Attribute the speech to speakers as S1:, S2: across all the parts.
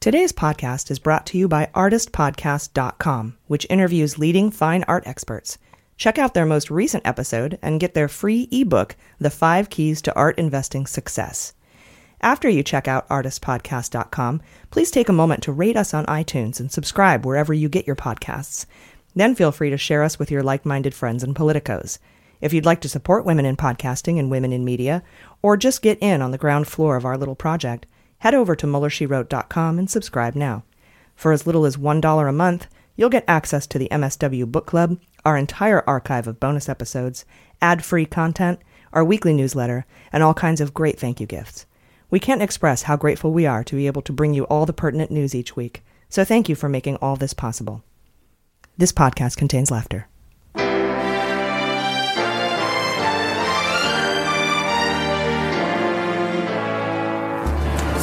S1: Today's podcast is brought to you by artistpodcast.com, which interviews leading fine art experts. Check out their most recent episode and get their free ebook, The 5 Keys to Art Investing Success. After you check out artistpodcast.com, please take a moment to rate us on iTunes and subscribe wherever you get your podcasts. Then feel free to share us with your like-minded friends and politicos. If you'd like to support women in podcasting and women in media, or just get in on the ground floor of our little project, head over to MullerSheWrote.com and subscribe now. For as little as $1 a month, you'll get access to the MSW Book Club, our entire archive of bonus episodes, ad free content, our weekly newsletter, and all kinds of great thank you gifts. We can't express how grateful we are to be able to bring you all the pertinent news each week, so thank you for making all this possible. This podcast contains laughter.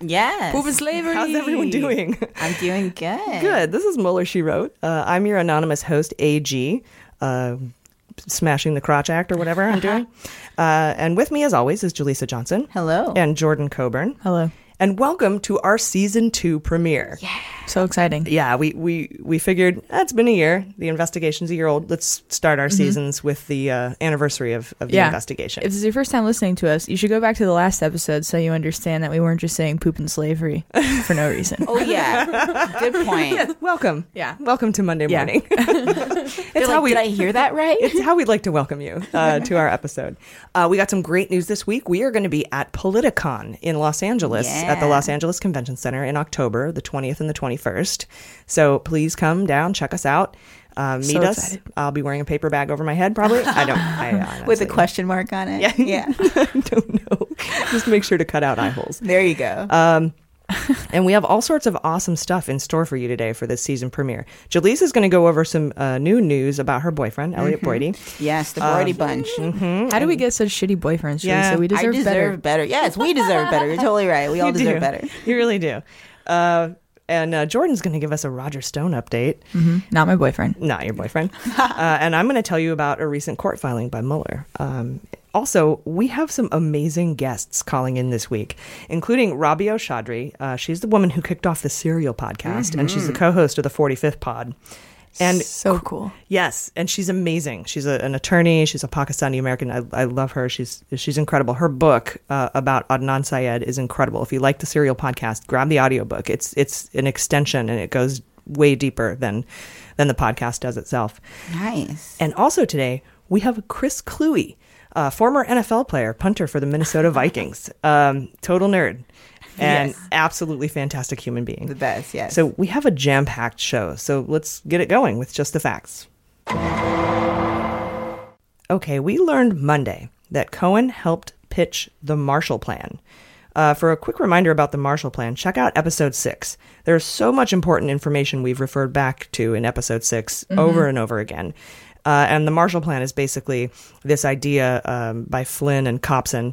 S2: Yes.
S1: Poop and slavery.
S2: How's
S1: everyone doing?
S2: I'm doing
S1: Oh,
S2: good.
S1: Good. This is Muller, she wrote. Uh, I'm your anonymous host, AG, uh, smashing the crotch act or whatever I'm doing. Uh, and with me, as always, is Jaleesa Johnson.
S2: Hello.
S1: And Jordan Coburn.
S2: Hello.
S1: and welcome to our season two premiere. Yeah.
S2: So exciting.
S1: Yeah, we we we figured ah, it's been a year. The investigation's a year old. Let's start our
S2: Mhm.
S1: seasons with the uh, anniversary of, of the
S2: yeah.
S1: investigation.
S2: If this is your first time listening to us, you should go back to the last episode so you understand that we weren't just saying poop and slavery for no reason.
S3: Oh yeah, good point.
S1: Yeah, welcome. Yeah. Welcome to Monday
S2: Yeah.
S1: morning.
S3: They're like, "Did I hear that right?"
S1: It's how we'd like to welcome you uh, to our episode. Uh, we got some great news this week. We are going to be at Politicon in Los Angeles at
S3: Yeah.
S1: the Los Angeles Convention Center in October, the 20th and the 21st. So please come down, check us out, uh, meet
S2: So
S1: us.
S2: excited.
S1: I'll be wearing a paper bag over my head, probably. I don't. I uh,
S2: With a
S1: question
S3: mark on it.
S1: Yeah. yeah. just make sure to cut out eye holes.
S3: There you go.
S1: Um, and we have all sorts of awesome stuff in store for you today for this season premiere. Jaleesa is going to go over some uh, new news about her boyfriend, Elliot
S3: Mhm.
S1: Broidy.
S3: Yes, the Brody bunch.
S2: How do we get such shitty boyfriends?
S1: Um, mm-hmm. Yeah.
S2: Yeah. So we deserve,
S3: I deserve better. Yes, we deserve better. You're totally right. We all
S1: You
S3: deserve
S1: do.
S3: better.
S1: You really do. Uh, and uh, Jordan's going to give us a Roger Stone update.
S2: Mm-hmm. Not my boyfriend.
S1: Not your boyfriend. uh, and I'm going to tell you about a recent court filing by Mueller. Um, also, we have some amazing guests calling in this week, including Rabia Chaudhry. Uh, she's the woman who kicked off the Serial podcast, and she's the
S2: Mhm.
S1: co-host of the 45th Pod. And
S2: so cool.
S1: Yes, and she's amazing. She's a, an attorney. She's a Pakistani American. I, I love her. She's she's incredible. Her book uh, about Adnan Syed is incredible. If you like the Serial podcast, grab the audiobook. It's it's an extension and it goes way deeper than than the podcast does itself.
S3: Nice.
S1: And also today we have Chris Cluey, uh, former NFL player, punter for the Minnesota Vikings, um, total nerd, and
S3: Yes.
S1: absolutely fantastic human being. The
S3: best, yes.
S1: So we have a jam packed show. So let's get it going with just the facts. Okay, we learned Monday that Cohen helped pitch the Marshall Plan. Uh, for a quick reminder about the Marshall Plan, check out episode six. There's so much important information we've referred back to in episode 6
S3: Mhm.
S1: over and over again. Uh, and the Marshall Plan is basically this idea um, by Flynn and Copson.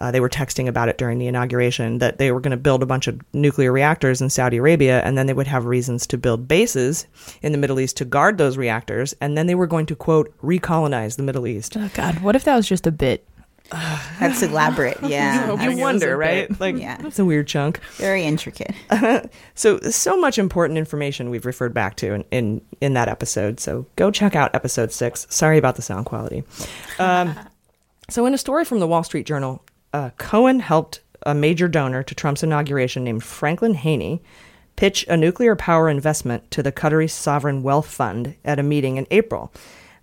S1: Uh, they were texting about it during the inauguration that they were going to build a bunch of nuclear reactors in Saudi Arabia, and then they would have reasons to build bases in the Middle East to guard those reactors, and then they were going to quote recolonize the Middle East.
S2: Oh God, what if that was just a bit?
S3: That's elaborate. Yeah. I
S1: You- you,
S3: think it was
S1: wonder,
S3: a
S1: right?
S3: bit-
S1: Like,
S3: yeah.
S1: that's a weird chunk. Uh-huh.
S3: Very intricate.
S1: so, so much important information we've referred back to in, in, in that episode. So, go check out episode six. Sorry about the sound quality. Um, so, in a story from the Wall Street Journal, uh, Cohen helped a major donor to Trump's inauguration named Franklin Haney pitch a nuclear power investment to the Qatari Sovereign Wealth Fund at a meeting in April.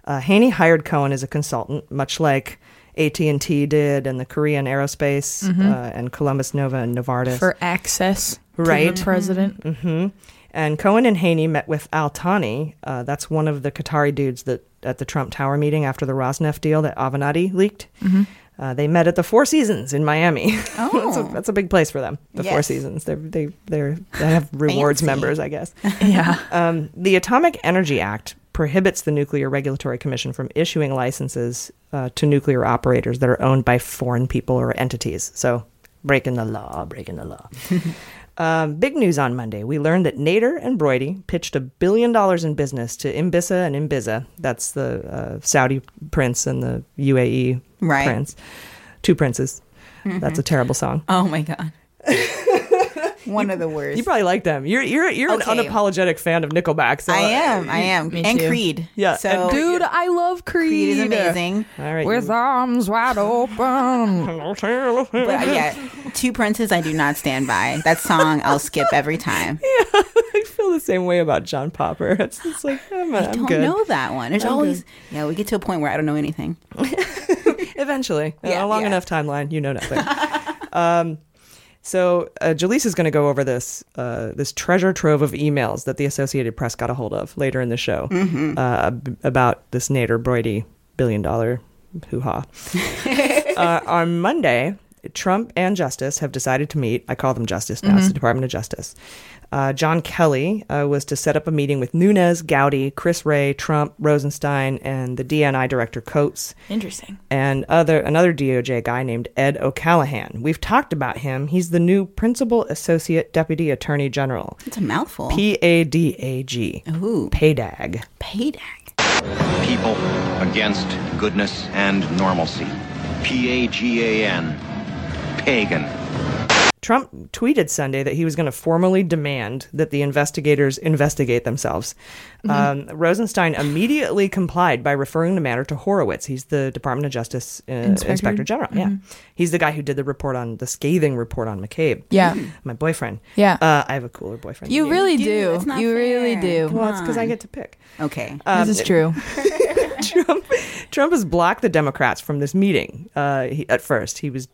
S1: Uh, Haney hired Cohen as a consultant, much like AT&T did and the Korean Aerospace
S3: Mm-hmm.
S2: Mhm.
S1: uh, and Columbus Nova and Novartis.
S2: For access to the
S1: right.
S2: president.
S1: hmm And Cohen and Haney met with Al Thani. Uh, that's one of the Qatari dudes that at the Trump Tower meeting after the Rosneft deal that Avenatti leaked.
S2: Mhm.
S1: Uh, they met at the Four Seasons in Miami. that's, a, that's a big place for them. The Four
S2: Yes.
S1: Seasons. They're, they they're, they have rewards
S2: Fancy.
S1: members, I guess. Yeah. Um, the Atomic Energy Act prohibits the Nuclear Regulatory Commission from issuing licenses uh, to nuclear operators that are owned by foreign people or entities. So breaking the law, breaking the law. Um, big news on Monday. We learned that Nader and Broidy pitched a billion dollars in business to Imbissa and Imbiza. That's the uh, Saudi prince and the UAE
S3: Right.
S1: prince. Two princes. That's a
S3: Mhm.
S1: terrible song.
S3: Oh my god. One of the worst.
S1: You probably like them. You're you're you're an
S3: Okay.
S1: unapologetic fan of Nickelback. So
S3: I am. I am.
S1: Me
S3: and
S1: too.
S3: Creed.
S1: Yeah.
S3: So
S2: Dude, I love Creed.
S3: Creed is amazing.
S1: All right.
S3: With
S2: arms wide open.
S3: But uh, yeah, Two Princes I do not stand by. That song I'll skip every time.
S1: I feel the same way about John Popper. It's just like eh, I'm,
S3: I
S1: I'm
S3: don't
S1: good.
S3: know that one. There's
S1: I'm good.
S3: always yeah, we get to a point where I don't know anything.
S1: Eventually, a long enough timeline, you know nothing. um, so uh, Jaleesa is going to go over this uh, this treasure trove of emails that the Associated Press got a hold of later in the show
S3: Mhm.
S1: uh, ab- about this Nader Broidy billion dollar hoo ha. uh, on Monday, Trump and Justice have decided to meet. I call them Justice now. It's the
S2: Mhm.
S1: Department of Justice. Uh, John Kelly uh, was to set up a meeting with Nunes, Gowdy, Chris Ray, Trump, Rosenstein, and the DNI director Coates
S2: Interesting.
S1: and other another DOJ guy named Ed O'Callahan. We've talked about him. He's the new principal associate deputy attorney general.
S3: It's a mouthful.
S1: P A D A G.
S3: Ooh.
S1: PADAG.
S3: Payday.
S4: People against goodness and normalcy. P A G A N. Pagan.
S1: Trump tweeted Sunday that he was going to formally demand that the investigators investigate themselves.
S2: Mm-hmm.
S5: Mhm.
S1: Um, Rosenstein immediately complied by referring the matter to Horowitz. He's the Department of Justice uh, Inspector.
S2: Inspector?
S1: General. Yeah.
S2: Mhm.
S1: He's the guy who did the report on the scathing report on McCabe.
S2: Yeah.
S1: My boyfriend.
S2: Yeah.
S1: Uh, I have a cooler boyfriend.
S2: You
S1: than
S2: really do. you really do.
S1: Well, it's 'cause I get to pick.
S3: Okay.
S1: Um,
S2: this is true.
S1: Trump has blocked the Democrats from this meeting. Uh, he, at first, he was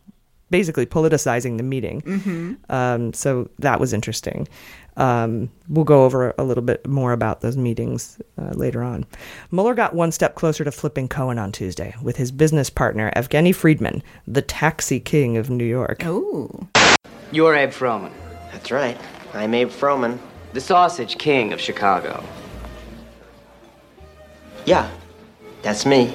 S1: basically politicizing the meeting.
S2: Mm-hmm.
S3: Mhm.
S1: Um, so that was interesting. Um, we'll go over a little bit more about those meetings uh, later on. Mueller got one step closer to flipping Cohen on Tuesday with his business partner, Evgeny Friedman, the taxi king of New York.
S3: Ooh.
S6: You're Abe Froman. That's right. I'm Abe Froman, the sausage king of Chicago. Yeah, that's me.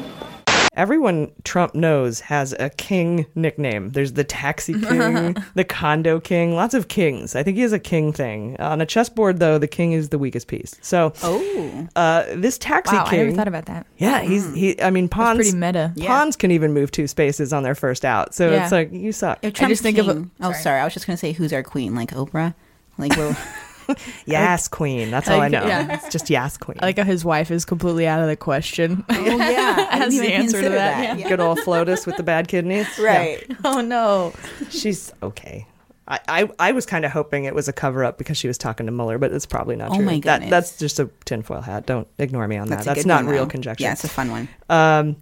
S1: Everyone Trump knows has a king nickname. There's the taxi king, the condo king, lots of kings. I think he has a king thing. On a chessboard, though, the king is the weakest piece. So,
S2: Oh.
S1: uh, this taxi
S2: wow,
S1: king.
S2: I never thought about that. Hmm.
S1: Yeah,
S3: Mm.
S1: he's he. I mean, pawns.
S2: pretty meta. Yeah.
S1: Pawns can even move two spaces on their first out, so
S3: Yeah.
S1: it's like you suck.
S3: If Trump's king- oh, sorry. I was just gonna say, who's our queen? Like Oprah? Like we're
S1: Yes, queen. That's all I
S2: Like,
S1: know.
S2: yeah.
S1: It's just yes, queen.
S2: I like how his wife is completely out of the question. Oh
S3: yeah,
S2: as the answer to that. yeah.
S1: Good old Flotus with the bad kidneys. Yeah.
S2: Oh no.
S1: She's okay. I, I, I was kind of hoping it was a cover up because she was talking to Mueller, but it's probably not
S3: Oh
S1: true.
S3: my
S1: that,
S3: goodness.
S1: that's just a tinfoil hat. Don't ignore me on
S3: That's a
S1: that. That's
S3: good
S1: not
S3: one,
S1: real
S3: though.
S1: conjecture.
S3: Yeah, it's a fun one.
S1: Um,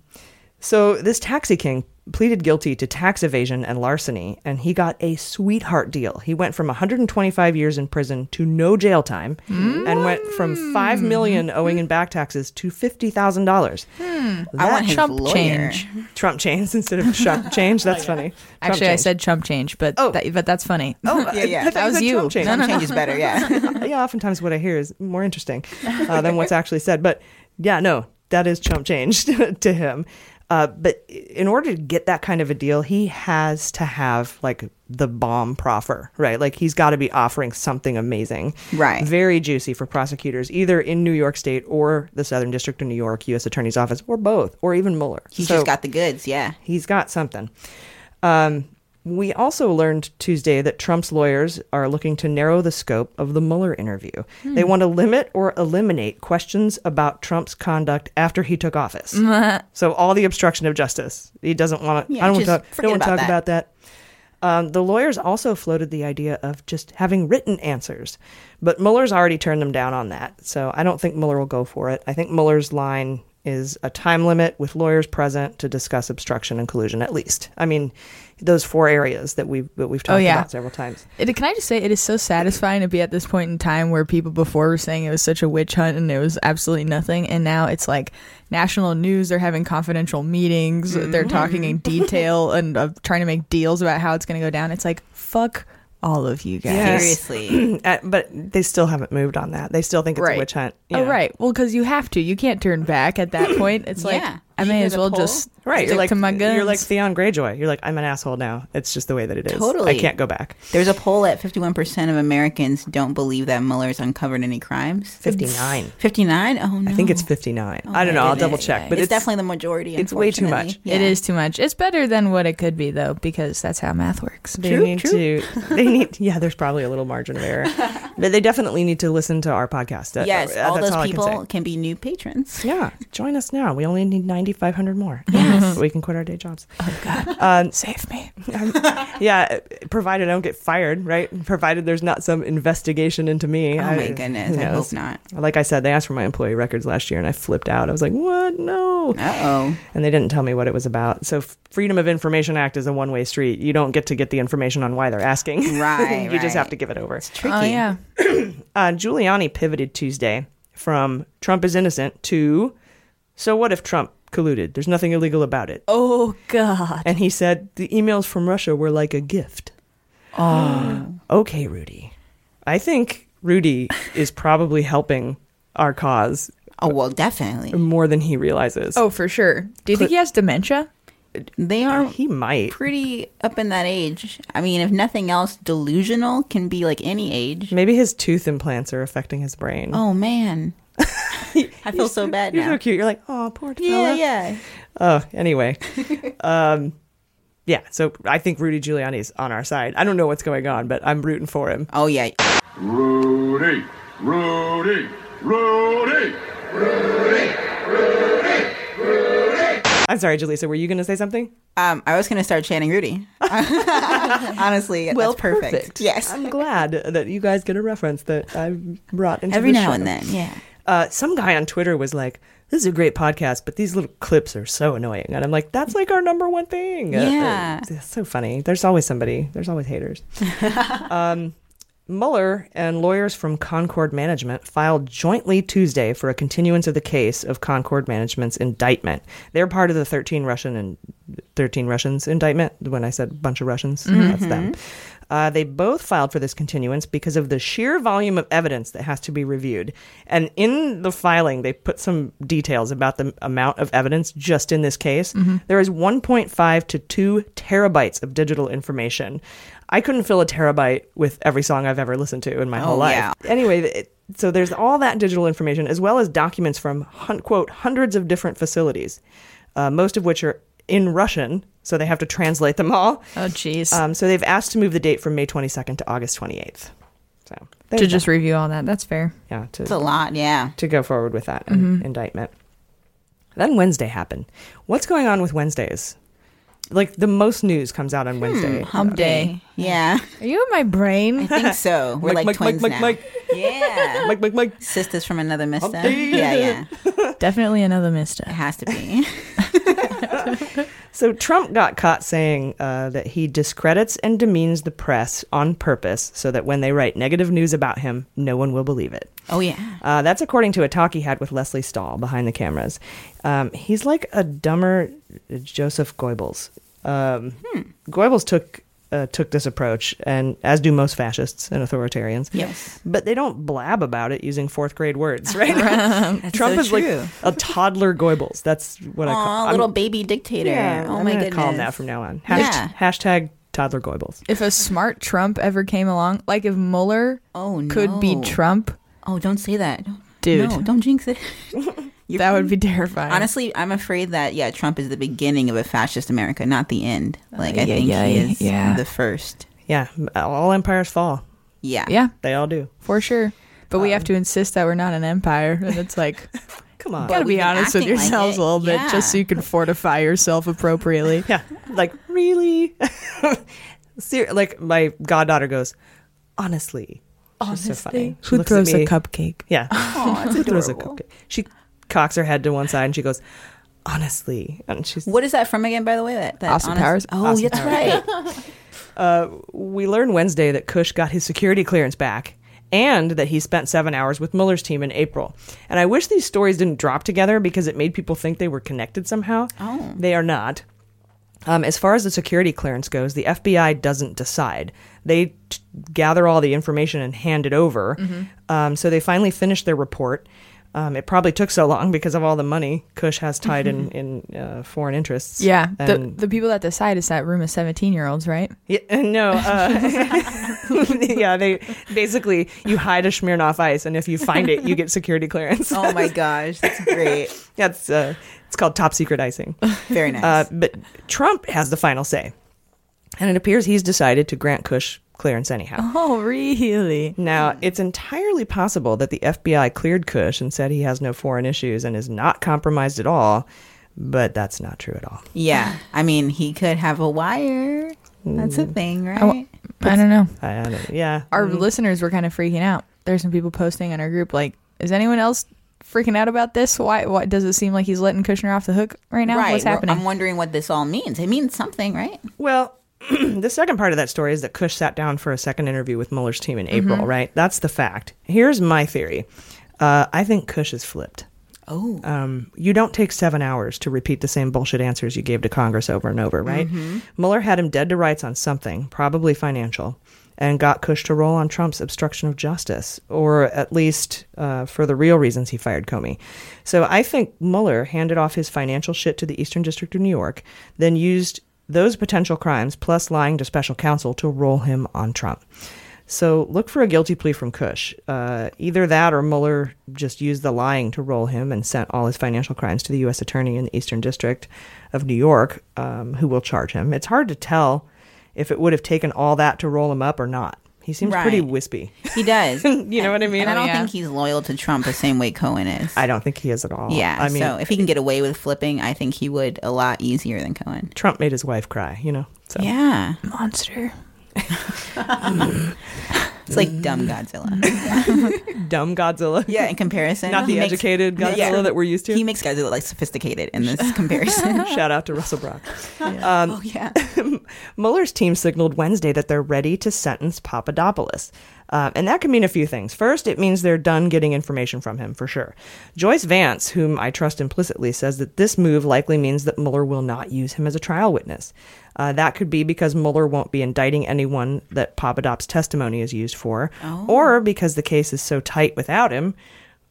S1: so this taxi king pleaded guilty to tax evasion and larceny, and he got a sweetheart deal. He went from 125 years in prison to no jail time,
S2: Mm-hmm.
S1: and went from five million
S3: Mm.
S1: owing in back taxes to fifty thousand dollars.
S2: Hmm. I want his Trump lawyer. change.
S1: Trump change instead of Trump change. That's funny. Trump
S2: Actually, I
S1: change.
S2: said chump change, but that, but that's funny.
S1: Oh, I- I thought
S2: that was
S1: said
S2: you.
S1: Trump change.
S2: No, no, no.
S1: yeah, oftentimes what I hear is more interesting uh, than what's actually said. But yeah, no, that is chump change to him. Uh, but in order to get that kind of a deal, he has to have like the bomb proffer, right? Like he's got to be offering something amazing, right? Very juicy for prosecutors, either in New York State or the Southern District of New York, U.S. Attorney's Office, or both, or even Mueller.
S3: He's
S1: So-
S3: just got the goods. Yeah.
S1: He's got something. Um, we also learned Tuesday that Trump's lawyers are looking to narrow the scope of the Mueller interview. They
S2: Hmm.
S1: want to limit or eliminate questions about Trump's conduct after he took office. so all the obstruction of justice. He doesn't want to.
S2: Yeah,
S1: I don't want
S2: just
S1: to talk,
S2: forget
S1: don't want to
S2: about
S1: talk about that. Um, the lawyers also floated the idea of just having written answers, but Mueller's already turned them down on that. So I don't think Mueller will go for it. I think Mueller's line is a time limit with lawyers present to discuss obstruction and collusion, at least. I mean, those four areas that we've that we've talked
S2: Oh, yeah.
S1: about several times.
S2: It, can I just say it is so satisfying to be at this point in time where people before were saying it was such a witch hunt and it was absolutely nothing, and now it's like national news. They're having confidential meetings.
S3: Mm-hmm.
S2: They're talking in detail and uh, trying to make deals about how it's going to go down. It's like fuck all of you guys.
S1: Uh, but they still haven't moved on that. They still think it's
S2: Right.
S1: a witch hunt.
S2: Oh right. Well, because you have to. You can't turn back at that point. It's like
S1: Yeah.
S2: I may as well just
S1: right. You're
S2: stick
S1: like
S2: to my
S1: you're like
S2: guns.
S1: Theon Greyjoy. You're like I'm an asshole now. It's just the way that it is.
S3: Totally.
S1: I can't go back.
S3: There's a poll that 51% of Americans don't believe that Mueller's uncovered any crimes.
S1: 59.
S3: 59? Oh, no. Oh,
S1: I think it's 59. I don't know. I'll double check. But
S3: it's, definitely the majority.
S2: it's way too
S3: unfortunately.
S2: much. It is too much. It's better than what it could be though, because that's how math works.
S1: They need to. They need. Yeah, there's probably a little margin of error, but they definitely need to listen to our podcast. That-
S3: yes,
S1: that-
S3: all
S1: uh, that's
S3: those
S1: I can
S3: people
S1: say.
S3: can, be new patrons.
S1: Yeah, join us now. We only need 9,500 more. Yes, we can quit our day jobs. Oh God, um,
S2: save me.
S1: yeah, provided I don't get fired, right? Provided there's not some investigation into me.
S3: Oh,
S1: I-
S3: my goodness,
S1: who
S3: I hope
S1: knows?
S3: not.
S1: Like I said, they asked for my employee records last year, and I flipped out. I was like, "What? No!"
S3: Uh oh.
S1: And they didn't tell me what it was about. So, Freedom of Information Act is a one-way street. You don't get to get the information on why they're asking.
S3: Right,
S1: you just have
S3: right.
S1: to give it over. It's
S3: Oh, yeah.
S1: uh, Giuliani pivoted Tuesday from Trump is innocent to so what if Trump colluded? There's nothing illegal about it.
S2: Oh God.
S1: And he said the emails from Russia were like a gift. Oh. okay, Rudy. I think Rudy is probably helping our cause.
S3: Oh, well, definitely.
S1: More than he realizes.
S2: Oh, for sure. Do you think he has dementia?
S3: They are
S1: He might.
S3: pretty up in that age. I mean, if nothing else, delusional can be like any age.
S1: Maybe his tooth implants are affecting his brain.
S3: Oh, man. I feel so bad
S1: You're
S3: now.
S1: so cute. You're like, oh, poor
S3: Yeah,
S1: fella.
S3: yeah.
S1: Oh, anyway. um, Yeah, so I think Rudy Giuliani's on our side. I don't know what's going on, but I'm rooting for him.
S3: Oh yeah.
S5: Rudy, Rudy, Rudy, Rudy.
S1: I'm sorry, Jaleesa, were you going to say something?
S3: Um, I was going to start chanting Rudy. Honestly,
S1: well,
S3: that's perfect. Yes.
S1: I'm glad that you guys get a reference that I brought into
S3: Every
S1: the
S3: now
S1: show.
S3: and then, yeah.
S1: Uh, some guy on Twitter was like, "This is a great podcast, but these little clips are so annoying," and I'm like, "That's like our number one thing." Uh, uh,
S3: Yeah.
S1: it's so funny. There's always somebody. There's always haters. um, Mueller and lawyers from Concord Management filed jointly Tuesday for a continuance of the case of Concord Management's indictment. They're part of the 13 Russian and 13 Russians indictment. When I said bunch of Russians, that's them.
S7: Mhm.
S1: Uh, they both filed for this continuance because of the sheer volume of evidence that has to be reviewed. And in the filing, they put some details about the amount of evidence just in this case.
S7: Mhm.
S1: There is 1.5 to 2 terabytes of digital information. I couldn't fill a terabyte with every song I've ever listened to in my whole
S3: Oh,
S1: life.
S3: yeah.
S1: Anyway, it, so there's all that digital information as well as documents from hun- quote hundreds of different facilities, uh, most of which are in Russian, so they have to translate them all.
S2: Oh, jeez.
S1: Um, so they've asked to move the date from May 22nd to August 28th. So there's
S2: to just
S1: that.
S2: review all that. That's fair.
S1: yeah, to,
S2: It's a lot,
S3: yeah,
S1: to go forward with that in-
S2: Mhm.
S1: indictment. Then Wednesday happened. What's going on with Wednesdays? Like the most news comes out
S2: Hmm,
S1: on Wednesday.
S3: Hmm, Hump day. Yeah.
S2: Are you in my brain?
S3: I think so. We're
S1: Mike,
S3: like
S1: Mike,
S3: twins
S1: Mike,
S3: now.
S1: Mike,
S3: Yeah.
S1: Mike, Mike, Mike.
S3: Sisters from another mister.
S1: day.
S3: Yeah, yeah.
S2: Definitely another mista. It
S3: has to be.
S1: So Trump got caught saying uh, that he discredits and demeans the press on purpose so that when they write negative news about him, no one will believe it.
S3: Oh yeah.
S1: Uh, that's according to a talk he had with Leslie Stahl behind the cameras. Um, he's like a dumber Joseph Goebbels. Um,
S3: Hmm.
S1: Goebbels took uh, took this approach, and as do most fascists and authoritarians.
S3: Yes.
S1: but they don't blab about it using fourth grade words, right?
S3: That's
S1: Trump
S3: so
S1: is
S3: true.
S1: like a toddler Goebbels. That's what I
S3: Aw,
S1: call
S3: little
S1: I'm-
S3: baby dictator.
S1: Yeah,
S3: oh
S1: I'm
S3: my
S1: gonna
S3: goodness.
S1: Call him that from now on. Hasht-
S3: Yeah.
S1: Hashtag toddler Goebbels.
S2: If a smart Trump ever came along, like if Mueller
S3: oh,
S2: could be
S3: no.
S2: Trump,
S3: Oh, don't say that.
S2: Dude.
S3: No, don't jinx it.
S2: that would be terrifying.
S3: Honestly, I'm afraid that yeah, Trump is the beginning of a fascist America, not the end. Like I
S2: yeah,
S3: think
S2: yeah,
S3: he is
S2: yeah.
S3: the first.
S1: Yeah, all empires fall.
S3: Yeah.
S2: yeah,
S1: they all do
S2: for sure. But we have to insist that we're not an empire, and it's like,
S1: Um, come on,
S2: you gotta
S1: But we've
S2: be
S1: been
S2: honest with
S1: acting like
S2: yourselves
S1: it.
S2: a little bit,
S1: Yeah.
S2: just so you can fortify yourself appropriately.
S1: yeah, like really, Ser- like my goddaughter goes, honestly, She's so funny.
S2: Honestly.
S1: She
S2: Who
S1: looks at
S2: throws a
S1: me-
S2: cupcake?
S1: Yeah,
S2: Aw, that's
S1: who throws a
S2: adorable.
S1: cupcake? She cocks her head to one side and she goes, honestly, and she's
S3: What is that from again, by the way? That, that
S1: Austin Powers?
S3: Oh,
S1: Austin
S3: that's
S1: Powers.
S3: right.
S1: Uh, we learn Wednesday that Kush got his security clearance back and that he spent seven hours with Mueller's team in April. And I wish these stories didn't drop together because it made people think they were connected somehow.
S3: Oh.
S1: They are not. Um, as far as the security clearance goes, the FBI doesn't decide. They t- gather all the information and hand it over.
S2: Mm-hmm.
S7: Mhm.
S1: Um, so they finally finished their report. Um, it probably took so long because of all the money Kush has tied in, in uh, foreign interests.
S2: Yeah, the,
S1: And-
S2: the people that decide is that room of seventeen-year-olds, right?
S1: Yeah, no. Uh, yeah, they basically you hide a Smirnoff Ice, and if you find it, you get security clearance.
S3: oh my gosh, that's great.
S1: yeah, it's, uh, it's called top secret icing.
S3: Very nice.
S1: Uh, but Trump has the final say, and it appears he's decided to grant Kush clearance anyhow.
S2: Oh, really?
S1: Now, it's entirely possible that the FBI cleared Kush and said he has no foreign issues and is not compromised at all, but that's not true at all.
S3: Yeah. I mean, he could have a wire. That's a thing, right?
S2: w- I don't know.
S1: I, I don't, Mm. yeah.
S2: Our
S1: Mm.
S2: listeners were kind of freaking out. There's some people posting on our group like, "Is anyone else freaking out about this? Why? Why does it seem like he's letting Kushner off the hook right now?
S3: Right.
S2: What's
S3: Well,
S2: happening?"
S3: I'm wondering what this all means. It means something, right?
S1: Well, the second part of that story is that Kush sat down for a second interview with Mueller's team in April,
S3: Mhm.
S1: right? That's the fact. Here's my theory uh, I think Kush is flipped.
S3: Oh.
S1: Um, you don't take seven hours to repeat the same bullshit answers you gave to Congress over and over, right?
S3: Mm-hmm. hmm.
S7: Mhm.
S1: Mueller had him dead to rights on something, probably financial, and got Kush to roll on Trump's obstruction of justice, or at least uh, for the real reasons he fired Comey. So I think Mueller handed off his financial shit to the Eastern District of New York, then used those potential crimes plus lying to special counsel to roll him on Trump. So look for a guilty plea from Kush. Uh, either that or Mueller just used the lying to roll him and sent all his financial crimes to the U.S. Attorney in the Eastern District of New York, um, who will charge him. It's hard to tell if it would have taken all that to roll him up or not. He seems
S3: Right.
S1: pretty wispy.
S3: He does.
S1: you know what I mean?
S3: And I don't
S1: Yeah.
S3: think he's loyal to Trump the same way Cohen is.
S1: I don't think he is at all.
S3: yeah.
S1: I mean,
S3: so if he can get away with flipping, I think he would a lot easier than Cohen.
S1: Trump made his wife cry, you know. So.
S3: Yeah.
S2: Monster.
S3: It's like dumb Godzilla.
S1: dumb Godzilla.
S3: Yeah, in comparison.
S1: Not the
S3: He makes-
S1: educated Godzilla
S3: Yeah.
S1: that we're used to.
S3: He makes Godzilla like sophisticated in this comparison.
S1: Shout out to Russell Brock. Um,
S3: oh yeah.
S1: Mueller's team signaled Wednesday that they're ready to sentence Papadopoulos. Um, and that can mean a few things. First, it means they're done getting information from him for sure. Joyce Vance, whom I trust implicitly, says that this move likely means that Mueller will not use him as a trial witness. Uh, that could be because Mueller won't be indicting anyone that Papadop's testimony is used for,
S3: Oh.
S1: or because the case is so tight without him,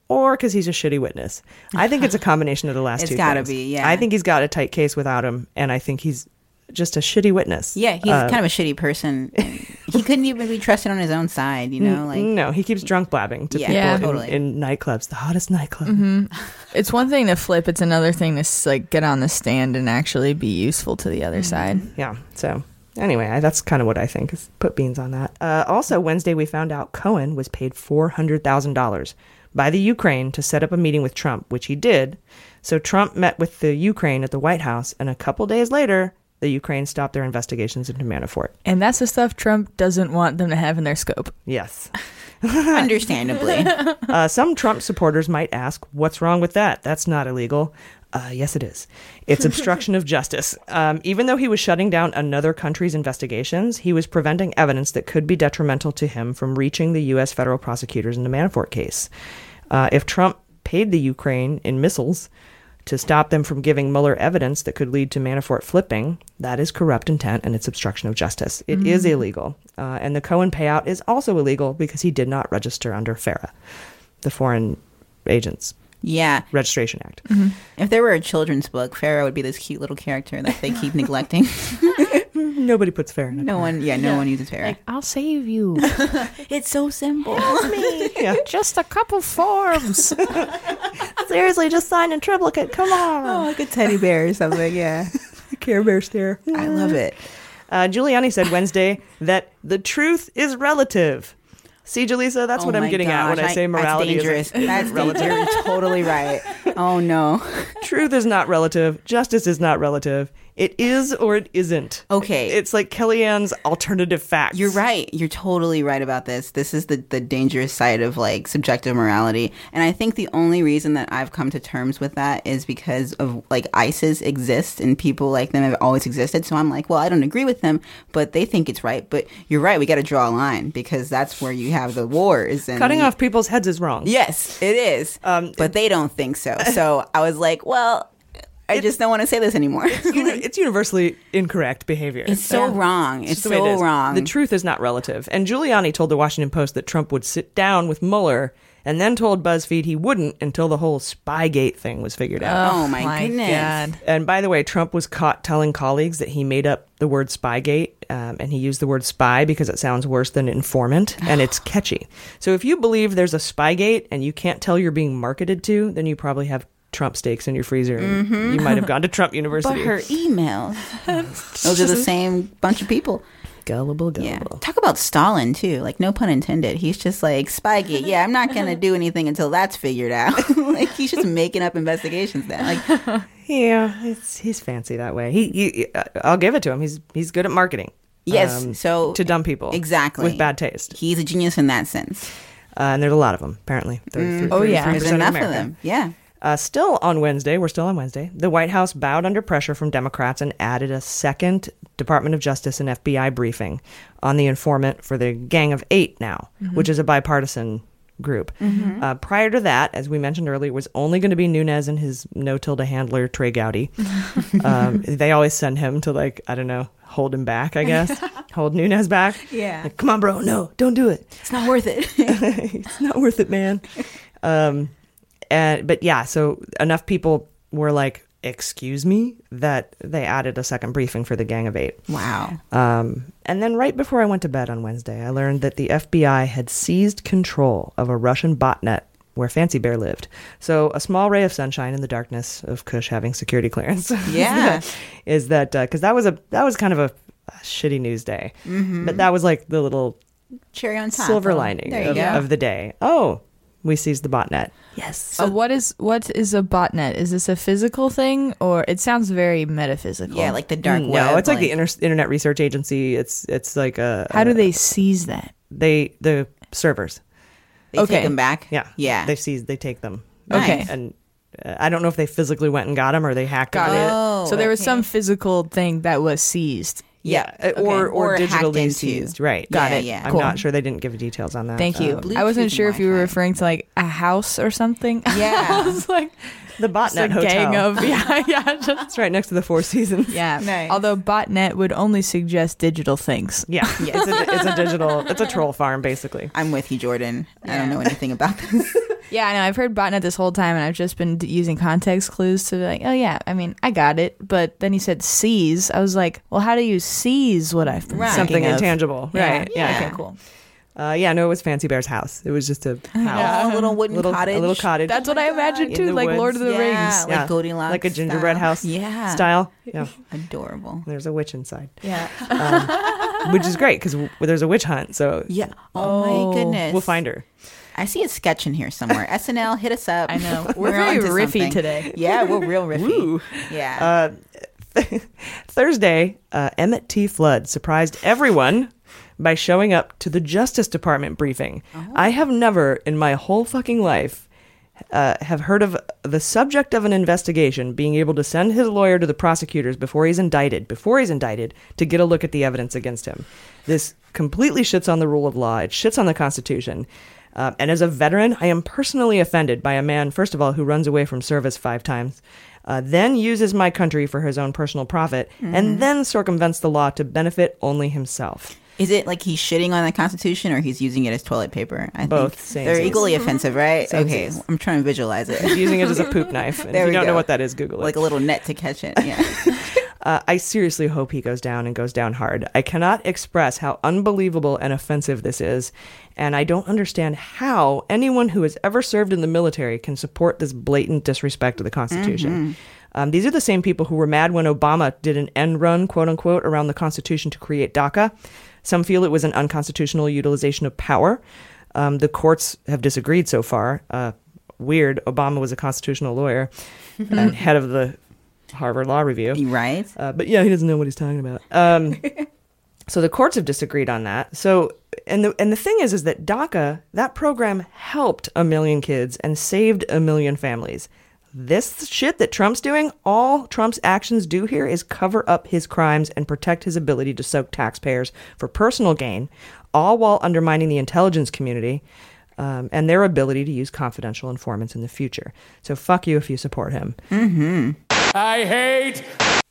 S1: or because he's a shitty witness. I think it's a combination of the last
S3: It's
S1: two.
S3: gotta
S1: things.
S3: be, yeah.
S1: I think he's got a tight case without him, and I think he's just a shitty witness.
S3: Yeah, he's
S1: Uh,
S3: kind of a shitty person. he couldn't even be trusted on his own side, you know?
S1: n-
S3: Like
S1: mm, no, he keeps drunk blabbing to
S3: Yeah,
S1: people
S3: yeah,
S1: in-
S3: totally.
S1: in, nightclubs, the hottest nightclub.
S2: hmm It's one thing to flip; it's another thing to s- like get on the stand and actually be useful to the other side.
S1: Mm-hmm. Yeah. So anyway, I, that's kind of what I think. Is put beans on that. Uh, also, Wednesday we found out Cohen was paid four hundred thousand dollars by the Ukraine to set up a meeting with Trump, which he did. So Trump met with the Ukraine at the White House, and a couple days later, the Ukraine stopped their investigations into Manafort.
S2: And that's the stuff Trump doesn't want them to have in their scope.
S1: Yes.
S3: understandably.
S1: uh, some Trump supporters might ask, what's wrong with that? That's not illegal. Uh, yes, it is. It's obstruction of justice. Um, even though he was shutting down another country's investigations, he was preventing evidence that could be detrimental to him from reaching the U.S. federal prosecutors in the Manafort case. Uh, if Trump paid the Ukraine in missiles to stop them from giving Mueller evidence that could lead to Manafort flipping, that is corrupt intent and it's obstruction of justice. It is
S2: Mm.
S1: illegal. Uh, and the Cohen payout is also illegal because he did not register under FARA, the Foreign Agents
S3: Yeah.
S1: Registration Act.
S3: Mm-hmm. If there were a children's book, Pharaoh would be this cute little character that they keep neglecting.
S1: Nobody puts FARA in a
S3: No one, yeah, no one uses Pharaoh.
S2: I'll save you.
S3: it's so simple.
S2: Just a couple forms.
S1: Seriously, just sign in triplicate. Come on.
S3: Oh, like a teddy bear or something. Yeah.
S1: Care Bear stare.
S3: I love it.
S1: Uh, Giuliani said Wednesday that the truth is relative. See, Jaleesa, that's
S3: Oh
S1: what I'm
S3: my
S1: getting at when
S3: gosh,
S1: I say morality
S3: that's
S1: is
S3: dangerous. that's
S1: relative.
S3: dangerous. You're totally right. Oh no.
S1: Truth is not relative. Justice is not relative. It is or it isn't.
S3: Okay.
S1: It's like Kellyanne's alternative facts.
S3: You're right. You're totally right about this. This is the, the dangerous side of like subjective morality. And I think the only reason that I've come to terms with that is because of like ISIS exists and people like them have always existed. So I'm like, well, I don't agree with them, but they think it's right. But you're right. We got to draw a line because that's where you have the wars. And
S1: Cutting off people's heads is wrong.
S3: Yes, it is.
S1: Um,
S3: but they don't think so. So I was like, well, I just don't want to say this anymore.
S1: Uni- it's universally incorrect behavior.
S3: It's so wrong.
S1: just
S3: It's
S1: the way it
S3: so
S1: is.
S3: wrong.
S1: The truth is not relative. And Giuliani told the Washington Post that Trump would sit down with Mueller and then told BuzzFeed he wouldn't until the whole Spygate thing was figured out.
S3: Oh, my, goodness.
S1: And by the way, Trump was caught telling colleagues that he made up the word Spygate um, and he used the word spy because it sounds worse than informant and it's catchy. So if you believe there's a Spygate and you can't tell you're being marketed to, then you probably have Trump steaks in your freezer. and
S3: Mhm.
S1: You might have gone to Trump University.
S3: But her emails. Those are the same bunch of people.
S1: Gullible,
S3: Yeah. Talk about Stalin, too. Like, no pun intended. He's just like, Spygate, yeah, I'm not going to do anything until that's figured out. like, he's just making up investigations now. Like,
S1: Yeah, it's, he's fancy that way. He, he, uh, I'll give it to him. He's he's good at marketing.
S3: Yes,
S1: so Um, to dumb people
S3: exactly.
S1: with bad taste.
S3: He's a genius in that sense.
S1: Uh, and there's a lot of them apparently. 33,
S3: Oh, yeah.
S1: 33%
S3: There's enough of
S1: America.
S3: them. Yeah.
S1: Uh, still on Wednesday, we're still on Wednesday. The White House bowed under pressure from Democrats and added a second Department of Justice and FBI briefing on the informant for the Gang of Eight now,
S3: Mm-hmm.
S2: Mhm.
S1: which is a bipartisan group.
S2: Mhm.
S1: Uh, prior to that, as we mentioned earlier, it was only going to be Nunez and his no tilde handler, Trey Gowdy. um, they always send him to, like, I don't know, hold him back, I guess. hold Nunez back.
S3: Yeah.
S1: Like, Come on, bro. No, don't do it.
S3: It's not worth it.
S1: it's not worth it, man. Um, and but yeah, so enough people were like, excuse me, that they added a second briefing for the Gang of Eight.
S3: Wow.
S1: Um, and then right before I went to bed on Wednesday, I learned that the FBI had seized control of a Russian botnet where Fancy Bear lived. So a small ray of sunshine in the darkness of Kush having security clearance.
S3: Yeah.
S1: is that because that was a that was kind of a, a shitty news day,
S3: Mhm.
S1: but that was like the little
S3: Cherry on top.
S1: silver
S3: Oh,
S1: lining
S3: There you
S1: of,
S3: go.
S1: of the day. Oh, we seized the botnet. Yes.
S2: So what is what is a botnet? Is this a physical thing or it sounds very metaphysical?
S1: Mm, no, it's like, the inter- Internet Research Agency. It's it's like a. uh,
S2: How do
S1: a-
S2: they seize that?
S1: They the servers.
S2: They take Okay. 'em back?
S1: Yeah,
S2: Yeah.
S1: They seize. They take them.
S2: Okay.
S1: And, and, uh, I don't know if they physically went and got them or they hacked
S2: Got
S1: into
S2: it.
S1: it.
S2: so there was some physical thing that was seized.
S1: Yeah, uh, or, or digitally seized, right?
S2: Got it.
S1: I'm
S2: Cool.
S1: not sure they didn't give details
S3: Uh,
S1: on that.
S2: Thank you.
S1: Um,
S2: I wasn't sure if you were referring to like a house or something.
S1: Yeah.
S2: I was like
S1: the botnet
S2: a gang
S1: hotel.
S2: of yeah, yeah. Just,
S1: it's right next to the Four Seasons.
S2: yeah. Although botnet would only suggest digital things.
S1: Yeah. It's, a, it's a digital, it's a troll farm, basically.
S3: I'm with you, Jordan. I don't know anything about this.
S2: Yeah, I know. I've heard botnet this whole time, and I've just been d- using context clues to be like, oh yeah, I mean, I got it. But then he said seize. I was like, well, how do you seize what I've been
S1: Right. Something
S2: thinking of?
S1: intangible.
S2: Yeah.
S1: Right.
S2: Yeah.
S1: Yeah.
S2: Okay. Cool.
S1: Uh, yeah, no, it was Fancy Bear's house. It was just a house.
S3: a little wooden cottage.
S1: A little cottage.
S2: That's what I imagined
S1: in
S2: too,
S1: the
S2: like Lord of
S1: woods.
S2: the
S3: Yeah,
S2: Rings.
S3: Oh like Goldilocks
S1: Like a gingerbread
S3: style.
S1: house
S3: Yeah.
S1: style. Yeah.
S3: Adorable.
S1: There's a witch inside.
S3: Yeah.
S1: Um, which is great because w- there's a witch hunt. So
S3: Yeah. Oh, my goodness.
S1: We'll find her.
S3: I see a sketch in here somewhere. SNL, hit us up. I
S2: know. We're very riffy today.
S3: Yeah, we're real riffy.
S1: Woo.
S3: Yeah.
S1: Uh, Thursday, uh, Emmett T. Flood surprised everyone by showing up to the Justice Department briefing. I have never in my whole fucking life uh, have heard of the subject of an investigation being able to send his lawyer to the prosecutors before he's indicted, before he's indicted, to get a look at the evidence against him. This completely shits on the rule of law. It shits on the Constitution. Uh, and as a veteran, I am personally offended by a man, first of all, who runs away from service five times, uh, then uses my country for his own personal profit,
S3: Mhm.
S1: and then circumvents the law to benefit only himself.
S3: Is it like he's shitting on the Constitution or he's using it as toilet paper? I
S1: Both.
S3: think
S1: Same
S3: they're
S1: thing.
S3: equally offensive, right?
S1: Same
S3: okay,
S1: thing.
S3: I'm trying to visualize it.
S1: He's using it as a poop knife. And
S3: There
S1: if you
S3: we
S1: don't
S3: go.
S1: know what that is, Google it.
S3: like a little net to catch it. Yeah.
S1: Uh, I seriously hope he goes down and goes down hard. I cannot express how unbelievable and offensive this is, and I don't understand how anyone who has ever served in the military can support this blatant disrespect of the Constitution. Um, these are the same people who were mad when Obama did an end run, quote unquote, around the Constitution to create DACA. Some feel it was an unconstitutional utilization of power. Um, the courts have disagreed so far. Uh, weird. Obama was a constitutional lawyer and head of the Harvard Law Review.
S3: Right.
S1: Uh, but yeah, he doesn't know what he's talking about. Um, so the courts have disagreed on that. So and the and the thing is, is that DACA that program helped a million kids and saved a million families. This shit that Trump's doing, all Trump's actions do here is cover up his crimes and protect his ability to soak taxpayers for personal gain, all while undermining the intelligence community um, and their ability to use confidential informants in the future. So fuck you if you support him.
S3: mm-hmm.
S1: I hate.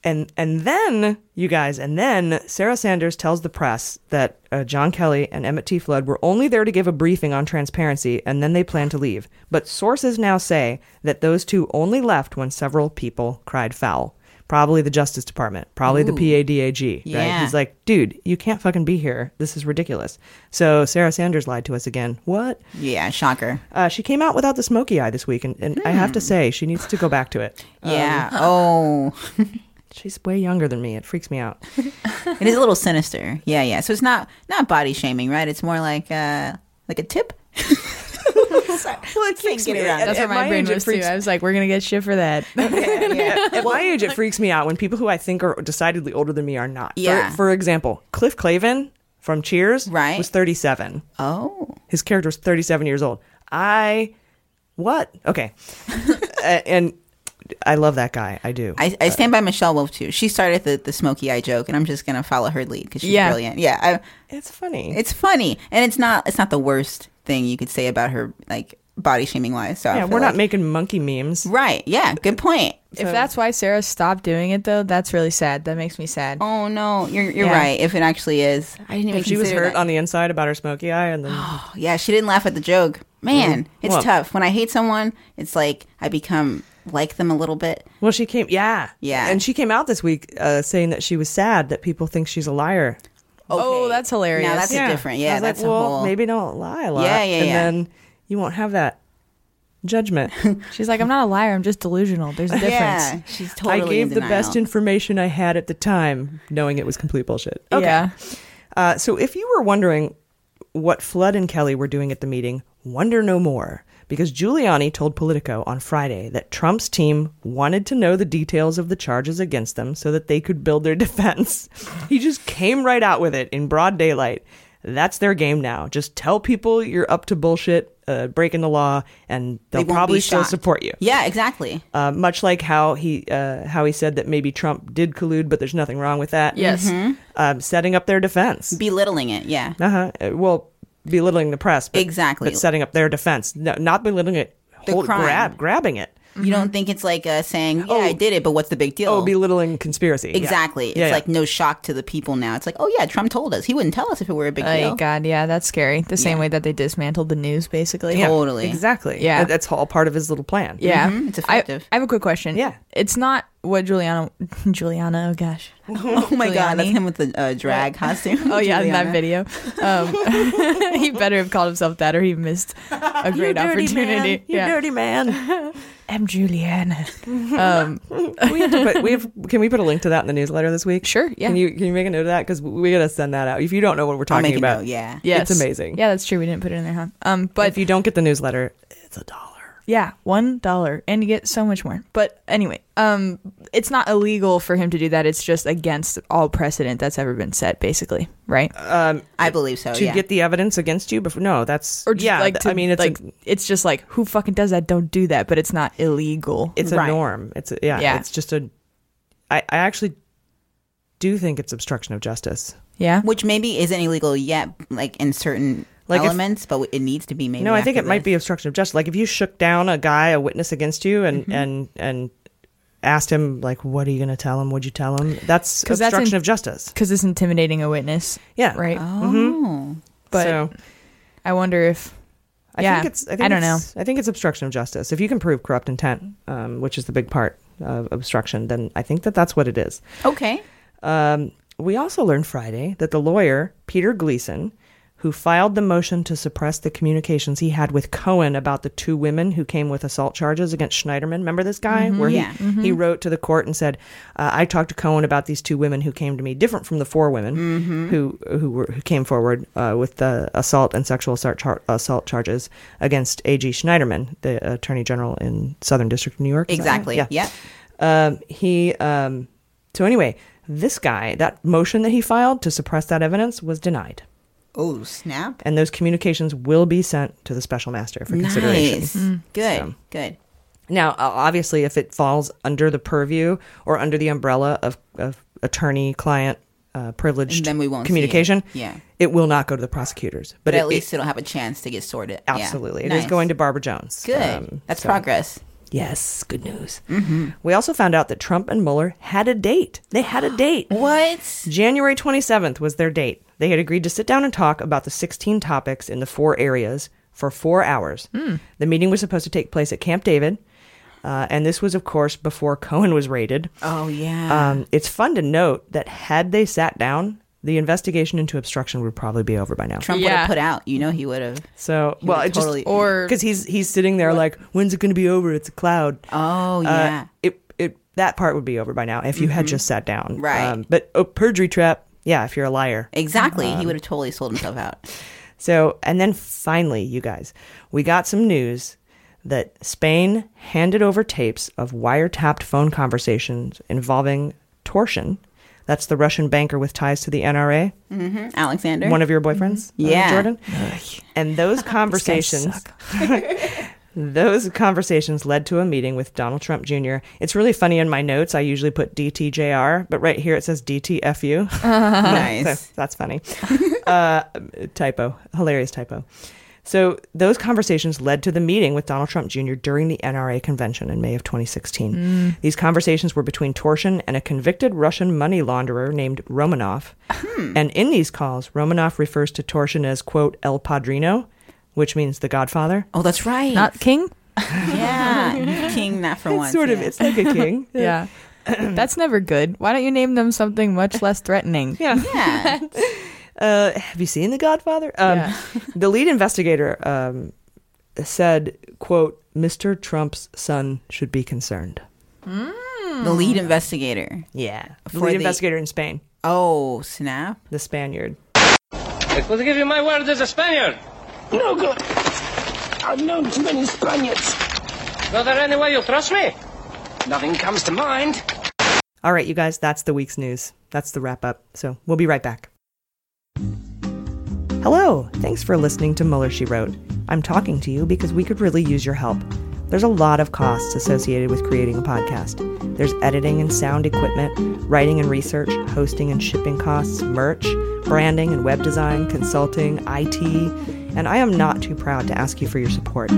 S1: And and then you guys, and then Sarah Sanders tells the press that uh, John Kelly and Emmett T. Flood were only there to give a briefing on transparency, and then they plan to leave. But sources now say that those two only left when several people cried foul. Probably the Justice Department, probably the
S3: Ooh.
S1: PADAG. Right?
S3: Yeah.
S1: He's like, dude, you can't fucking be here. This is ridiculous. So Sarah Sanders lied to us again. What?
S3: Yeah, shocker. Hmm.
S1: Uh, she came out without the smoky eye this week, and, and I have to say, she needs to go back to it. Um,
S3: Yeah. oh.
S1: She's way younger than me. It freaks me out.
S3: it is a little sinister. Yeah, yeah. So it's not not body shaming, right? It's more like uh like a tip. Sorry. Well, it can't get around.
S2: That's
S3: it.
S2: where my, brain was too. I was like, we're gonna get shit for that.
S1: At my age, it freaks me out when people who I think are decidedly older than me are not. For-
S3: Yeah.
S1: For, example, Cliff Clavin from Cheers right. was 37.
S3: Oh.
S1: His character was 37 years old. I, what? Okay. A- and I love that guy. I do. Uh,
S3: I, I stand by Michelle Wolf too. She started the, the smoky eye joke, and I'm just gonna follow her lead because she's
S1: Yeah.
S3: brilliant. Yeah,
S1: I, it's funny.
S3: It's funny, and it's not it's not the worst thing you could say about her like body shaming wise. So I
S1: yeah,
S3: feel
S1: we're not
S3: like-
S1: making monkey memes.
S3: right. Yeah, good point.
S2: If that's why Sarah stopped doing it, though, that's really sad. That makes me sad.
S3: Oh no, you're you're
S2: Yeah.
S3: right. If it actually is, I didn't even.
S1: If she was
S3: consider
S1: hurt
S3: that.
S1: on the inside about her smoky eye, and then
S3: Yeah, she didn't laugh at the joke. Man,
S1: Mm.
S3: it's
S1: Well-
S3: tough. When I hate someone, it's like I become like them a little bit.
S1: Well, she came, yeah,
S3: Yeah.
S1: and she came out this week uh, saying that she was sad that people think she's a liar.
S3: Oh,
S2: that's hilarious.
S3: Now that's a different. Yeah,
S1: I was like,
S3: that's a
S1: well,
S3: whole.
S1: maybe don't lie a lot.
S3: Yeah, yeah,
S1: and
S3: yeah.
S1: then you won't have that judgment.
S2: She's like, I'm not a liar. I'm just delusional. There's a difference.
S3: Yeah, she's totally.
S1: I gave
S3: in
S1: the best
S3: denial.
S1: information I had at the time, knowing it was complete bullshit. Okay.
S2: Yeah.
S1: Uh, so if you were wondering what Flood and Kelly were doing at the meeting, wonder no more. Because Giuliani told Politico on Friday that Trump's team wanted to know the details of the charges against them so that they could build their defense. he just came right out with it in broad daylight. That's their game now. Just tell people you're up to bullshit, uh, breaking the law, and they'll
S3: They won't
S1: probably
S3: be
S1: still
S3: shocked.
S1: support you
S3: Yeah, exactly.
S1: uh, much like how he uh, how he said that maybe Trump did collude, but there's nothing wrong with that.
S2: Yes. Mhm.
S1: um, setting up their defense.
S3: Mm-hmm. Belittling it. Yeah.
S1: uh-huh. Uh, Well, belittling the press, but,
S3: Exactly.
S1: but setting up their defense, no, not belittling it,
S3: The
S1: hold,
S3: crime.
S1: grab grabbing it.
S3: You
S2: Mm-hmm.
S3: don't think it's like uh, saying, "Yeah, I did it," but what's the big deal?
S1: Oh, belittling conspiracy. Yeah.
S3: exactly. It's
S1: Yeah, yeah.
S3: like no shock to the people now. It's like, "Oh yeah, Trump told us. He wouldn't tell us if it were a big
S2: Oh
S3: deal."
S2: God, yeah, that's scary. The same way that they dismantled the news, basically.
S1: Yeah,
S3: Totally.
S1: exactly.
S2: Yeah.
S1: And that's all part of his little plan.
S2: Yeah,
S3: Mhm, it's
S2: I-
S3: effective.
S2: I, have a quick question. Yeah, it's not what Juliana, Juliana. Oh gosh,
S3: Oh my god, that's
S2: Giuliani.
S3: him with the uh, drag costume.
S2: Oh yeah, in that
S3: Juliana.
S2: video, um, he better have called himself that, or he missed a great opportunity.
S1: You
S2: yeah,
S1: dirty man.
S2: I'm Juliana. um,
S1: we have to put. We have. Can we put a link to that in the newsletter this week?
S2: Sure, yeah.
S1: Can you can you make a note of that because we gotta send that out. If you don't know what we're talking
S3: make a
S1: about,
S3: note, yeah.
S2: yes,
S1: it's amazing.
S2: Yeah, that's true. We didn't put it in there, huh? Um, but
S1: if you don't get the newsletter, it's a dollar.
S2: Yeah, one dollar, and you get so much more. But anyway, um, it's not illegal for him to do that. It's just against all precedent that's ever been set, basically, right?
S3: I believe so.
S1: Um, to
S3: yeah.
S1: get the evidence against you before no that's
S2: or just
S1: yeah
S2: like
S1: th-
S2: to,
S1: i mean it's
S2: like
S1: a,
S2: it's just like who fucking does that? Don't do that. But it's not illegal.
S1: it's a
S3: Right.
S1: norm it's a, yeah,
S2: Yeah.
S1: it's just a I, I actually do think it's obstruction of justice
S2: yeah.
S3: which maybe isn't illegal yet, like in certain
S1: Like if-
S3: elements, but it needs to be maybe.
S1: no i think it
S3: after
S1: might be
S3: this.
S1: obstruction of justice like if you shook down a guy a witness against you and
S2: Mm-hmm.
S1: and and asked him like what are you going to tell him would you tell him that's
S2: 'Cause that's in-
S1: obstruction of justice
S2: Because it's intimidating a witness,
S1: yeah Mm-hmm.
S2: right?
S3: Oh,
S2: But
S1: so
S2: I wonder if
S1: i
S2: yeah,
S1: think it's i, think
S2: don't know.
S1: it's- i think it's obstruction of justice if you can prove corrupt intent um, which is the big part of obstruction then i think that that's what it is
S3: okay.
S1: Um, we also learned Friday that the lawyer, Peter Gleason, who filed the motion to suppress the communications he had with Cohen about the two women who came with assault charges against Schneiderman. Remember this guy? Where he,
S3: yeah.
S1: he wrote to the court and said, uh, I talked to Cohen about these two women who came to me, different from the four women
S3: Mm-hmm.
S1: who, who, were, who came forward uh, with the assault and sexual assault, char- assault charges against A.G. Schneiderman, the attorney general in Southern District of New York. Is that
S3: Exactly.
S1: right? Yeah.
S3: Yep.
S1: Um, he um, so anyway, this guy, that motion that he filed to suppress that evidence was denied,
S3: Oh snap!
S1: and those communications will be sent to the special master for consideration. Mm.
S3: Nice. Good. Good.
S1: Now, o- obviously, if it falls under the purview or under the umbrella of, of attorney-client uh, privileged
S3: Then we won't see it.
S1: communication,
S3: Yeah.
S1: it will not go to the prosecutors. But,
S3: But,
S1: it-
S3: at
S1: it-
S3: least it'll have a chance to get sorted. Yeah.
S1: absolutely, it
S3: Nice.
S1: is going to Barbara Jones.
S3: Good.
S1: Um,
S3: That's
S1: so-
S3: progress.
S1: Yes, good news. We also found out that Trump and Mueller had a date. They had a date.
S3: What?
S1: January 27th was their date. They had agreed to sit down and talk about the 16 topics in the four areas for four hours.
S3: Hmm.
S1: The meeting was supposed to take place at Camp David. Uh, and this was, of course, before Cohen was raided.
S3: Oh yeah.
S1: Um, it's fun to note that had they sat down, the investigation into obstruction would probably be over by now.
S3: Trump would
S2: Yeah.
S3: have put out. You know he would have.
S1: So, well,
S3: would
S1: it
S3: totally-
S1: just
S2: Or-
S1: because he's he's sitting there like, when's it going to be over? It's a cloud.
S3: Oh
S1: Uh,
S3: yeah. Mm-hmm.
S1: it it that part would be over by now if you had just sat down. Um,
S3: Right.
S1: but a perjury trap. Yeah, if you're a liar. Um,
S3: exactly. he would have totally sold himself out.
S1: So, and then finally, you guys, we got some news that Spain handed over tapes of wiretapped phone conversations involving Torsion. That's the Russian banker with ties to the NRA,
S3: hmm Alexander. Mm-hmm.
S1: one of your boyfriends, uh,
S3: Yeah.
S1: Jordan. And those conversations, those conversations led to a meeting with Donald Trump Jr. It's really funny in my notes. I usually put DTJR, but right here it says DTFU.
S3: Uh-huh. nice.
S1: So that's funny. uh, typo, hilarious typo. So those conversations led to the meeting with Donald Trump Jr. during the NRA convention in May of 2016.
S3: Mm.
S1: These conversations were between Torsion and a convicted Russian money launderer named Romanov.
S3: Hmm.
S1: And in these calls, Romanov refers to Torsion as quote El Padrino, which means the Godfather.
S3: Oh, that's right.
S2: not king.
S3: yeah, king not for
S1: It's
S3: once.
S1: sort of-
S3: yeah.
S1: it's like a king.
S2: yeah. That's never good. Why don't you name them something much less threatening?
S1: Yeah. Uh, have you seen The Godfather? Um, the lead investigator um, said, "quote Mr. Trump's son should be concerned."
S2: Hmm?
S8: Hmm.
S3: the lead investigator.
S1: Mm. Yeah, the
S3: For
S1: lead
S3: the-
S1: investigator in Spain.
S3: Oh snap!
S1: The Spaniard.
S7: supposed to give you my word as a Spaniard. No good. I've known too many Spaniards. Is there any way you trust me? Nothing comes to mind.
S1: All right, you guys, that's the week's news. That's the wrap up. So we'll be right back. Hello! Thanks for listening to Muller She Wrote. I'm talking to you because we could really use your help. There's a lot of costs associated with creating a podcast. There's editing and sound equipment, writing and research, hosting and shipping costs, merch, branding and web design, consulting, IT, and I am not too proud to ask you for your support.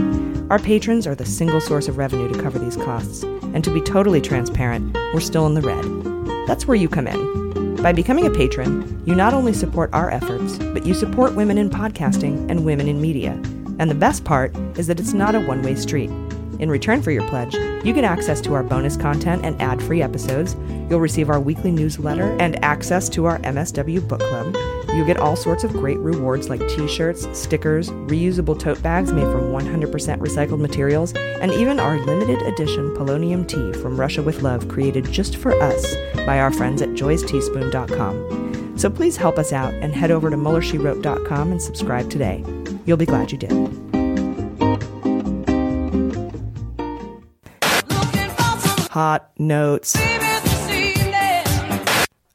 S1: Our patrons are the single source of revenue to cover these costs, and to be totally transparent, we're still in the red. That's where you come in. By becoming a patron, you not only support our efforts, but you support women in podcasting and women in media. And the best part is that it's not a one way street. In return for your pledge, you get access to our bonus content and ad free episodes. You'll receive our weekly newsletter and access to our MSW book club. You get all sorts of great rewards like t shirts, stickers, reusable tote bags made from 100% recycled materials, and even our limited edition polonium tea from Russia with Love created just for us by our friends at joysteaspoon.com. So please help us out and head over to MullerSheWrote.com and subscribe today. You'll be glad you did. Hot notes.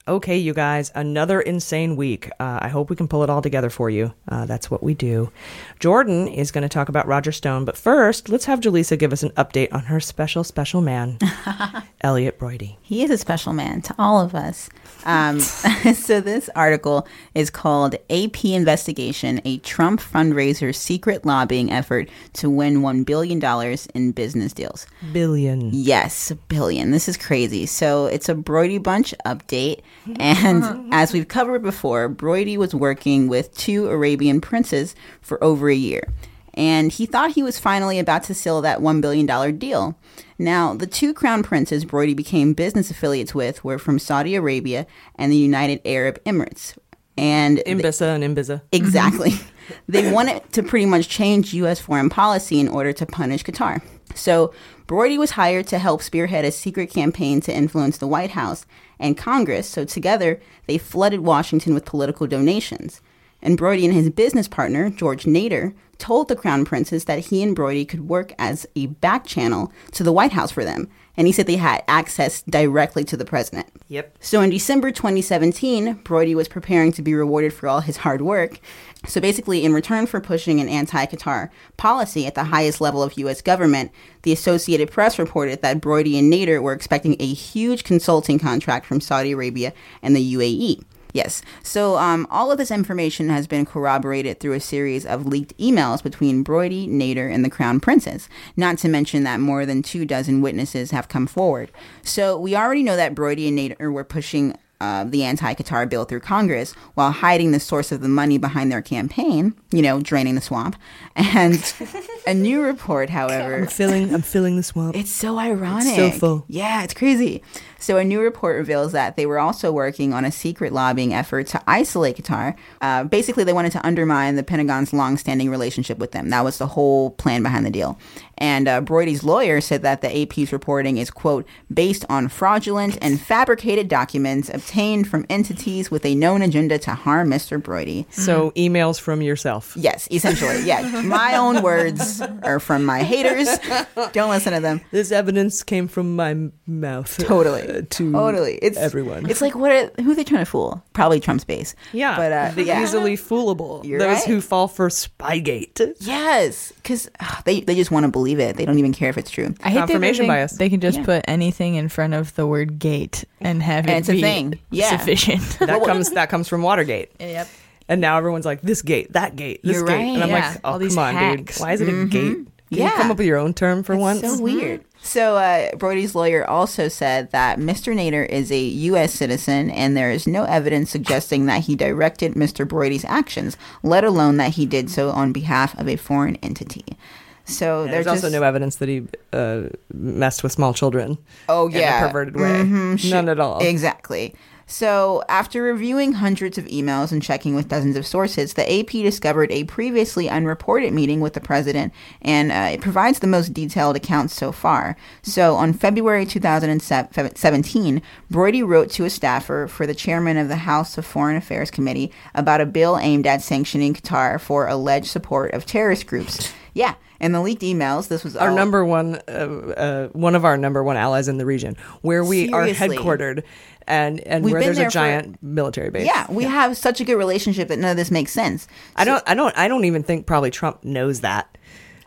S1: Okay, you guys, another insane week. Uh, I hope we can pull it all together for you. Uh, that's what we do. Jordan is going to talk about Roger Stone, but first, let's have Jaleesa give us an update on her special, special man, Elliot Broidy.
S3: He is a special man to all of us. Um, so, this article is called AP Investigation A Trump Fundraiser's Secret Lobbying Effort to Win $1 Billion in Business Deals.
S1: Billion.
S3: Yes, a billion. This is crazy. So it's a Brody Bunch update. And as we've covered before, Brody was working with two Arabian princes for over a year. And he thought he was finally about to seal that $1 billion deal. Now, the two crown princes Brody became business affiliates with were from Saudi Arabia and the United Arab Emirates. And
S1: Imbissa and Mm-hmm. Imbiza.
S3: Exactly. they wanted to pretty much change U.S. foreign policy in order to punish Qatar. So, Brody was hired to help spearhead a secret campaign to influence the White House and Congress. So, together, they flooded Washington with political donations. And Brody and his business partner, George Nader, told the Crown Princess that he and Brody could work as a back channel to the White House for them. And he said they had access directly to the president.
S1: Yep.
S3: So in December 2017, Brody was preparing to be rewarded for all his hard work. So basically, in return for pushing an anti Qatar policy at the highest level of U.S. government, the Associated Press reported that Brody and Nader were expecting a huge consulting contract from Saudi Arabia and the UAE. Yes. So um, all of this information has been corroborated through a series of leaked emails between Brody, Nader, and the Crown Princess, not to mention that more than two dozen witnesses have come forward. So we already know that Brody and Nader were pushing. Uh, the anti Qatar bill through Congress while hiding the source of the money behind their campaign, you know, draining the swamp. And a new report, however.
S1: I'm filling, I'm filling the swamp.
S3: It's so ironic.
S1: so full.
S3: Yeah, it's crazy. So a new report reveals that they were also working on a secret lobbying effort to isolate Qatar. Uh, basically, they wanted to undermine the Pentagon's longstanding relationship with them. That was the whole plan behind the deal. And uh, Brody's lawyer said that the AP's reporting is quote based on fraudulent and fabricated documents obtained from entities with a known agenda to harm Mm. Mr. Brody.
S1: So, emails from yourself.
S3: Yes, essentially. Yeah. My own words are from my haters. Don't listen to them.
S1: This evidence came from my m- mouth.
S3: Totally.
S1: uh, to
S3: totally. It's
S1: everyone.
S3: It's like what? Are, who are they trying to fool? Probably Trump's base.
S1: yeah,
S3: But uh,
S1: the
S3: yeah.
S1: easily foolable.
S3: You're
S1: Those
S3: right.
S1: who fall for Spygate.
S3: Yes, because they they just want to believe it. They don't even care if it's true.
S2: I hate that they think They can just put anything in front of the word gate and have
S3: And
S2: it
S3: it's a
S2: be
S3: thing. Yeah.
S2: sufficient.
S1: That comes that comes from Watergate.
S2: Yep.
S1: And now everyone's like, this gate, that gate, this
S3: You're
S1: gate.
S3: right.
S1: And I'm
S3: Yeah.
S1: like, oh,
S3: All these
S1: come on,
S3: hacks.
S1: dude. Why is it a
S3: Mhm.
S1: gate? Can
S3: Yeah.
S1: you come up with your own term for once? Mm-hmm.
S3: So weird. So uh, Brody's lawyer also said that Mr. Nader is a U.S. citizen, and there is no evidence suggesting that he directed Mr. Brody's actions, let alone that he did so on behalf of a foreign entity. So
S1: And
S3: they're
S1: there's also
S3: just-
S1: no evidence that he uh, messed with small children.
S3: Oh
S1: in a
S3: yeah,
S1: perverted way.
S3: Mhm, sh-
S1: None at all.
S3: Exactly. So, after reviewing hundreds of emails and checking with dozens of sources, the AP discovered a previously unreported meeting with the president, and uh, it provides the most detailed account so far. So, on February 2017, Brody wrote to a staffer for the chairman of the House of Foreign Affairs Committee about a bill aimed at sanctioning Qatar for alleged support of terrorist groups. Yeah, and the leaked emails, this was
S1: Our
S3: all-
S1: number one, uh, uh, one of our number one allies in the region, where we
S3: Seriously.
S1: are headquartered, and and
S3: We've
S1: where
S3: been
S1: there's
S3: there
S1: a
S3: for-
S1: giant military base.
S3: Yeah, we have such a good relationship that none of this makes sense.
S1: I don't, I don't, I don't even think probably Trump knows that.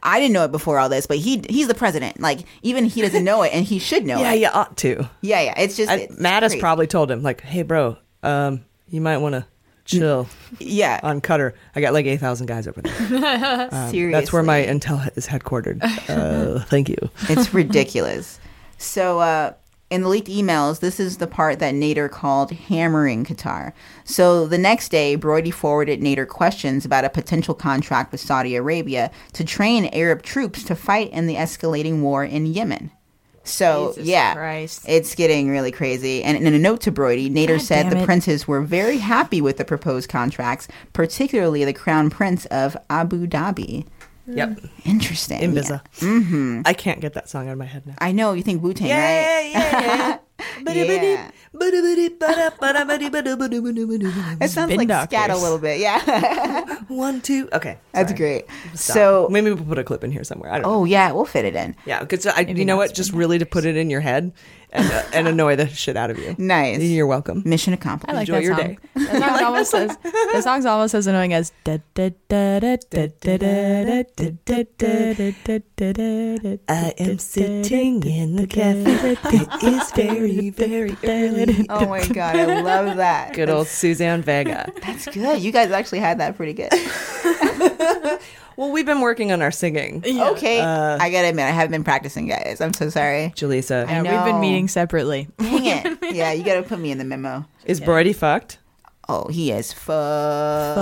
S3: I didn't know it before all this, but he he's the president. Like even he doesn't know it, and he should know
S1: yeah,
S3: it.
S1: you ought to.
S3: yeah, yeah. It's just
S1: I,
S3: it's
S1: Mattis
S3: crazy.
S1: probably told him, like, hey, bro, um, you might want to chill.
S3: Yeah.
S1: On Cutter. I got like 8,000 guys over there. Um,
S3: Seriously,
S1: That's where my intel is headquartered. Uh, thank you.
S3: it's ridiculous. So, uh, in the leaked emails, this is the part that Nader called hammering Qatar. So, the next day, Brody forwarded Nader questions about a potential contract with Saudi Arabia to train Arab troops to fight in the escalating war in Yemen. So,
S9: Jesus
S3: yeah,
S9: Christ.
S3: it's getting really crazy. And in a note to Brody, Nader
S9: God
S3: said
S9: damn
S3: the
S9: it.
S3: princes were very happy with the proposed contracts, particularly the crown prince of Abu Dhabi.
S1: Yep.
S3: Interesting.
S1: Inbiza.
S3: Mm-hmm.
S1: I can't get that song out of my head now.
S3: I know you think Wu Tang,
S1: Yeah,
S3: right?
S1: yeah.
S3: yeah. It sounds
S1: Spin
S3: like
S1: doctors.
S3: scat a little bit. Yeah.
S1: One, two. Okay.
S3: That's great.
S1: Stop.
S3: So,
S1: maybe we'll put a clip in here somewhere. I don't know.
S3: oh yeah, we'll fit it in.
S1: Yeah, because I, you know what? Just really to put it in your head and, uh, and annoy the shit out of you.
S3: Nice.
S1: You're welcome.
S3: Mission accomplished.
S2: I like
S1: Enjoy
S2: that
S1: your
S2: song.
S1: day.
S2: That song's almost as that song's almost as annoying as da da da da da da da da da da da da da da da.
S1: I am sitting in the cafe. It is very, very early.
S3: Oh my god, I love that.
S1: Good old Suzanne Vega.
S3: That's good. You guys actually had that pretty good.
S1: Well, we've been working on our singing.
S3: Okay, I gotta admit, I haven't been practicing, guys. I'm so sorry.
S1: Uh, Jaleesa,
S3: I know.
S2: We've been meeting separately.
S3: Dang it. Yeah, you gotta put me in the memo.
S1: is Brody fucked?
S3: Oh, he is fucked.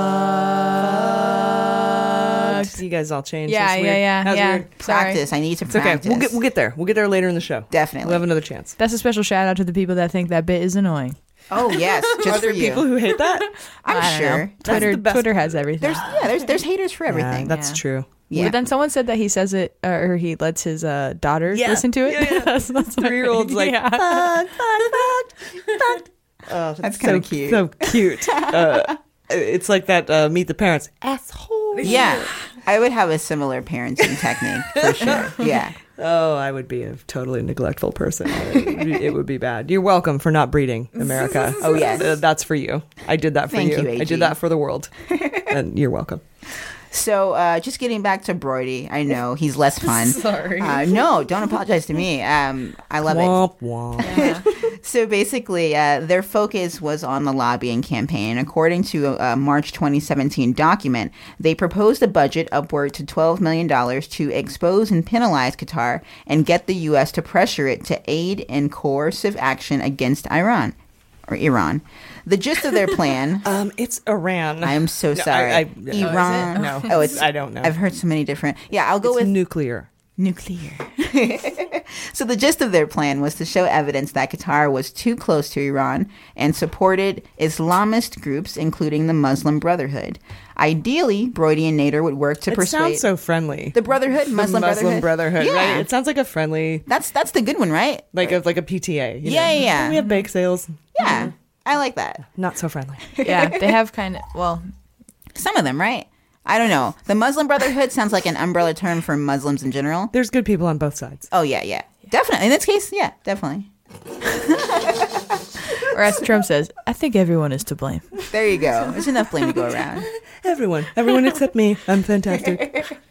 S1: You guys all changed.
S2: Yeah, yeah,
S1: That's weird.
S2: yeah,
S1: That was
S2: yeah.
S1: weird.
S2: Sorry.
S3: Practice. I need to
S1: It's okay.
S3: practice.
S1: We'll get we'll get there. We'll get there later in the show.
S3: Definitely.
S1: We'll have another chance.
S2: That's a special shout out to the people that think that bit is annoying.
S3: oh yes, just
S1: Are there
S3: for you.
S1: people who hate that?
S3: I'm
S2: I don't know.
S3: sure.
S2: Twitter
S1: the best-
S2: Twitter has everything.
S3: There's yeah, there's there's haters for everything.
S1: Yeah, that's
S2: yeah.
S1: true.
S3: Yeah.
S2: But then someone said that he says it, uh, or he lets his uh, daughter
S1: Yeah.
S2: listen to it.
S1: Yeah, yeah.
S2: That's- that's what I
S1: Three year olds
S2: heard.
S1: like
S2: Yeah.
S1: fuck, fuck, fuck, fuck. Oh, that's,
S3: kinda
S1: so
S3: cute.
S1: So cute. Uh, it's like that uh, meet the parents asshole.
S3: Yeah, I would have a similar parenting technique for sure. Yeah.
S1: Oh, I would be a totally neglectful person. It would be, it would be bad. You're welcome for not breeding, America.
S3: Oh, yes.
S1: Uh, that's for you. I did that for
S3: Thank you,
S1: I
S3: AG.
S1: did that for the world, and you're welcome.
S3: So, uh, just getting back to Brody, I know he's less fun. Sorry. Uh, no, don't apologize to me. Um, I love it.
S1: Womp womp.
S3: So basically, uh, their focus was on the lobbying campaign. According to a, a March 2017 document, they proposed a budget upward to $12 million to expose and penalize Qatar and get the U.S. to pressure it to aid in coercive action against Iran or Iran. The gist of their plan.
S1: Um, it's Iran.
S3: I am so
S1: No, I-
S3: sorry.
S1: I-
S3: Iran.
S1: No,
S3: Oh, it's.
S1: I don't know.
S3: I've heard so many different. Yeah, I'll go
S1: it's
S3: with
S1: nuclear.
S3: nuclear. so the gist of their plan was to show evidence that Qatar was too close to Iran and supported Islamist groups, including the Muslim Brotherhood. Ideally, Brody and Nader would work to
S1: It
S3: persuade
S1: sounds so friendly.
S3: the Brotherhood, Muslim,
S1: Muslim Brotherhood,
S3: Yeah,
S1: right? It sounds like a friendly,
S3: that's that's the good one, right?
S1: like a like a PTA. you
S3: Yeah, yeah,
S1: know?
S3: yeah.
S1: We have bake sales. Mm-hmm.
S3: Yeah, I like that.
S1: Not so friendly.
S2: yeah, they have kind of well,
S3: Some of them, right? I don't know. The Muslim Brotherhood sounds like an umbrella term for Muslims in general.
S1: There's good people on both sides.
S3: Oh yeah, yeah, definitely. In this case, yeah, definitely.
S2: or as Trump says, I think everyone is to blame.
S3: There you go. There's enough blame to go around.
S1: Everyone, everyone except me. I'm fantastic.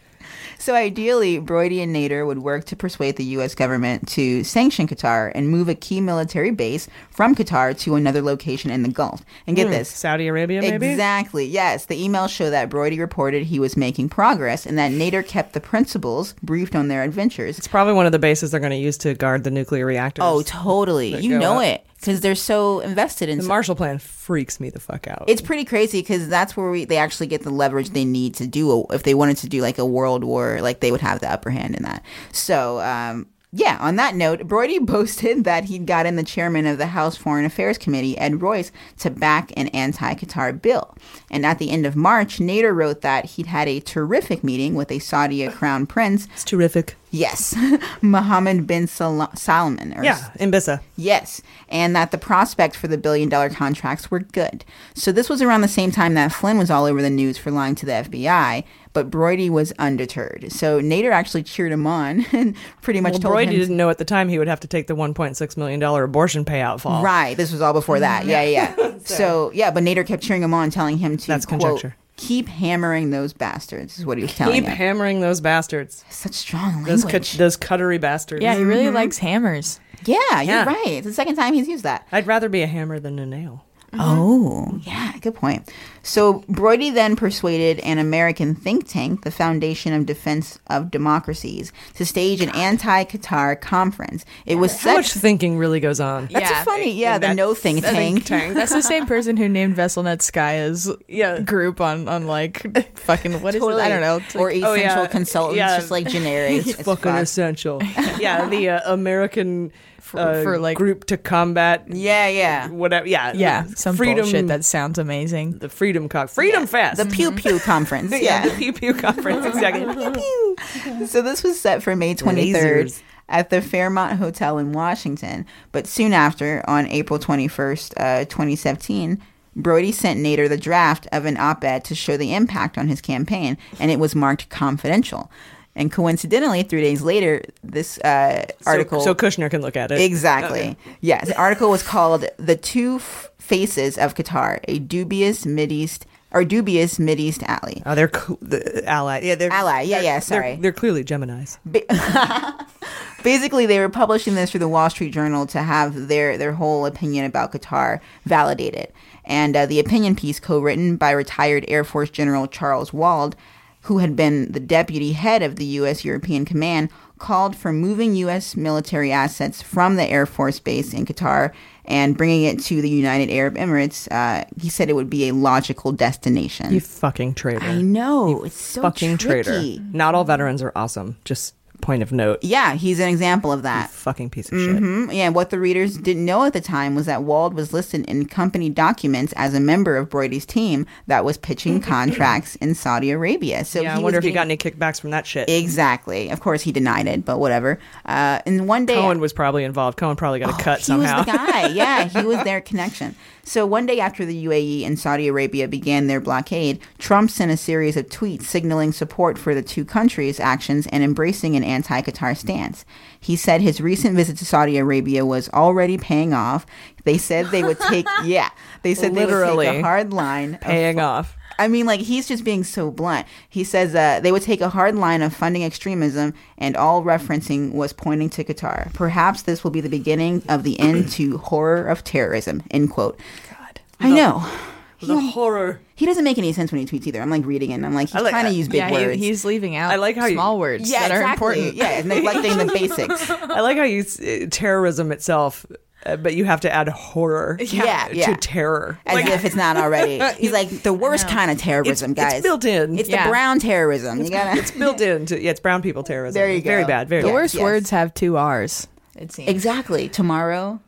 S3: So ideally, Brody and Nader would work to persuade the U.S. government to sanction Qatar and move a key military base from Qatar to another location in the Gulf. And get this.
S1: Hmm. Saudi Arabia, maybe.
S3: Exactly. Yes, the emails show that Brody reported he was making progress and that Nader kept the principals briefed on their adventures.
S1: It's probably one of the bases they're going to use to guard the nuclear reactors.
S3: Oh, totally.
S1: That
S3: You
S1: go
S3: know
S1: up.
S3: it. because they're so invested in
S1: The
S3: so-
S1: Marshall Plan freaks me the fuck out.
S3: It's pretty crazy because that's where we they actually get the leverage they need to do. A, if they wanted to do like a world war, like they would have the upper hand in that. So. um yeah, on that note, Brody boasted that he'd gotten the chairman of the House Foreign Affairs Committee, Ed Royce, to back an anti Qatar bill. And at the end of March, Nader wrote that he'd had a terrific meeting with a Saudi crown prince. It's
S1: terrific.
S3: Yes, Mohammed bin Sal- Salman. Or
S1: yeah, Imbissa.
S3: Yes, and that the prospect for the billion dollar contracts were good. So this was around the same time that Flynn was all over the news for lying to the FBI, but Brody was undeterred. So Nader actually cheered him on and pretty much
S1: Well,
S3: told
S1: Brody
S3: him
S1: didn't know at the time he would have to take the 1.6 million dollar abortion payout fall. Mm-hmm.
S3: Right. This was all before that. Yeah, yeah. so, yeah, but Nader kept cheering him on, telling him to
S1: That's
S3: quote,
S1: conjecture.
S3: keep hammering those bastards is what he was telling
S1: Keep
S3: him.
S1: hammering those bastards.
S3: Such strong
S1: Those cut-
S3: language.
S1: those cuttery bastards. Mm-hmm.
S3: Yeah, he really Mhm. likes
S1: hammers.
S3: Yeah, you're right. It's the second time he's used that.
S1: I'd rather be a hammer than a nail.
S3: Oh, yeah, good point. So Brody then persuaded an American think tank, the Foundation of Defense of Democracies, to stage an anti-Qatar conference. It was
S1: How much
S3: such
S1: thinking really goes on?
S3: That's a funny, yeah, the no think tank.
S2: That's the same person who named Vesselnet Skaya's yeah. group on, on like fucking what is it? I don't know. It's
S3: Or
S2: like- oh,
S3: essential consultants, just like generic.
S1: It's
S3: as
S1: fucking
S3: fuck.
S1: essential. yeah, the uh, American for,
S2: for, like-
S1: like group to combat.
S3: Yeah, yeah,
S1: whatever. Yeah,
S2: yeah,
S1: the
S2: some
S1: freedom.
S2: bullshit that sounds amazing. Mm-hmm.
S1: The freedom cock, freedom fest,
S3: the pew pew conference.
S1: yeah,
S3: yeah.
S1: the pew pew conference exactly.
S3: so this was set for May 23rd
S1: Lasers.
S3: at the Fairmont Hotel in Washington. But soon after, on April 21st, uh, 2017, Brody sent Nader the draft of an op ed to show the impact on his campaign, and it was marked confidential. And coincidentally, three days later, this uh,
S1: So-
S3: article.
S1: so, Kushner can look at it
S3: Exactly.
S1: Okay.
S3: Yes. The article was called "The Two F- Faces of Qatar: A Dubious Mideast or Dubious Mideast Ally."
S1: Oh, they're cl- the ally. Yeah, they're
S3: ally. Yeah, yeah.
S1: They're-
S3: Sorry.
S1: They're, clearly Gemini's.
S3: Basically, they were publishing this through the Wall Street Journal to have their their whole opinion about Qatar validated. And uh, the opinion piece, co-written by retired Air Force General Charles Wald, who had been the deputy head of the U.S. European Command, called for moving U.S. military assets from the Air Force base in Qatar and bringing it to the United Arab Emirates. Uh, he said it would be a logical destination.
S1: You fucking traitor. I
S3: know. it's so
S1: fucking
S3: tricky.
S1: traitor. Not all veterans are awesome. Just point of note.
S3: Yeah, he's an example of that.
S1: Fucking piece of
S3: hmm Yeah, what the readers didn't know at the time was that Wald was listed in company documents as a member of Brody's team that was pitching contracts in Saudi Arabia. So
S1: yeah,
S3: he
S1: I wonder
S3: was
S1: if he
S3: getting-
S1: got any kickbacks from that shit.
S3: Exactly. Of course, he denied it, but whatever. Uh, and one day,
S1: Cohen was probably involved. Cohen probably got a
S3: Oh,
S1: cut
S3: he
S1: somehow.
S3: was the guy. Yeah, he was their connection. So one day after the UAE and Saudi Arabia began their blockade, Trump sent a series of tweets signaling support for the two countries' actions and embracing an anti-Qatar stance. He said his recent visit to Saudi Arabia was already paying off. They said they would take yeah. They said they would take
S1: Literally
S3: a hard line of
S1: paying off.
S3: I mean, like he's just being so blunt. He says uh, they would take a hard line of funding extremism, and all referencing was pointing to Qatar. Perhaps this will be the beginning of the end to horror of terrorism. End quote. God, I know.
S1: The horror.
S3: He doesn't make any sense when he tweets either. I'm like reading it, and I'm like he's
S2: I like
S3: trying to
S2: that.
S3: use big
S2: Yeah, he-
S3: words.
S2: he's leaving out I like how you- small words
S3: yeah,
S2: that are
S3: exactly.
S2: important.
S3: Yeah, neglecting the basics.
S1: I like how you s- uh, terrorism itself, uh, but you have to add horror.
S3: Yeah,
S1: to
S3: yeah.
S1: terror.
S3: As if it's not already. He's like the worst kind of terrorism,
S1: It's-
S3: guys.
S1: it's built in.
S3: It's
S1: Yeah.
S3: the brown terrorism.
S1: It's,
S3: you gotta.
S1: it's built into yeah, it's brown people terrorism.
S3: There you
S1: Very
S3: go.
S1: bad. Very
S3: The
S1: bad.
S3: worst Yes.
S2: Words have two R's. It seems
S3: Exactly. Tomorrow.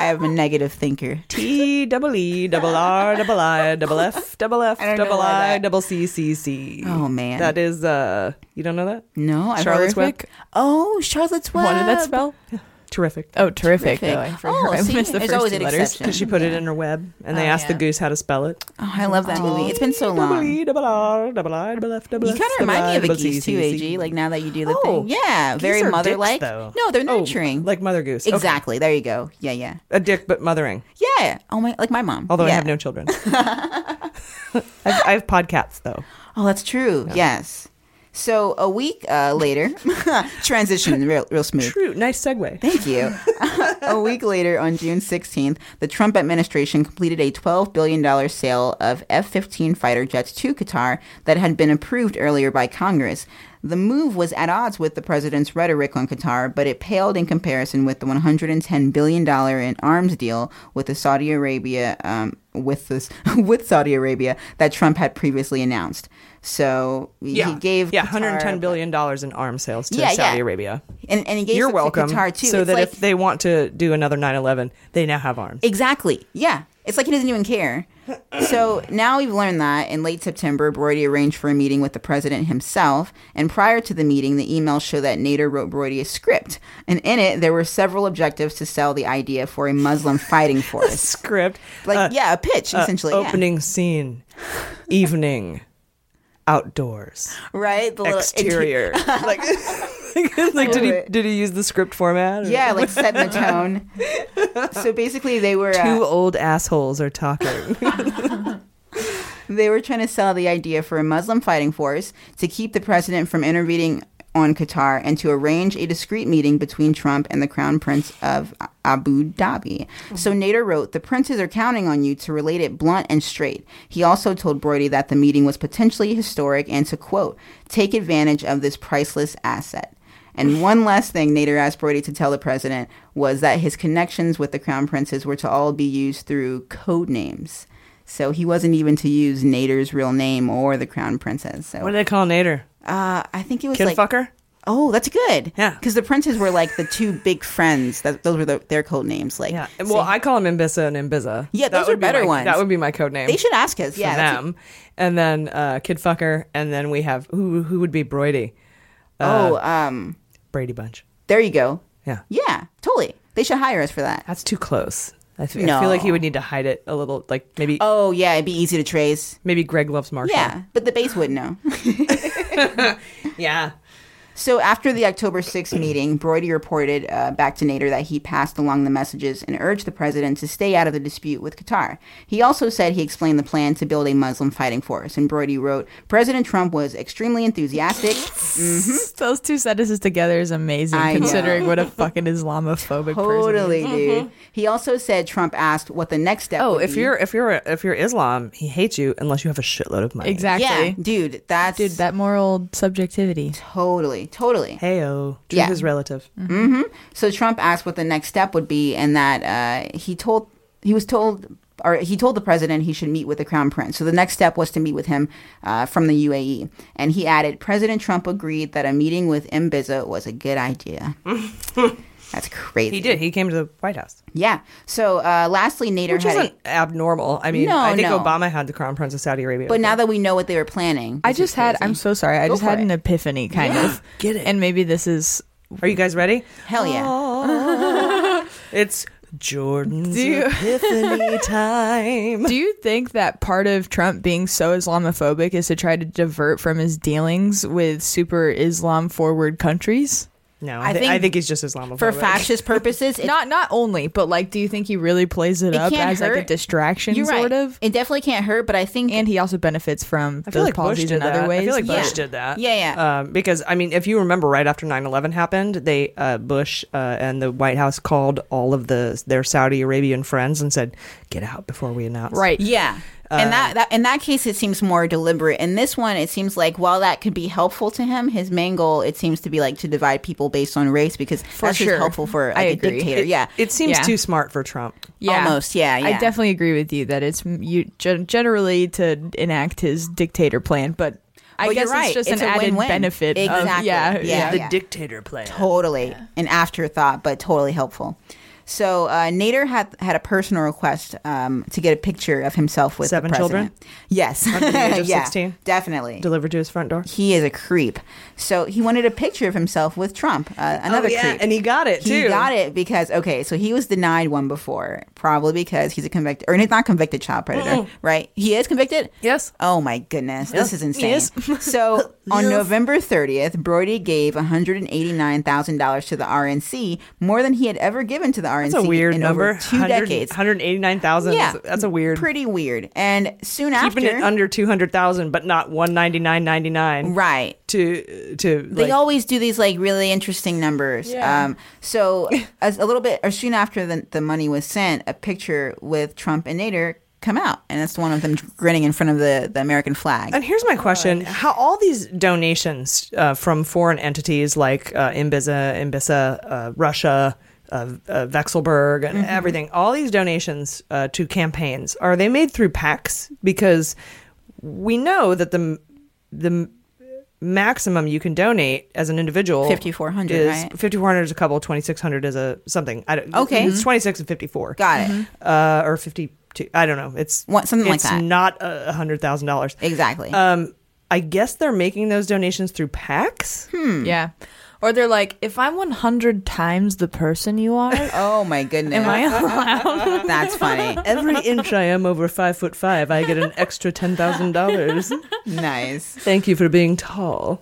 S3: I am a negative thinker.
S1: T double E double R double I double F double F
S3: I don't know
S1: double
S3: why
S1: I
S3: that-
S1: double C C C.
S3: Oh, man.
S1: that is uh, you don't know that?
S3: No, I've
S1: Charlotte's
S3: heard-
S1: Web.
S3: Oh, Charlotte's Web.
S2: What did that spell?
S1: Terrific.
S2: Oh,
S3: Terrific.
S2: terrific, though. I, forgot.
S3: Oh,
S2: I
S3: see,
S2: missed the
S3: there's
S2: first
S3: always
S2: two
S3: an
S2: letters.
S3: exception.
S1: She put it in her web, and they asked the goose how to spell it.
S3: Oh, I love that movie. It's been so long. You
S1: double R, double I, double F, double
S3: kind of remind me of a geese too, Ag. Like now that you do the thing, yeah, very mother-like. no, they're nurturing.
S1: like mother goose. Okay.
S3: exactly. There you go. Yeah, yeah,
S1: A dick, but mothering.
S3: yeah. Oh my, like my mom.
S1: Although I
S3: Yeah.
S1: have no children. I've, I have podcats though.
S3: Oh, that's true. Yes. So a week uh, later, transition real, real smooth.
S1: True. Nice segue.
S3: Thank you. a week later, on June 16th, the Trump administration completed a $12 billion sale of F 15 fighter jets to Qatar that had been approved earlier by Congress. The move was at odds with the president's rhetoric on Qatar, but it paled in comparison with the $110 billion in arms deal with the Saudi Arabia um, with this with Saudi Arabia that Trump had previously announced. So
S1: Yeah.
S3: he gave
S1: yeah,
S3: Qatar-
S1: 110 billion dollars in arms sales to
S3: Yeah,
S1: Saudi
S3: yeah.
S1: Arabia.
S3: And- and he gave
S1: You're
S3: it to
S1: welcome.
S3: Qatar, too.
S1: So
S3: It's
S1: that
S3: like-
S1: if they want to do another 9/11, they now have arms.
S3: Exactly. Yeah. It's like he doesn't even care. So now we've learned that in late September, Brody arranged for a meeting with the president himself. And prior to the meeting, the emails show that Nader wrote Brody a script. And in it, there were several objectives to sell the idea for a Muslim fighting force.
S1: script?
S3: Like, yeah, a pitch,
S1: Uh,
S3: essentially. yeah.
S1: opening scene, evening, outdoors.
S3: Right? The little-
S1: Exterior. like, like did he did he use the script format? or-
S3: Yeah, like setting the tone. so basically, they were. uh,
S1: Two old assholes are talking.
S3: They were trying to sell the idea for a Muslim fighting force to keep the president from intervening on Qatar and to arrange a discreet meeting between Trump and the Crown Prince of A- Abu Dhabi. So Nader wrote, The princes are counting on you to relate it blunt and straight. He also told Brody that the meeting was potentially historic and to quote, take advantage of this priceless asset. And one last thing Nader asked Brody to tell the president was that his connections with the crown princes were to all be used through code names. So he wasn't even to use Nader's real name or the crown princess. So
S1: what do they call Nader?
S3: Uh, I think it was
S1: Kid
S3: like
S1: fucker?
S3: Oh, that's good.
S1: Yeah,
S3: because the princes were like the two big friends. That those were the, their code names. Like,
S1: Yeah. Well, I call them Imbissa and Imbiza.
S3: Yeah,
S1: That
S3: those
S1: would
S3: are
S1: be
S3: better
S1: my-
S3: ones.
S1: That would be my code name.
S3: They should ask us.
S1: for
S3: Yeah, that's a-
S1: them. and then uh, Kid Fucker, and then we have who who would be Brody?
S3: oh, um,
S1: Brady Bunch.
S3: there you go.
S1: Yeah.
S3: Yeah, totally. They should hire us for that.
S1: That's too close. I, fe- I
S3: No.
S1: feel like he would need to hide it a little, like maybe.
S3: Oh yeah, it'd be easy to trace.
S1: Maybe Greg loves Marshall.
S3: Yeah, but the base would know.
S1: yeah.
S3: So after the October 6th meeting, Brody reported uh, back to Nader that he passed along the messages and urged the president to stay out of the dispute with Qatar. He also said he explained the plan to build a Muslim fighting force, and Brody wrote, "President Trump was extremely enthusiastic." Mhm.
S2: Those two sentences together is amazing,
S3: I know.
S2: considering what a fucking Islamophobic person. he
S3: Mm, Totally,
S2: is. Mm-hmm.
S3: dude. He also said Trump asked what the next step.
S1: Mm-hmm. Oh,
S3: would
S1: if
S3: be.
S1: you're if you're if you're Islam, he hates you unless you have a shitload of money.
S3: yeah, dude, that's dude,
S2: that moral subjectivity.
S3: Totally, totally.
S1: Heyo, truth
S3: Yeah.
S1: is relative.
S3: hmm So Trump asked what the next step would be, and that uh, he told he was told or he told the president he should meet with the crown prince. So the next step was to meet with him uh, from the UAE, and he added, President Trump agreed that a meeting with Mbiza was a good idea. That's crazy.
S1: He did. He came to the White House,
S3: Yeah. So uh, lastly, Nader
S1: which
S3: had a-
S1: isn't abnormal. I mean,
S3: No,
S1: I think
S3: no.
S1: Obama had the crown prince of Saudi Arabia.
S3: but now that we know what they were planning,
S2: I just had. I'm so sorry. I
S3: Go
S2: just
S3: for
S2: had
S3: it.
S2: an epiphany, kind of. Get it? And maybe this is. Oh,
S1: Are you guys ready?
S3: hell yeah.
S1: it's Jordan's
S2: Do you-
S1: epiphany time.
S2: Do you think that part of Trump being so Islamophobic is to try to divert from his dealings with super Islam forward countries?
S1: No,
S2: I
S1: I, thi-
S2: think-
S1: I think he's just Islamophobic.
S3: For fascist purposes, it,
S2: not not only, but like, do you think he really plays it,
S3: It
S2: up
S3: can't
S2: as like a
S3: hurt.
S2: distraction,
S3: You're right.
S2: sort of?
S3: It definitely can't hurt, but I think
S2: And he also benefits from
S1: I feel
S2: those
S1: like Bush
S2: policies
S1: did
S2: in
S1: that.
S2: other ways.
S1: I feel like
S2: but-
S1: Bush did that.
S3: Yeah,
S1: yeah. Um, because I mean, if you remember, right after 9-11 happened, they uh, Bush uh, and the White House called all of the their Saudi Arabian friends and said, "Get out before we announce."
S2: Right.
S3: Yeah.
S1: Uh,
S3: and that, that in that case it seems more deliberate. In this one it seems like while that could be helpful to him, his main goal it seems to be like to divide people based on race because that's
S2: sure.
S3: just helpful for like,
S2: I
S3: a
S2: agree.
S3: dictator.
S2: It-
S3: yeah.
S1: It seems
S2: Yeah.
S1: too smart for Trump.
S3: Almost, yeah,
S2: I
S3: yeah.
S2: definitely agree with you that it's m- you gen- generally to enact his dictator plan, but I
S3: Well, you're
S2: guess
S3: right.
S2: it's just
S3: It's
S2: an
S3: a
S2: added
S3: win-win.
S2: benefit. of-
S3: Exactly.
S2: yeah,
S3: Yeah, yeah.
S1: dictator plan.
S3: Totally an afterthought, but totally helpful. So uh, Nader had had a personal request um, to get a picture of himself with
S1: Seven
S3: the
S1: children?
S3: president. Yes,
S1: Under the age of
S3: yeah,
S1: 16?
S3: definitely.
S1: Delivered to his front door.
S3: he is a creep. So he wanted a picture of himself with Trump, uh, another
S1: Oh, yeah,
S3: creep.
S1: and he got it,
S3: He
S1: too.
S3: got it because okay, so he was denied one before, probably because he's a convicted or he's not convicted child predator, right? He is convicted.
S1: Yes.
S3: Oh my goodness, this
S1: Yeah,
S3: is
S1: he
S3: insane.
S1: is.
S3: so on
S1: Yes.
S3: November 30th, Brody gave $189,000 to the RNC, more than he had ever given to the RNC
S1: That's a weird
S3: in
S1: number.
S3: over two
S1: 100
S3: decades.
S1: 189,000.
S3: Yeah.
S1: That's- That's a weird.
S3: Pretty weird. And soon after,
S1: keeping it under 200,000 but not 199.99.
S3: right.
S1: To to
S3: They
S1: like,
S3: always do these like really interesting numbers.
S1: Yeah.
S3: Um, so as a little bit or soon after the, the money was sent, a picture with Trump and Nader come out, and it's one of them grinning in front of the, the American flag.
S1: And here's my question: How all these donations uh, from foreign entities like uh, Imbiza, Imbissa, uh, Russia, uh, uh, Vexelberg, and
S2: Mhm.
S3: Mm-hmm.
S1: everything, all these donations uh, to campaigns are they made through PACs? Because we know that the m- the m- maximum you can donate as an individual
S3: 5,400,
S1: is
S3: right?
S1: 5400 is a couple 2600 is a something i don't
S3: Okay. Mm-hmm.
S1: it's 26 and 54
S3: Got it. Mhm.
S1: uh, or 52 i don't know it's
S3: What- something like
S1: it's
S3: that.
S1: not a hundred thousand dollars
S3: exactly
S1: um i guess they're making those donations through pacs
S3: Hmm.
S2: Yeah. Or they're like, if I'm 100 times the person you are,
S3: oh my goodness,
S2: am I
S3: allowed? That's funny.
S1: every inch i am over five foot five i get an extra ten thousand dollars
S3: nice
S1: thank you for being tall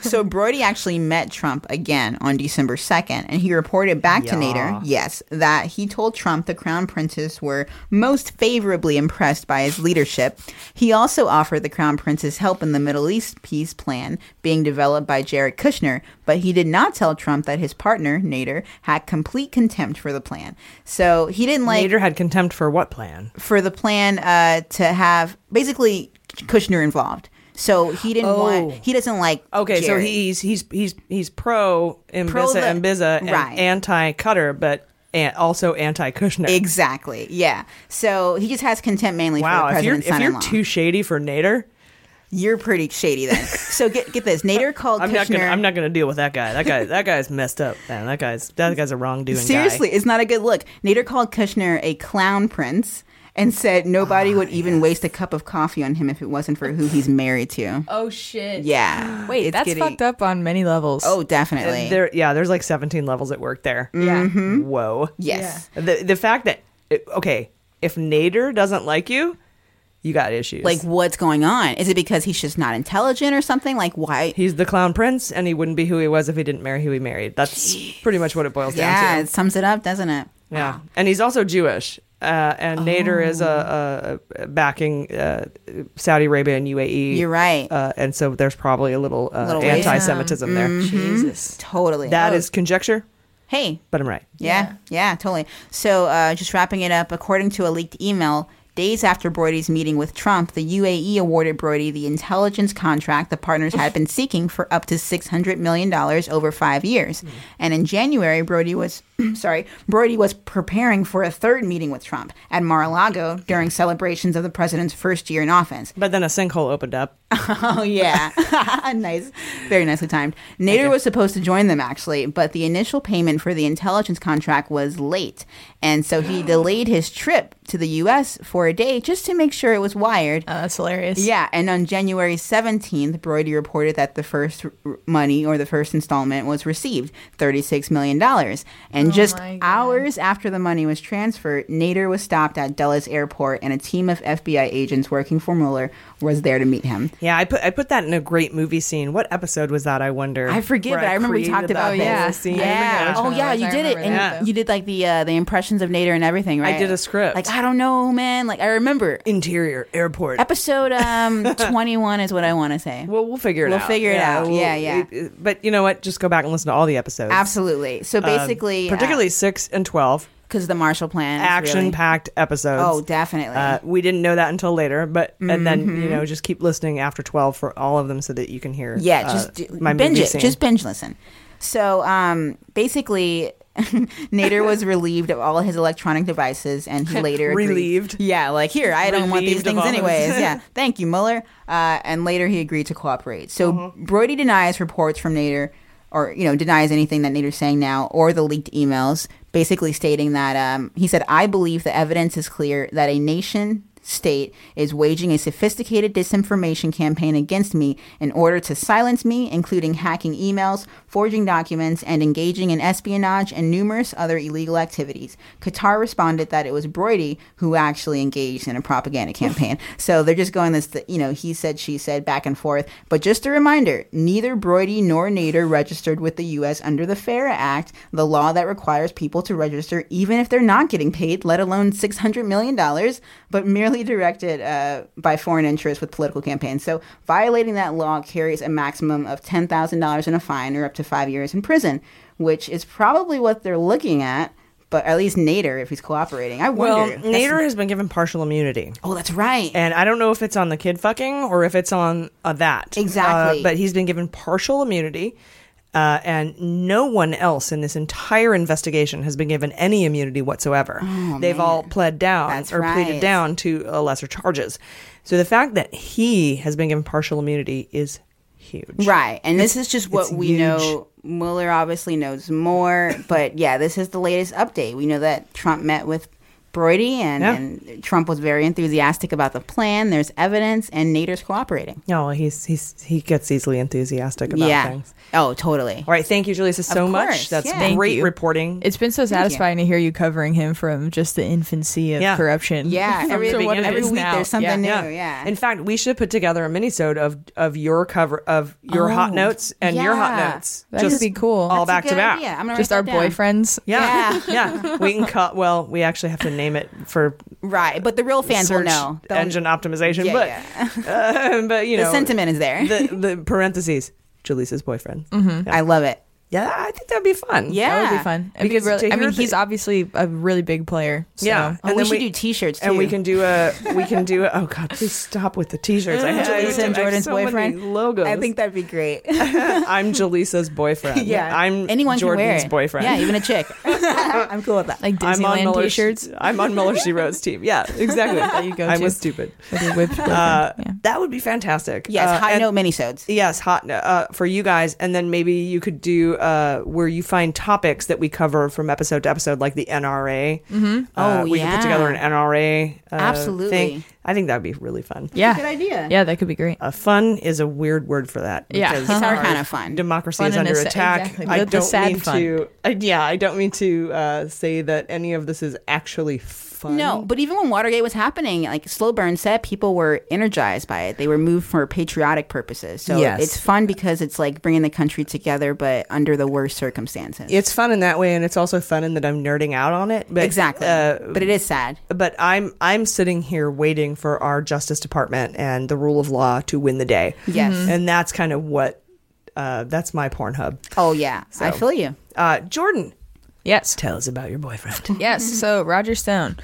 S3: so Brody actually met Trump again on December 2nd, and he reported back to
S1: Yeah.
S3: Nader, yes, that he told Trump the crown princess were most favorably impressed by his leadership. He also offered the crown princess help in the Middle East peace plan being developed by Jared Kushner, but he did not tell Trump that his partner, Nader, had complete contempt for the plan. So he didn't like
S1: Nader had contempt for what plan?
S3: for the plan uh, to have basically Kushner involved. So he didn't want.
S1: Oh.
S3: He doesn't like.
S1: Okay, so
S3: Jared.
S1: he's he's he's he's pro
S3: Pro the-
S1: Imbiza and Biza and
S3: Right.
S1: anti Cutter, but an- also anti Kushner.
S3: Exactly. Yeah. So he just has contempt mainly
S1: Wow,
S3: for the
S1: if you're
S3: president's
S1: if you're
S3: son-in-law.
S1: too shady for Nader,
S3: You're pretty shady then. so get get this. Nader called
S1: I'm
S3: Kushner.
S1: not gonna I'm not gonna deal with that guy. That guy that guy's messed up, man. That guy's that guy's a wrongdoing.
S3: Seriously, it's not a good look. Nader called Kushner a clown prince and said nobody
S1: Ah,
S3: would even waste a cup of coffee on him if it wasn't for who he's married to.
S2: oh shit.
S3: Yeah.
S2: Wait,
S3: It's
S2: that's
S3: getting-
S2: fucked up on many levels.
S3: Oh,
S1: guy.
S3: definitely. Mm-hmm.
S1: Uh, There, yeah, there's like 17 levels at work there. Yeah. Whoa.
S3: Yes.
S1: The the fact that it- okay, if Nader doesn't like you, you got issues.
S3: Like what's going on? Is it because he's just not intelligent or something? Like why?
S1: He's the clown prince, and he wouldn't be who he was if he didn't marry who he married. That's pretty much what it boils down
S3: Yeah,
S1: to.
S3: it sums it up, doesn't it?
S1: Yeah, and he's also Jewish. Uh, and Nader
S3: Oh.
S1: is a, uh backing uh, Saudi Arabia and UAE. You're
S3: right.
S1: Uh, and so there's probably a little, uh,
S3: Little racism.
S1: anti-Semitism there.
S3: Mhm. Jesus. Totally.
S1: That
S3: Oh.
S1: is conjecture,
S3: Hey,
S1: but I'm right.
S3: Yeah, yeah, totally. So, uh, just wrapping it up, according to a leaked email, days after Brody's meeting with Trump, the UAE awarded Brody the intelligence contract the partners had been seeking for up to $600 million over five years.
S1: Hmm.
S3: And in January, Brody was, sorry, Brody was preparing for a third meeting with Trump at Mar-a-Lago during celebrations of the president's first year in office.
S1: But then a sinkhole opened up.
S3: Oh yeah, nice, very nicely timed. Nader was supposed to join them actually, but the initial payment for the intelligence contract was late, and so he delayed his trip to the U.S. for a day just to make sure it was wired.
S2: Oh, that's hilarious.
S3: Yeah, and on January seventeenth, Brody reported that the first r- money or the first installment was received, thirty-six million dollars, and
S2: Oh
S3: just
S2: my God.
S3: hours after the money was transferred, Nader was stopped at Dulles Airport, and a team of FBI agents working for Mueller was there to meet him.
S1: Yeah, I put I put that in a great movie scene. What episode was that? I wonder.
S3: I forget,
S1: Where
S3: but I, remember we
S1: created
S3: talked
S1: the
S3: about
S1: whole
S3: this.
S1: scene.
S3: Yeah. Oh yeah, you did it, and
S1: that,
S3: you- you did like the uh, the impressions of Nader and everything, right?
S1: I did a script.
S3: Like I don't know, man. Like I remember
S1: interior airport
S3: episode um twenty one is what I want to say.
S1: Well, we'll figure it
S3: We'll
S1: out.
S3: figure it out.
S1: we'll-
S3: Yeah, yeah.
S1: it- it- but you know what? Just go back and listen to all the episodes.
S3: Absolutely. So
S1: Um,
S3: basically,
S1: particularly six and twelve,
S3: because the Marshall Plan, is really-
S1: action-packed episodes.
S3: Oh, definitely.
S1: Uh, we didn't know that until later, but and then you
S3: Mhm.
S1: know just keep listening after twelve for all of them so that you can hear.
S3: Yeah,
S1: uh,
S3: just do-
S1: my
S3: binge
S1: movie
S3: it.
S1: scene.
S3: Just binge listen. So um, basically, Nader was relieved of all his electronic devices, and he later agreed-
S1: Relieved?
S3: Yeah, like here, I don't want these
S1: Relieved of
S3: things
S1: all those.
S3: anyways. yeah, thank you, Mueller. Uh, and later, he agreed to cooperate. So
S1: Uh-huh.
S3: Brody denies reports from Nader, or you know, denies anything that Nader's saying now, or the leaked emails, basically stating that um, he said, "I believe the evidence is clear that a nation." State is waging a sophisticated disinformation campaign against me in order to silence me, including hacking emails, forging documents, and engaging in espionage and numerous other illegal activities. Qatar responded that it was Brody who actually engaged in a propaganda campaign. so they're just going this, you know, he said, she said, back and forth. But just a reminder neither Brody nor Nader registered with the U.S. under the FARA Act, the law that requires people to register even if they're not getting paid, let alone $600 million, but merely directed uh, by foreign interests with political campaigns. So violating that law carries a maximum of $10,000 in a fine or up to five years in prison, which is probably what they're looking at. but at least Nader, if he's cooperating, I
S1: Well,
S3: wonder.
S1: Nader has been given partial immunity.
S3: Oh, that's right.
S1: And I don't know if it's on the kid fucking or if it's on uh, that.
S3: Exactly.
S1: Uh, but he's been given partial immunity. Uh, and no one else in this entire investigation has been given any immunity whatsoever.
S3: Oh,
S1: They've
S3: man.
S1: all pled down
S3: That's
S1: or
S3: right.
S1: pleaded down to uh, lesser charges. So the fact that he has been given partial immunity is huge.
S3: Right. And this
S1: It's-
S3: is just what
S1: it's
S3: we
S1: huge.
S3: know. Mueller obviously knows more, but yeah, this is the latest update. We know that Trump met with Brody and,
S1: Yeah.
S3: and Trump was very enthusiastic about the plan. There's evidence, and Nader's cooperating.
S1: No, Oh, he's he's he gets easily enthusiastic about
S3: yeah.
S1: things.
S3: Oh, totally.
S1: All right, thank you, Julissa, so
S3: Of
S1: much.
S3: course,
S1: That's
S3: yeah.
S1: great
S3: Thank you.
S1: reporting.
S2: It's been so
S3: Thank you.
S2: satisfying to hear you covering him from just the infancy of
S1: Yeah.
S2: corruption.
S3: Yeah,
S2: From
S3: every-
S2: to what it
S3: every
S2: is
S3: week
S2: now.
S3: there's something
S2: Yeah.
S3: new. yeah.
S1: In fact, we should put together a minisode of of your cover of your hot
S3: Oh,
S1: notes and your hot
S3: yeah.
S1: notes.
S2: That'd
S1: just
S2: be cool.
S1: All
S2: That's
S1: back
S3: a
S1: to
S3: good
S1: back.
S3: idea. I'm gonna
S2: Just
S3: write
S2: our
S3: that down.
S2: boyfriends.
S1: Yeah,
S3: Yeah.
S1: yeah. We can cut. Well, we actually have to name it for
S3: Right. But the real fans will
S1: search
S3: know. They'll-
S1: engine optimization.
S3: Yeah,
S1: but uh, but you
S3: the
S1: know
S3: sentiment is there.
S1: The, the parentheses. Jaleesa's boyfriend.
S2: Mm-hmm.
S1: Yeah.
S3: I love it.
S1: yeah, I think that'd be fun.
S3: Yeah.
S2: That would be fun. It'd
S1: Because
S2: be really,
S1: to
S2: I mean,
S1: hear the-
S2: he's obviously a really big player. So.
S1: Yeah,
S3: Oh, we should do t-shirts,
S1: and we
S3: too.
S1: can do a we can do a, oh god, please stop with the t-shirts. I have
S3: Jaleesa and Jordan's
S1: so many
S3: boyfriend.
S1: logos.
S3: I think that'd be great.
S1: I'm Jaleesa's boyfriend.
S3: yeah.
S1: I'm
S3: Anyone
S1: Jordan's
S3: can wear it.
S1: boyfriend.
S3: Yeah, even a chick. I'm cool with that.
S2: like
S1: I'm on
S2: Disneyland
S1: Miller.
S2: t-shirts.
S1: I'm on Miller She Road's team. Yeah, exactly.
S2: There you go,
S1: I
S2: too.
S1: was stupid.
S2: With your whipped boyfriend.
S1: Uh,
S2: yeah.
S1: That would be fantastic.
S3: Yes,
S1: Uh,
S3: high
S1: and-
S3: note minisodes.
S1: Yes, hot uh, for you guys, and then maybe you could do uh, where you find topics that we cover from episode to episode, like the NRA. Mm-hmm.
S3: Oh,
S1: we can put together an
S3: yeah.
S1: NRA. Uh,
S3: Absolutely.
S1: thing. I think that would be really fun.
S2: yeah.
S3: Good idea.
S2: Yeah, that could be great.
S1: Uh, fun is a weird word for that.
S2: Yeah.
S1: because
S2: It's
S3: our
S1: our
S3: kind of fun.
S1: Democracy
S2: Fun
S1: is
S2: and
S1: under
S2: a sa-
S1: attack.
S2: exactly.
S1: I
S2: The- the
S1: don't
S2: sad
S1: mean
S2: fun.
S1: to. I yeah, I don't mean to uh, say that any of this is actually fun.
S3: No, but even when Watergate was happening, like Slow Burn said, people were energized by it. They were moved for patriotic purposes. So
S1: Yes.
S3: it's fun because it's like bringing the country together, but under the worst circumstances.
S1: It's fun in that way, and it's also fun in that I'm nerding out on it. But
S3: exactly.
S1: uh,
S3: but it is sad.
S1: but I'm I'm sitting here waiting for our Justice Department and the rule of law to win the day. Mm-hmm.
S3: Yes. Mhm.
S1: and that's kind of what uh, that's my Pornhub.
S3: Oh yeah, I feel you.
S1: Uh, Jordan,
S2: Yes.
S1: tell us about your boyfriend.
S2: yes. So Roger Stone.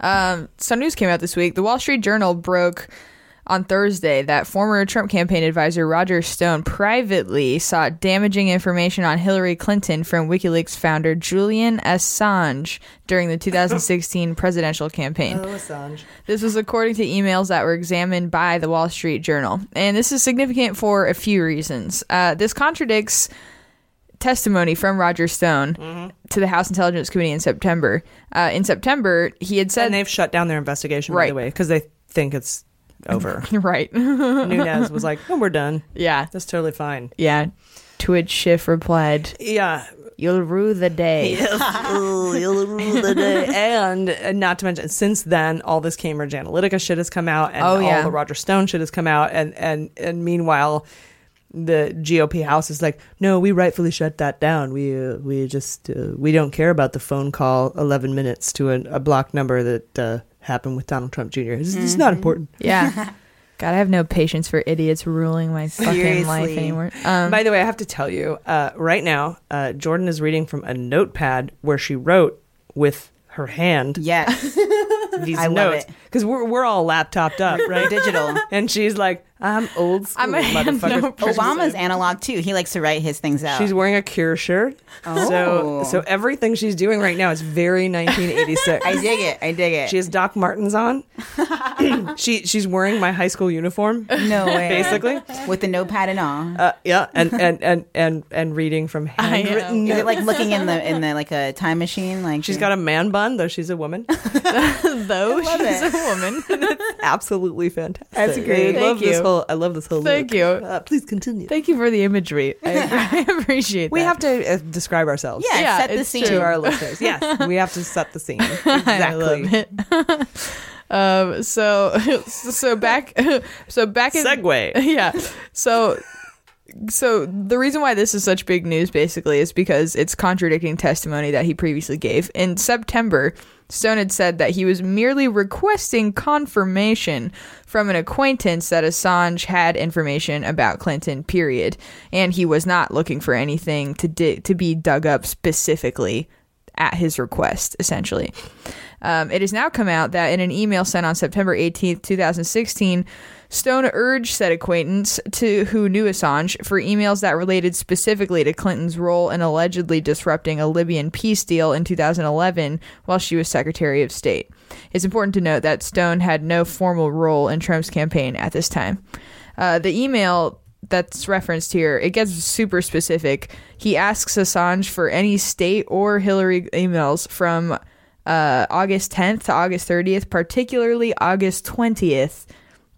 S2: Um, some news came out this week. The Wall Street Journal broke on Thursday that former Trump campaign advisor Roger Stone privately sought damaging information on Hillary Clinton from WikiLeaks founder Julian Assange during the 2016 presidential campaign.
S1: Oh, Assange.
S2: This was according to emails that were examined by the Wall Street Journal. And this is significant for a few reasons. Uh, this contradicts testimony from Roger Stone
S1: Mm-hmm.
S2: to the House Intelligence Committee in September. Uh, in September, he had
S1: And
S2: said.
S1: they've shut down their investigation by
S2: Right.
S1: the way because they think it's over.
S2: right.
S1: Nunez was like, "No, we're done.
S2: yeah.
S1: That's totally fine."
S2: Yeah. To which Schiff replied,
S1: Yeah,
S2: You'll rue the day.
S1: Ooh, you'll rule the day. and uh, not to mention, since then, all this Cambridge Analytica shit has come out, and
S2: Oh, yeah.
S1: all the Roger Stone shit has come out, and and and meanwhile, the GOP House is like, no, we rightfully shut that down. We uh, we just uh, we don't care about the phone call eleven minutes to a, a block number that uh, happened with Donald Trump Jr. It's, it's not important.
S2: Mm-hmm. Yeah. God, I have no patience for idiots ruling my fucking life
S3: Seriously.
S2: anymore. Um,
S1: By the way, I have to tell you, uh, right now, uh, Jordan is reading from a notepad where she wrote with her hand.
S3: Yes,
S1: these
S3: I love
S1: notes
S3: it.
S1: because we're, we're all laptopped up, right?
S3: digital.
S1: And she's like, I'm old school,
S2: I'm a
S1: motherfucker.
S2: hand
S3: Obama's analog too. He likes to write his things out.
S1: She's wearing a Cure shirt,
S3: Oh.
S1: so so everything she's doing right now is very 1986.
S3: I dig it. I dig it.
S1: She has Doc Martens on. she she's wearing my high school uniform,
S3: no way.
S1: basically.
S3: with the notepad and all.
S1: Uh, yeah, and and and and and reading from handwritten.
S3: Is it like looking in the in the like a time machine? Like
S1: She's got a man bun, though she's a woman.
S2: though
S3: love
S2: she's
S3: it.
S2: a woman.
S1: Absolutely fantastic.
S3: That's great.
S1: I love
S2: Thank
S1: this
S2: you.
S1: whole. I love this whole.
S2: Thank
S1: look.
S2: you.
S1: Uh, please continue.
S2: Thank you for the imagery. I, I appreciate that.
S1: We have to uh, describe ourselves.
S3: yeah,
S2: Yeah,
S3: set the
S2: it's
S3: scene.
S2: true.
S1: to our listeners. Yes, we have to set the scene. Exactly.
S2: um, so so back so back in
S1: Segway.
S2: yeah. So so the reason why this is such big news basically is because it's contradicting testimony that he previously gave. In September, Stone had said that he was merely requesting confirmation from an acquaintance that Assange had information about Clinton, period. And he was not looking for anything to di- to be dug up specifically at his request, essentially. Um, it has now come out that in an email sent on September 18th, 2016, Stone urged said acquaintance to who knew Assange for emails that related specifically to Clinton's role in allegedly disrupting a Libyan peace deal in 2011 while she was Secretary of State. It's important to note that Stone had no formal role in Trump's campaign at this time. Uh, the email that's referenced here, it gets super specific. He asks Assange for any state or Hillary emails from uh, August 10th to August 30th, particularly August 20th,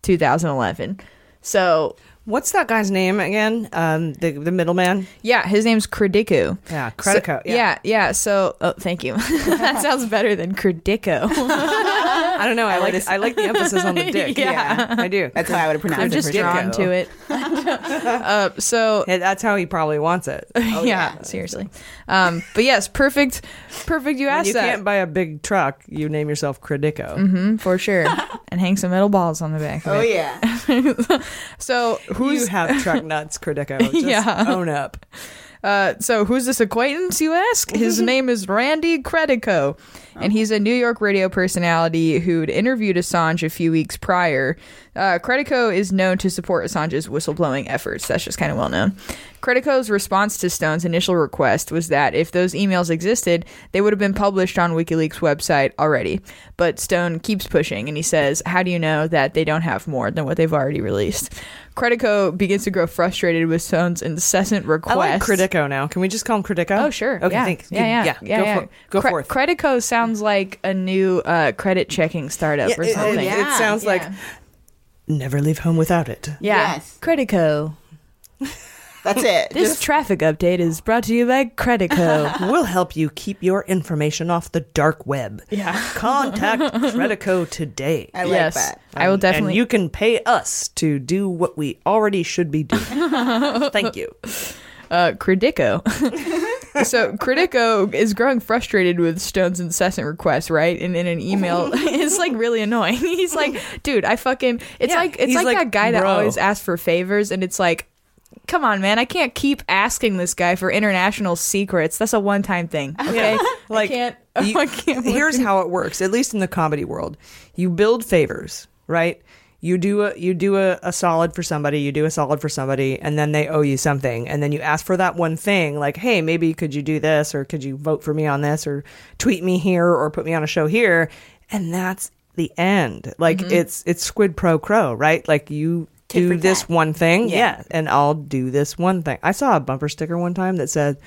S2: 2011. So.
S1: What's that guy's name again? Um, the the middleman.
S2: Yeah, his name's Credico.
S1: Yeah, Credico.
S2: So, yeah. yeah, yeah. So, oh, thank you. that sounds better than Credico.
S1: I don't know. I, like I like the emphasis on the dick.
S2: Yeah.
S1: Yeah, I do.
S3: That's how I would pronounce
S2: I'm
S3: it.
S2: just
S3: for sure.
S2: drawn to it. uh, so
S1: Yeah, that's how he probably wants it. Oh,
S2: yeah, seriously. Um, but yes, perfect, perfect. You asked
S1: you
S2: that.
S1: can't buy a big truck. You name yourself Credico.
S2: hmm for sure, and hang some metal balls on the back. Of
S3: Oh
S2: it.
S3: yeah.
S2: So who's
S1: You have truck nuts, Credico. Just
S2: Yeah.
S1: own up.
S2: Uh, so who's this acquaintance, you ask? His name is Randy Credico, and he's a New York radio personality who'd interviewed Assange a few weeks prior. Uh, Credico is known to support Assange's whistleblowing efforts. That's just kind of well known. Credico's response to Stone's initial request was that if those emails existed, they would have been published on WikiLeaks website already. But Stone keeps pushing, and he says, "How do you know that they don't have more than what they've already released?" Credico begins to grow frustrated with Stone's incessant requests.
S1: I like Credico now. Can we just call him Credico?
S2: Oh, sure.
S1: Okay,
S2: yeah.
S1: thanks.
S2: Yeah, yeah, yeah.
S1: go
S2: yeah.
S1: For, go
S2: Cre-
S1: forth.
S2: Credico sounds like a new uh, credit checking startup
S1: Yeah,
S2: or
S1: it- it-
S2: something.
S1: it,
S3: Yeah,
S1: sounds
S2: yeah.
S1: like never leave home without it.
S2: yeah.
S3: Yes.
S2: Credico.
S3: That's it.
S2: This
S3: Just
S2: traffic update is brought to you by Credico.
S1: We'll help you keep your information off the dark web.
S2: Yeah.
S1: Contact Credico today.
S3: I like
S2: yes,
S3: that.
S2: I will
S1: And-
S2: definitely.
S1: And you can pay us to do what we already should be doing. Thank you.
S2: uh, Credico. so Credico is growing frustrated with Stone's incessant requests, right? And in an email, it's like really annoying. He's like, "Dude, I fucking." It's
S1: Yeah,
S2: like it's
S1: he's
S2: like,
S1: like,
S2: that guy that
S1: "Bro."
S2: always asks for favors, and it's like. Come on, man! I can't keep asking this guy for international secrets. That's a one-time thing. Okay, like I can't.
S1: You-
S2: I can't
S1: here's
S2: look-
S1: how it works, at least in the comedy world. You build favors, right? You do a you do a, a solid for somebody, you do a solid for somebody, and then they owe you something, and then you ask for that one thing, like, hey, maybe could you do this, or could you vote for me on this, or tweet me here, or put me on a show here, and that's the end. Like
S2: Mm-hmm.
S1: it's it's squid pro crow, right? Like you do this one thing, yeah. and I'll do this one thing. I saw a bumper sticker one time that said,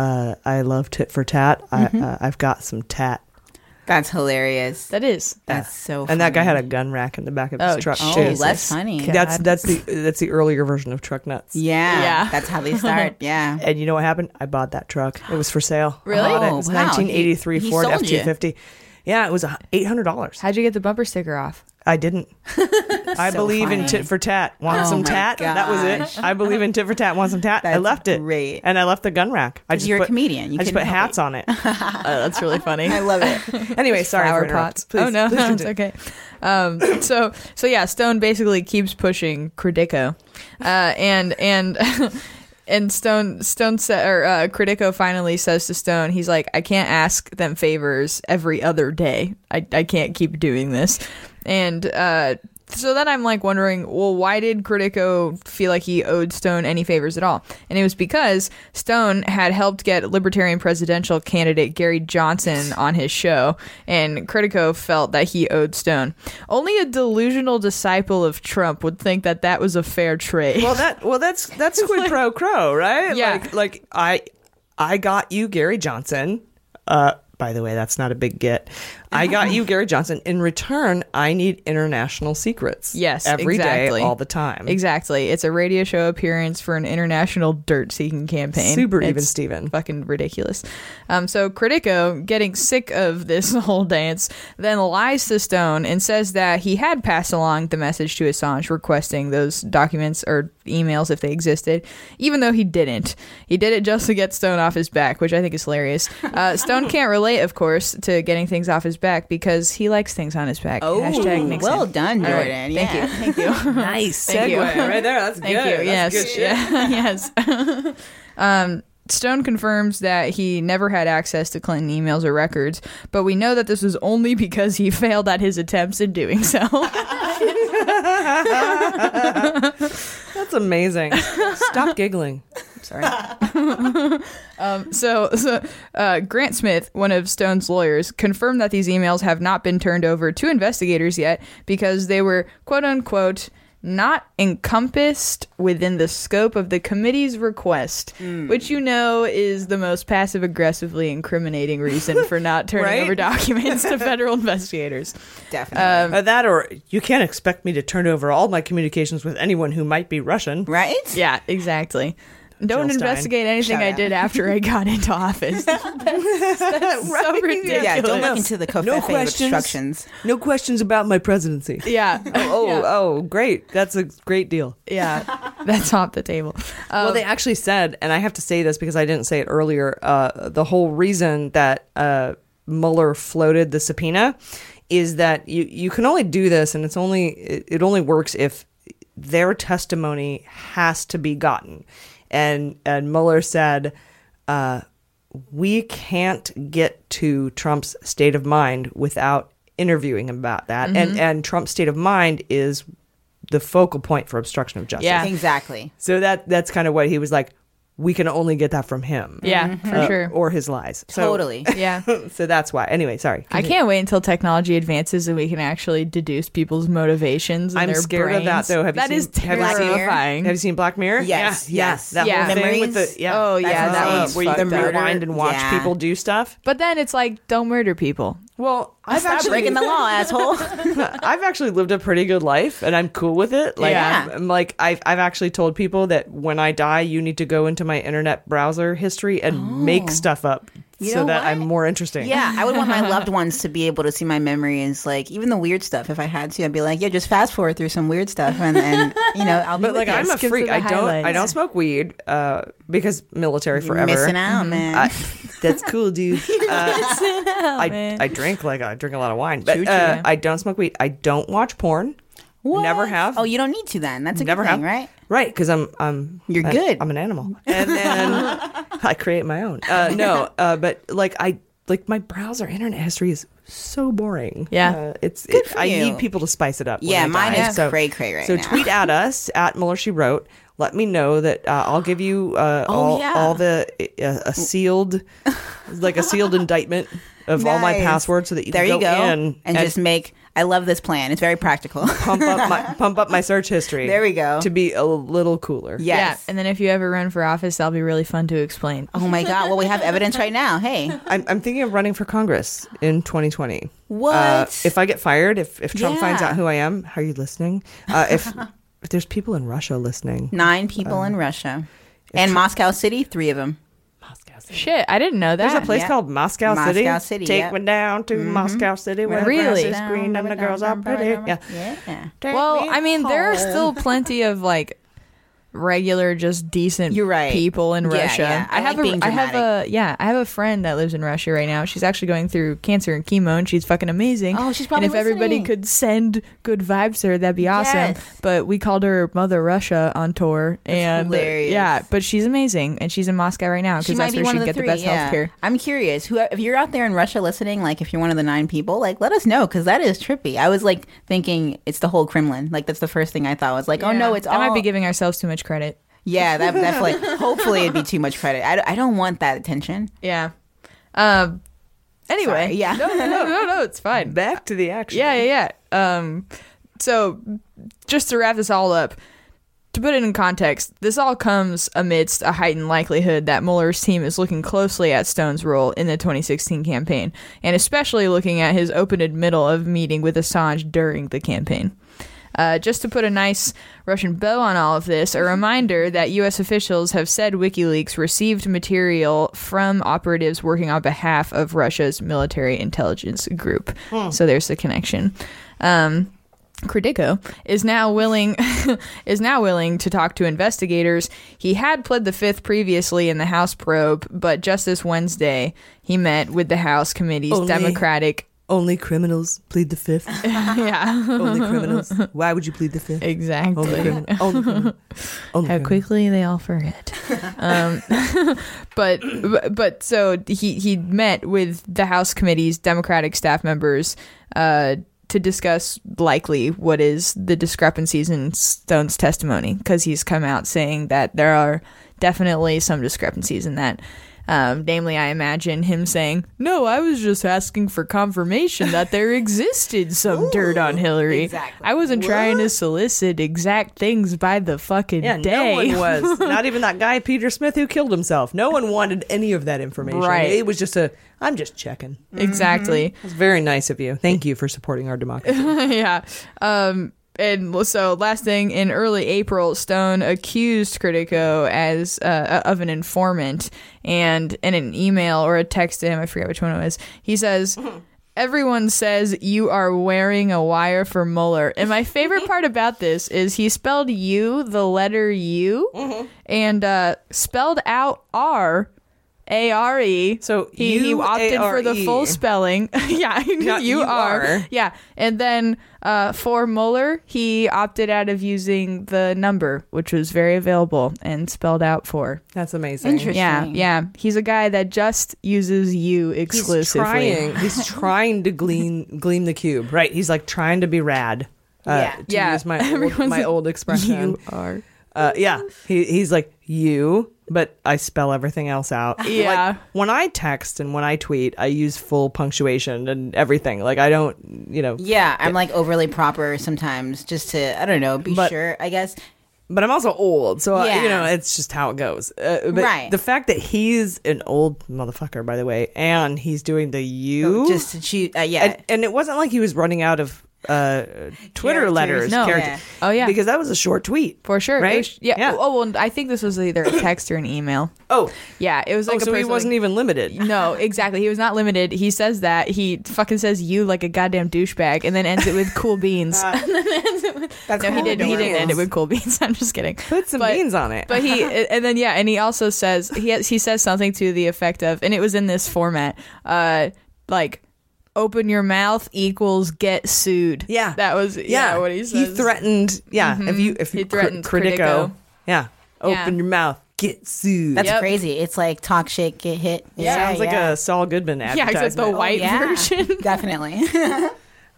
S1: uh, "I love tit for tat.
S3: Mm-hmm.
S1: I, uh, I've got some tat."
S3: That's hilarious.
S2: that is.
S3: That's so. Funny.
S1: And that guy had a gun rack in the back of his
S2: Oh,
S1: truck
S3: Mm-hmm. Oh,
S1: too.
S3: that's funny.
S1: That's that's the that's the earlier version of truck nuts.
S3: Yeah,
S2: Yeah.
S3: That's how they start. Yeah.
S1: And you know what happened? I bought that truck. It was for sale. I
S2: Really?
S1: bought it. It
S3: Oh,
S1: was
S3: wow.
S1: 1983
S3: He- he
S1: Ford
S3: sold you.
S1: F250. Yeah, it was a- $800.
S2: How'd you get the bumper sticker off?
S1: I didn't. I
S3: So
S1: believe in
S3: funny.
S1: tit for tat. Want
S3: Oh
S1: some
S3: my
S1: tat? That was
S3: gosh.
S1: it. I believe in tit for tat. Want some tat? I
S3: That's
S1: left it.
S3: great.
S1: And I left the gun rack. I just
S3: you're a
S1: put,
S3: comedian. You
S1: I just put
S3: couldn't help
S1: hats on it.
S2: Oh, that's really funny.
S3: I love it.
S1: anyway, sorry
S2: flower
S1: for
S2: pots.
S1: interrupting. Please,
S2: oh no,
S1: please
S2: no, it's
S1: continue.
S2: okay. Um, so so yeah, Stone basically keeps pushing Credico, uh, and and. And Stone Stone sa- or uh, Critico finally says to Stone, he's like, I can't ask them favors every other day. I, I can't keep doing this. And uh, so then I'm like wondering, well, why did Critico feel like he owed Stone any favors at all? And it was because Stone had helped get Libertarian presidential candidate Gary Johnson on his show, and Critico felt that he owed Stone. Only a delusional disciple of Trump would think that that was a fair trade.
S1: Well, that well, that's that's quid pro quo, right?
S2: Yeah.
S1: Like, like I, I got you, Gary Johnson. Uh, by the way, that's not a big get. I got you, Gary Johnson. In return, I need international secrets.
S2: Yes,
S1: every day,
S2: exactly.
S1: all the time.
S2: Exactly. It's a radio show appearance for an international dirt seeking campaign.
S1: Super even
S2: It's
S1: Steven.
S2: Fucking ridiculous. Um, so Critico, getting sick of this whole dance, then lies to Stone and says that he had passed along the message to Assange requesting those documents or emails if they existed, even though he didn't. He did it just to get Stone off his back, which I think is hilarious. Uh, Stone can't relate, of course, to getting things off his back because he likes things on his back.
S3: Oh,
S2: Hashtag Nixon.
S3: well done,
S2: All
S3: Jordan.
S2: right.
S3: yeah.
S2: Thank you. Thank you.
S1: Nice
S2: Thank you.
S1: right there. That's
S2: Thank you. yes. yeah. yes. um, Stone confirms that he never had access to Clinton emails or records, but we know that this was only because he failed at his attempts in doing so.
S1: That's amazing. Stop giggling. I'm sorry.
S2: um, so, so uh, Grant Smith, one of Stone's lawyers, confirmed that these emails have not been turned over to investigators yet because they were quote unquote not encompassed within the scope of the committee's request, which you know is the most passive aggressively incriminating reason for not turning
S1: Right?
S2: over documents to federal investigators. Um,
S1: Definitely. Uh, that or you can't expect me to turn over all my communications with anyone who might be Russian.
S3: Right?
S2: Yeah, exactly. Don't
S1: Jill Stein.
S2: investigate anything
S1: Shout
S2: I
S1: out.
S2: did after I got into office. that's that's so ridiculous.
S3: Yeah, don't look into the covfefe
S1: No
S3: of
S1: questions.
S3: obstructions.
S1: No questions about my presidency.
S2: Yeah.
S1: Oh,
S2: Yeah.
S1: oh, great. That's a great deal.
S2: Yeah, that's off the table.
S1: well, they actually said, and I have to say this because I didn't say it earlier. Uh, the whole reason that uh, Mueller floated the subpoena is that you you can only do this, and it's only it, it only works if their testimony has to be gotten. And and Mueller said. Uh, we can't get to Trump's state of mind without interviewing him about that. And
S3: Mhm.
S1: and Trump's state of mind is the focal point for obstruction of justice.
S3: Exactly.
S1: So that that's kind of what he was like. We can only get that from him. Uh,
S2: Yeah, for sure.
S1: Or his lies. So-
S3: Totally.
S2: Yeah.
S1: so that's why. Anyway, sorry.
S2: I
S1: Continue.
S2: can't wait until technology advances and we can actually deduce people's motivations. And
S1: I'm
S2: their
S1: scared of that
S2: brains.
S1: though. Have you
S2: That
S1: seen,
S2: is
S1: have you seen-
S2: terrifying.
S1: Have you seen Black Mirror?
S2: Yes,
S1: Yeah, yeah.
S2: yes.
S1: That
S2: Yeah.
S1: whole
S2: The
S1: thing with
S2: Marines?
S1: the yeah.
S2: Oh, yeah,
S1: That's
S2: that
S1: what's
S2: one's
S1: up, where you
S2: fucked
S1: can
S2: up.
S1: rewind and watch
S2: Yeah.
S1: people do stuff.
S2: but then it's like, don't murder people.
S1: Well, I've
S3: Stop
S1: actually
S3: breaking the law, asshole.
S1: I've actually lived a pretty good life, and I'm cool with it. Like,
S3: Yeah.
S1: I'm, I'm like I've I've actually told people that when I die, you need to go into my internet browser history and make
S2: Oh.
S1: stuff up
S3: You
S1: so
S3: know
S1: that
S3: what?
S1: I'm more interesting.
S3: Yeah, I would want my loved ones to be able to see my memories, like even the weird stuff. If I had to, I'd be like, yeah, just fast forward through some weird stuff, and then you know, I'll be
S1: But
S3: with
S1: like
S3: you.
S1: I'm a freak. I don't. I don't smoke weed uh, because military
S3: You're
S1: forever.
S3: missing out, Mhm. man.
S1: I- Mm-hmm. that's cool, dude. Uh, I,
S2: Oh,
S3: man.
S1: I drink like I drink a lot of wine, but
S3: Choo-choo.
S1: uh, I don't smoke weed. I don't watch porn. Never have.
S3: Oh, you don't need to then. That's a
S1: Never
S3: good
S1: have.
S3: thing, right?
S1: Right, because I'm I'm
S3: You're
S1: I-
S3: good.
S1: I'm an animal, and then I create my own. Uh, no, uh, but like I like my browser internet history is so boring.
S3: Yeah.
S1: uh, it's
S3: Good
S1: it-
S3: for
S1: I
S3: you.
S1: need people to spice it up. when
S3: Yeah,
S1: I
S3: mine
S1: die.
S3: is cray cray right
S1: So
S3: now.
S1: tweet at us at Muller She Wrote. Let me know that uh, I'll give you uh,
S3: Oh,
S1: all
S3: yeah.
S1: all the uh, a sealed like a sealed indictment of all my
S3: Nice.
S1: passwords so that you
S3: there
S1: can
S3: you go
S1: in
S3: and, just make. I love this plan. It's very practical.
S1: pump up my pump up my search history.
S3: There we go.
S1: to be a little cooler.
S2: Yeah. And then if you ever run for office, that'll be really fun to explain.
S3: Oh my god! Well, we have evidence right now. Hey,
S1: I'm, I'm thinking of running for Congress in 2020.
S3: What?
S1: Uh, if I get fired, if, if Trump finds
S3: Yeah.
S1: out who I am, how are you listening? Uh, if, if there's people in Russia listening,
S3: nine people
S1: Um,
S3: in Russia, and Moscow City, three of them.
S2: Shit, I didn't know that.
S1: there's a place
S3: yeah.
S1: called Moscow,
S3: Moscow City,
S1: Take
S3: yep. Mm-hmm.
S1: me down to Moscow City where the grass
S2: Really?
S1: is green and the girls are pretty. Yeah.
S2: Well, I mean, there are
S3: home.
S2: still plenty of like regular, just decent
S3: You're right.
S2: people in
S3: Yeah,
S2: Russia.
S3: yeah. I
S2: have
S3: like
S2: a,
S3: being
S2: I have a,
S3: dramatic.
S2: yeah, I have a friend that lives in Russia right now. She's actually going through cancer and chemo, and she's fucking amazing.
S3: Oh, she's probably
S2: And if everybody
S3: listening.
S2: could send good vibes to her, that'd be awesome.
S3: Yes.
S2: But we called her Mother Russia on tour, and
S3: hilarious.
S2: yeah, but she's amazing, and she's in Moscow right now
S3: She
S2: because
S3: might
S2: that's
S3: be
S2: where
S3: one
S2: she
S3: of the
S2: can get
S3: three.
S2: the
S3: yeah.
S2: best healthcare.
S3: I'm curious. Who, if you're out there in Russia listening, like if you're one of the nine people, like let us know because that is trippy. I was like thinking it's the whole Kremlin. Like that's the first thing I thought was like, oh no,
S2: Yeah.
S3: it's
S2: that
S3: all.
S2: might be giving ourselves too much credit.
S3: yeah, that definitely. Hopefully, it'd be too much credit. I, d- I don't want that attention.
S2: Yeah. Um. Anyway,
S3: Sorry, yeah.
S2: no, no, no, no, it's fine.
S1: Back to the action.
S2: Yeah, yeah, yeah. Um, so just to wrap this all up, to put it in context, this all comes amidst a heightened likelihood that Mueller's team is looking closely at Stone's role in the 2016 campaign, and especially looking at his open admittal of meeting with Assange during the campaign. Uh, just to put a nice Russian bow on all of this, a reminder that U.S. officials have said WikiLeaks received material from operatives working on behalf of Russia's military intelligence group. So there's the connection. Um, Credico is now willing is now willing to talk to investigators. He had pled the fifth previously in the House probe, but just this Wednesday he met with the House committee's
S1: Only-
S2: Democratic
S10: Only criminals plead the fifth.
S2: yeah.
S10: Only criminals. Why would you plead the fifth?
S2: Exactly.
S10: Only criminal. Only criminal. Only
S2: How
S10: criminal.
S2: quickly they all forget. um, but but so he he met with the House committee's Democratic staff members uh, to discuss likely what is the discrepancies in Stone's testimony because he's come out saying that there are definitely some discrepancies in that. Um, namely, I imagine him saying, "No, I was just asking for confirmation that there existed some dirt on Hillary. I wasn't trying to solicit exact things by the fucking
S1: Yeah,
S2: day."
S1: no one was. Not even that guy Peter Smith who killed himself. No one wanted any of that information.
S2: Right.
S1: It was just a. I'm just checking.
S2: Exactly.
S1: It's very nice of you. Thank you for supporting our democracy.
S2: yeah. Um, and so, last thing in early April, Stone accused Critico as uh, of an informant, and in an email or a text to him, I forget which one it was. He says. Everyone says you are wearing a wire for Mueller. And my favorite part about this is he spelled you, the letter U, and uh, spelled out R, A R E. So he, he opted for the full
S1: U-A-R-E.
S2: spelling. yeah,
S1: Not
S2: you
S1: you
S2: are.
S1: are.
S2: Yeah. And then uh, for Mueller, he opted out of using the number, which was very available and spelled out for.
S1: That's amazing.
S2: Yeah. Yeah. He's a guy that just uses you
S1: He's
S2: exclusively.
S1: trying. He's trying to glean glean the cube. Right. He's like trying to be rad. Uh,
S2: Yeah.
S1: To
S2: Yeah.
S1: use my old,
S2: Everyone's
S1: my
S2: like,
S1: old expression.
S2: "You are."
S1: Uh, yeah. He, he's like you, but I spell everything else out.
S2: Yeah.
S1: Like, when I text and when I tweet, I use full punctuation and everything. Like I don't, you know.
S3: Yeah, I'm like overly proper sometimes just to, I don't know, be sure, I guess.
S1: But I'm also old, so I, you
S3: Yeah.
S1: know it's just how it goes. Uh, but
S3: Right.
S1: The fact that he's an old motherfucker, by the way, and he's doing the you
S3: just to choose, uh, yeah.
S1: and, and it wasn't like he was running out of uh, Twitter
S2: Characters.
S1: letters.
S2: No.
S1: character-
S2: Yeah. Oh, yeah.
S1: because that was a short tweet
S2: For sure. It
S1: right?
S2: was- yeah. Oh, well, I think this was either a text or an email.
S1: Oh.
S2: Yeah. It was
S1: Oh,
S2: like a
S1: so he
S2: person,
S1: wasn't
S2: like-
S1: even limited.
S2: No, exactly. He was not limited. He says that. He fucking says you like a goddamn douchebag and then ends it with cool beans.
S1: That's
S2: no, he
S1: cool
S2: didn't. He didn't end it
S1: beans.
S2: with cool beans. I'm just kidding.
S1: Put some beans on it.
S2: But he and then yeah, and he also says he has, he says something to the effect of, and it was in this format, uh, like open your mouth equals get sued. Yeah, that was yeah, what he says.
S1: He threatened. Yeah, if
S2: Mhm.
S1: you if
S2: He
S1: you cr-
S2: threatened
S1: Critico,
S2: Critico.
S1: yeah, open
S2: Yeah.
S1: your mouth, get sued.
S3: That's crazy. It's like talk shit, get hit.
S1: Yeah, sounds like a Saul Goodman
S3: Oh, Yeah,
S1: advertisement.
S3: except the white
S2: yeah.
S3: version. Definitely.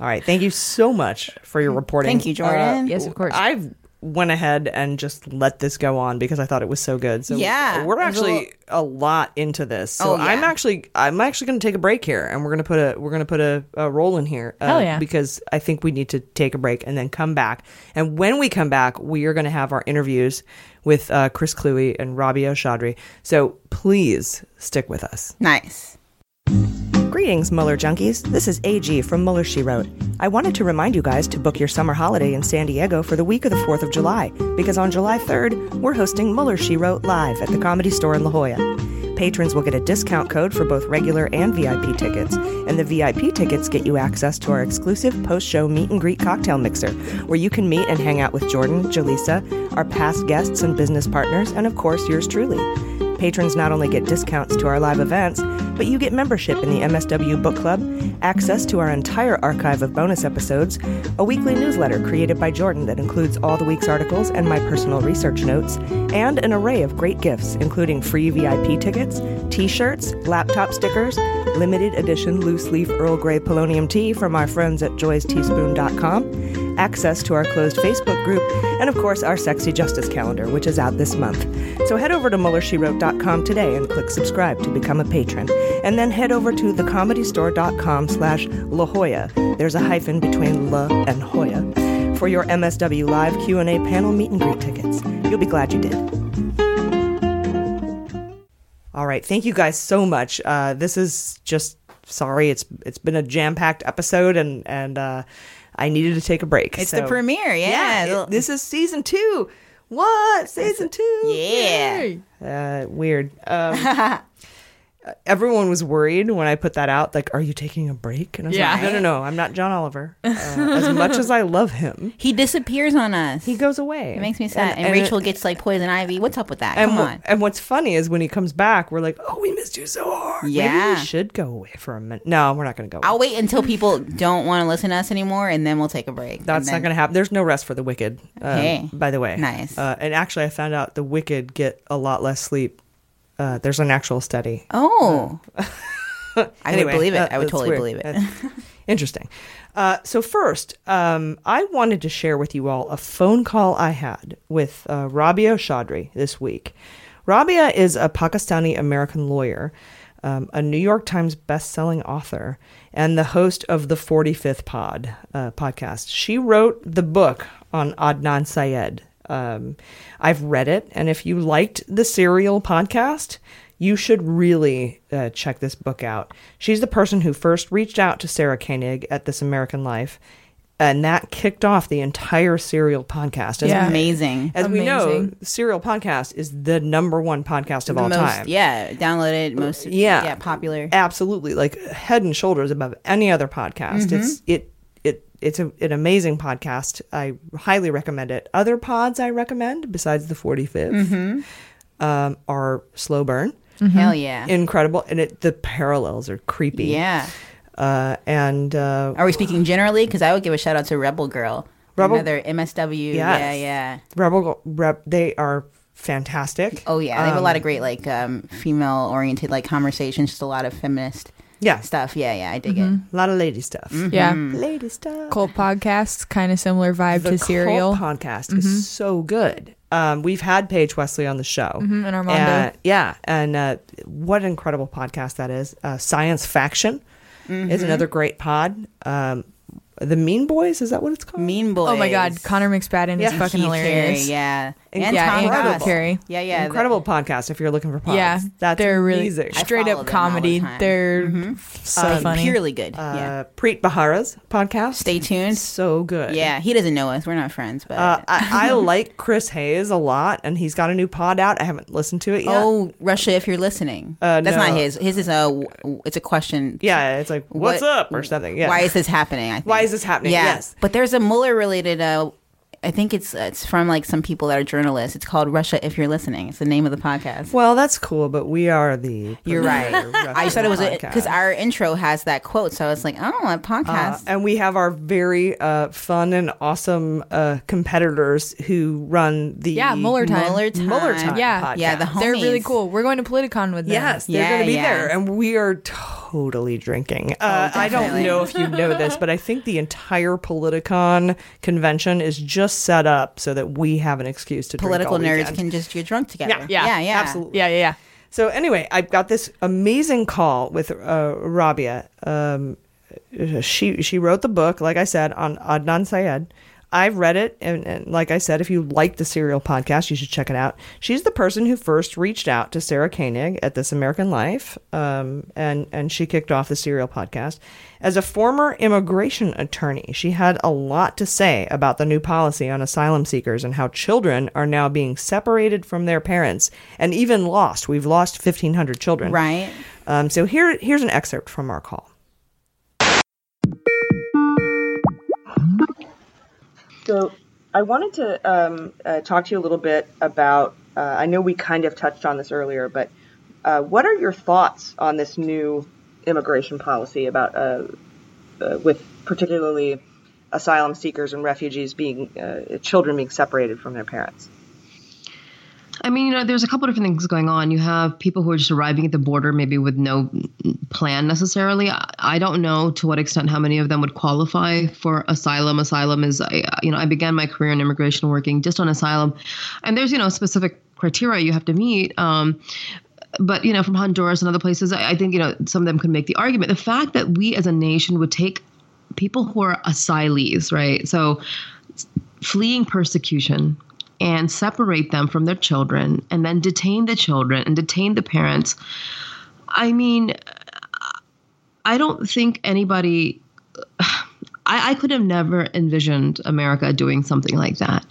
S1: All right, thank you so much for your reporting.
S3: Thank you, Jordan. Yes, of
S1: course. I went ahead and just let this go on because I thought it was so good. So
S3: Yeah,
S1: we're
S3: it was a
S1: actually
S3: little-
S1: a lot into this. So
S3: Oh, yeah.
S1: I'm actually I'm actually going to take a break here, and we're going to put a we're going to put a, a roll in here. uh,
S2: Hell yeah.
S1: Because I think we need to take a break and then come back. And when we come back, we are going to have our interviews with uh, Chris Cluey and Robbie Oshadri. So please stick with us.
S3: Nice.
S1: Greetings, Muller Junkies. This is AG from Muller She Wrote. I wanted to remind you guys to book your summer holiday in San Diego for the week of the 4th of July, because on July 3rd, we're hosting Muller She Wrote live at the Comedy Store in La Jolla. Patrons will get a discount code for both regular and VIP tickets, and the VIP tickets get you access to our exclusive post show meet and greet cocktail mixer, where you can meet and hang out with Jordan, Jaleesa, our past guests and business partners, and of course, yours truly. Patrons not only get discounts to our live events, but you get membership in the MSW Book Club, access to our entire archive of bonus episodes, a weekly newsletter created by Jordan that includes all the week's articles and my personal research notes, and an array of great gifts, including free VIP tickets, t shirts, laptop stickers, limited edition loose leaf Earl Grey Polonium tea from our friends at joysteaspoon.com, access to our closed Facebook group, and of course our Sexy Justice calendar, which is out this month. So head over to MullerSheWrote.com today and click subscribe to become a patron. And then head over to thecomedystore.com slash La Jolla. There's a hyphen between La and Hoya for your MSW Live Q&A panel meet and greet tickets. You'll be glad you did. All right, thank you guys so much. Uh, this is just sorry it's it's been a jam packed episode and and uh, I needed to take a break.
S3: It's
S1: so-
S3: the premiere, yeah.
S1: it- this is season two. What season two?
S3: Yeah.
S1: Uh, weird. Um, everyone was worried when I put that out. Like, are you taking a break? And I was
S2: Yeah.
S1: like, no, no, no. I'm not John Oliver. Uh, as much as I love him,
S3: He disappears on us. He
S1: goes away.
S3: It makes me sad.
S1: And-
S3: And,
S1: and
S3: Rachel
S1: it-
S3: gets like poison ivy. What's up with that?
S1: and
S3: Come
S1: wha-
S3: on.
S1: and what's funny is when he comes back, we're like, oh, we missed you so hard. Maybe
S3: Yeah.
S1: we should go away for a minute. No, we're not going to go.
S3: I'll wait until people don't want to listen to us anymore, and then we'll take a break.
S1: That's not going to happen. There's no rest for the wicked. um,
S3: Okay.
S1: by the way,
S3: Nice.
S1: Uh, and actually, I found out the wicked get a lot less sleep. Uh, there's an actual study.
S3: Oh. I
S1: Anyway,
S3: would believe it.
S1: that-
S3: I would
S1: that's
S3: totally
S1: weird.
S3: believe it.
S1: That's Interesting. Uh, so first, um, I wanted to share with you all a phone call I had with uh, Rabia Chaudhry this week. Rabia is a Pakistani American lawyer, um, a New York Times best-selling author, and the host of the 45th Pod uh, podcast. She wrote the book on Adnan Syed. Um, I've read it, and if you liked the Serial podcast, you should really uh, check this book out. She's the person who first reached out to Sarah Koenig at This American Life, and that kicked off the entire Serial podcast. As
S3: Yeah.
S1: we-
S3: Amazing.
S1: As we know,
S3: Amazing.
S1: Serial podcast is the number one podcast of
S3: The
S1: all
S3: most-
S1: time.
S3: Yeah, downloaded most.
S1: Yeah.
S3: yeah, popular.
S1: Absolutely, like head and shoulders above any other podcast.
S3: Mhm.
S1: It's it it it's a, an amazing podcast. I highly recommend it. Other pods I recommend besides the 45th
S3: Mhm.
S1: um, are Slow Burn. Mm-hmm.
S3: Mhm. Hell yeah.
S1: Incredible, and it the parallels are creepy.
S3: Yeah.
S1: Uh, and uh,
S3: Are we speaking generally? Because I would give a shout out to Rebel Girl,
S1: Rebel-
S3: another MSW. Yeah,
S1: Yes.
S3: yeah.
S1: Rebel Rep, they are fantastic.
S3: Oh yeah, they have a lot
S1: Um,
S3: of great like um, female oriented like conversations. Just a lot of feminist.
S1: Yeah. Mm-hmm.
S3: Stuff. Yeah, yeah. I dig it. Mm-hmm.
S1: A lot of lady stuff.
S2: Mm-hmm. Yeah.
S1: Lady stuff.
S2: Cult podcasts, kind of similar vibe
S1: The
S2: to
S1: Cult
S2: Serial. Mm-hmm.
S1: podcast is so good. Um, we've had Paige Wesley on the show.
S2: Mhm, and Armando.
S1: Uh, yeah, and uh, what an incredible podcast that is. Uh, Science Faction is
S3: Mm-hmm.
S2: Mhm.
S1: another great pod. Um, the Mean Boys, is that what it's called?
S3: Mean Boys.
S2: Oh my God, Connor McSpadden
S1: Yeah.
S2: is fucking
S3: Keith Carey,
S2: hilarious.
S3: yeah. And
S2: yeah,
S3: Tom
S2: and Keith
S3: Incredible.
S2: Carey.
S3: Yeah, yeah,
S1: Incredible podcast if you're looking for pods.
S2: Yeah,
S1: That's
S2: they're really
S1: amazing.
S2: straight up comedy. They're so
S3: Um,
S2: funny.
S3: Purely good. yeah.
S1: Uh, Preet Bahara's podcast.
S3: Stay tuned.
S1: So good.
S3: Yeah, he doesn't know us. We're not friends, but
S1: Uh, I, I like Chris Hayes a lot, and he's got a new pod out. I haven't listened to it yet.
S3: Oh, Russia, if you're listening,
S1: Uh,
S3: that's
S1: no.
S3: not his. His is a it's a question.
S1: Yeah, it's like what's
S3: What-
S1: up or something. Yeah.
S3: Why is this happening? I think.
S1: Why is this happening?
S3: Yeah.
S1: Yes.
S3: But there's a Mueller related. Uh, I think it's it's from like some people that are journalists. It's called Russia, if you're listening. It's the name of the podcast.
S1: Well, that's cool, but we are the.
S3: You're right.
S1: premier
S3: I said it was
S1: Russian
S3: because
S1: podcast.
S3: our intro has that quote, so I was like, oh, a
S1: Uh,
S3: podcast.
S1: and we have our very uh, fun and awesome uh, competitors who run the
S2: yeah, Mueller time.
S3: Mueller time.
S1: Mueller time
S2: Yeah,
S1: podcast.
S2: They're really cool. We're going to Politicon with them.
S1: Yes, they're going to be there, and we are totally drinking. Uh,
S2: Oh,
S1: I don't know if you know this, but I think the entire Politicon convention is just set up so that we have an excuse to
S3: Political
S1: drink all
S3: nerds
S1: weekend.
S3: can just get drunk together.
S1: Yeah,
S3: yeah, yeah.
S1: absolutely.
S2: Yeah, yeah, yeah.
S1: So anyway, I've got this amazing call with uh, Rabia. Um, she she wrote the book, like I said, on Adnan Syed. I've read it, and, and like I said, if you like the Serial podcast, you should check it out. She's the person who first reached out to Sarah Koenig at This American Life, um, and and she kicked off the Serial podcast. As a former immigration attorney, she had a lot to say about the new policy on asylum seekers and how children are now being separated from their parents and even lost. We've lost 1,500 children.
S3: Right.
S1: Um, so here, here's an excerpt from our call.
S8: So I wanted to um, uh, talk to you a little bit about. Uh, I know we kind of touched on this earlier, but uh, what are your thoughts on this new immigration policy about uh, uh, with particularly asylum seekers and refugees being uh, children being separated from their parents?
S11: I mean, you know, there's a couple different things going on. You have people who are just arriving at the border, maybe with no plan necessarily. I- I don't know to what extent how many of them would qualify for asylum. Asylum is, I- you know, I began my career in immigration working just on asylum, and there's you know specific criteria you have to meet. Um, but you know, from Honduras and other places, I, I think you know some of them could make the argument. The fact that we as a nation would take people who are asylees, right? So fleeing persecution and separate them from their children and then detain the children and detain the parents. I mean, I don't think anybody. I, I could have never envisioned America doing something like that.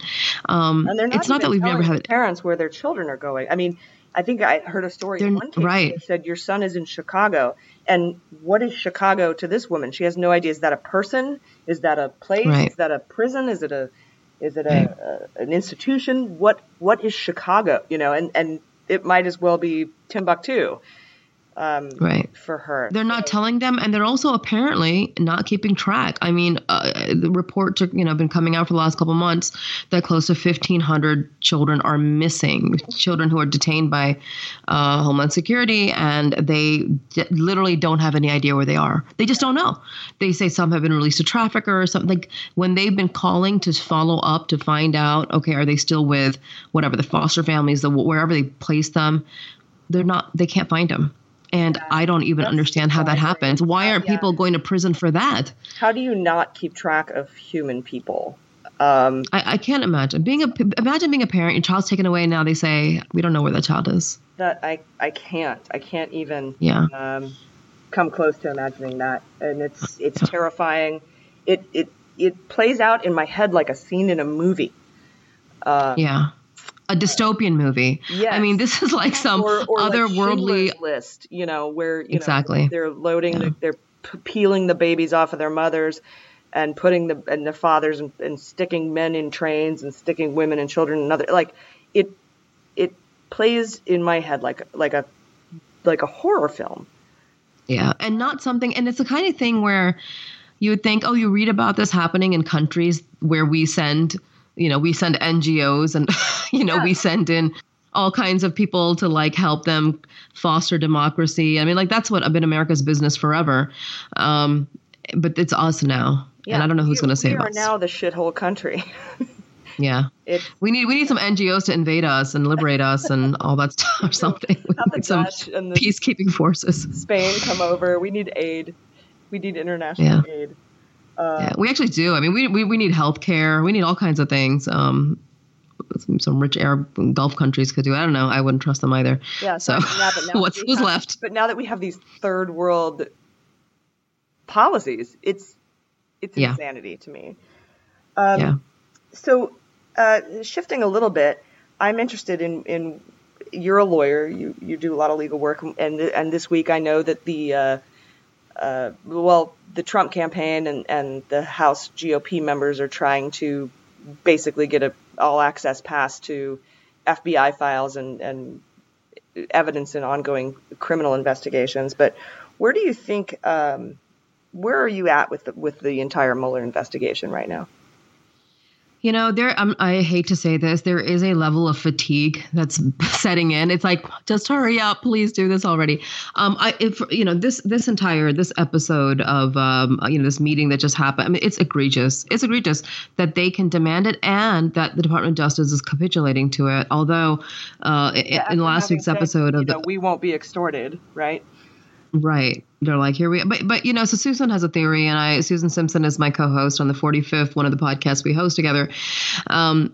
S11: Um,
S8: And they're not
S11: it's not that
S8: even
S11: we've never
S8: telling
S11: had
S8: the parents where their children are going. I mean,
S1: I think I heard a story
S11: They're-
S1: in one case
S11: right.
S1: they said your son is in Chicago, and what is Chicago to this woman? She has no idea. Is that a person? Is that a place?
S11: Right.
S1: Is that a prison? Is it a is it a, a an institution? What what is Chicago? You know, and and it might as well be Timbuktu. Um,
S11: Right.
S1: for her.
S11: They're not telling them, and they're also apparently not keeping track. I mean, uh, the reports are you know been coming out for the last couple months that close to fifteen hundred children are missing, children who are detained by uh, Homeland Security, and they d- literally don't have any idea where they are. They just don't know. They say some have been released to trafficker or something. Like when they've been calling to follow up to find out, okay, are they still with whatever the foster families, the wherever they place them, they're not. They can't find them. And I don't even understand how that happens. Why aren't people going to prison for that?
S1: How do you not keep track of human people? Um,
S11: I, I can't imagine being a imagine being a parent. Your child's taken away, and now they say we don't know where that child is.
S1: That I I can't I can't even
S11: Yeah.
S1: um, come close to imagining that, and it's it's terrifying. It it it plays out in my head like a scene in a movie. Uh,
S11: yeah, a dystopian movie.
S1: Yes.
S11: I mean, this is like some
S1: or, or like
S11: otherworldly.
S1: Schindler's list, you know, where you know
S11: Exactly.
S1: they're loading, the, they're p- peeling the babies off of their mothers, and putting the and the fathers and, and sticking men in trains and sticking women and children in other like it it plays in my head like like a like a horror film.
S11: Yeah, and not something. And it's the kind of thing where you would think, oh, you read about this happening in countries where we send, you know, we send NGOs and, you know, we send in all kinds of people to like help them foster democracy. I mean, like that's what been America's business forever. Um, but it's us now, and I don't know who's going to
S1: We
S11: save
S1: are
S11: us.
S1: now the shithole country.
S11: yeah.
S1: It's
S11: We need we need some NGOs to invade us and liberate us and all that stuff or something. We need some
S1: Dutch Oh and the-
S11: peacekeeping forces.
S1: Spain come over. We need aid. We need international
S11: Yeah.
S1: aid. Uh,
S11: Yeah, we actually do. I mean, we, we, we need healthcare. We need all kinds of things. Um, some, some rich Arab Gulf countries could do. I don't know. I wouldn't trust them either.
S1: Yeah.
S11: So,
S1: sorry, yeah, but now
S11: what's
S1: we
S11: who's
S1: have-
S11: left?
S1: But now that we have these third world policies, it's it's
S11: Yeah.
S1: insanity to me. Um,
S11: yeah.
S1: So, uh, shifting a little bit, I'm interested in in you're a lawyer. You you do a lot of legal work, and and this week I know that the uh, uh, well the Trump campaign and and the House GOP members are trying to basically get a all access pass to FBI files and and evidence in ongoing criminal investigations. But where do you think? Um, where are you at with the, with the entire Mueller investigation right now?
S11: You know, there. Um, I hate to say this. There is a level of fatigue that's setting in. It's like, just hurry up, please do this already. Um, I, if you know, this this entire this episode of um, you know, this meeting that just happened. I mean, it's egregious. It's egregious that they can demand it and that the Department of Justice is capitulating to it. Although, uh, i- in the last
S1: having
S11: week's
S1: said,
S11: episode
S1: you
S11: of the
S1: know, we won't be extorted, right?
S11: Right. They're like, here we but but you know, so Susan has a theory and I Susan Simpson is my co-host on the 45th, one of the podcasts we host together. Um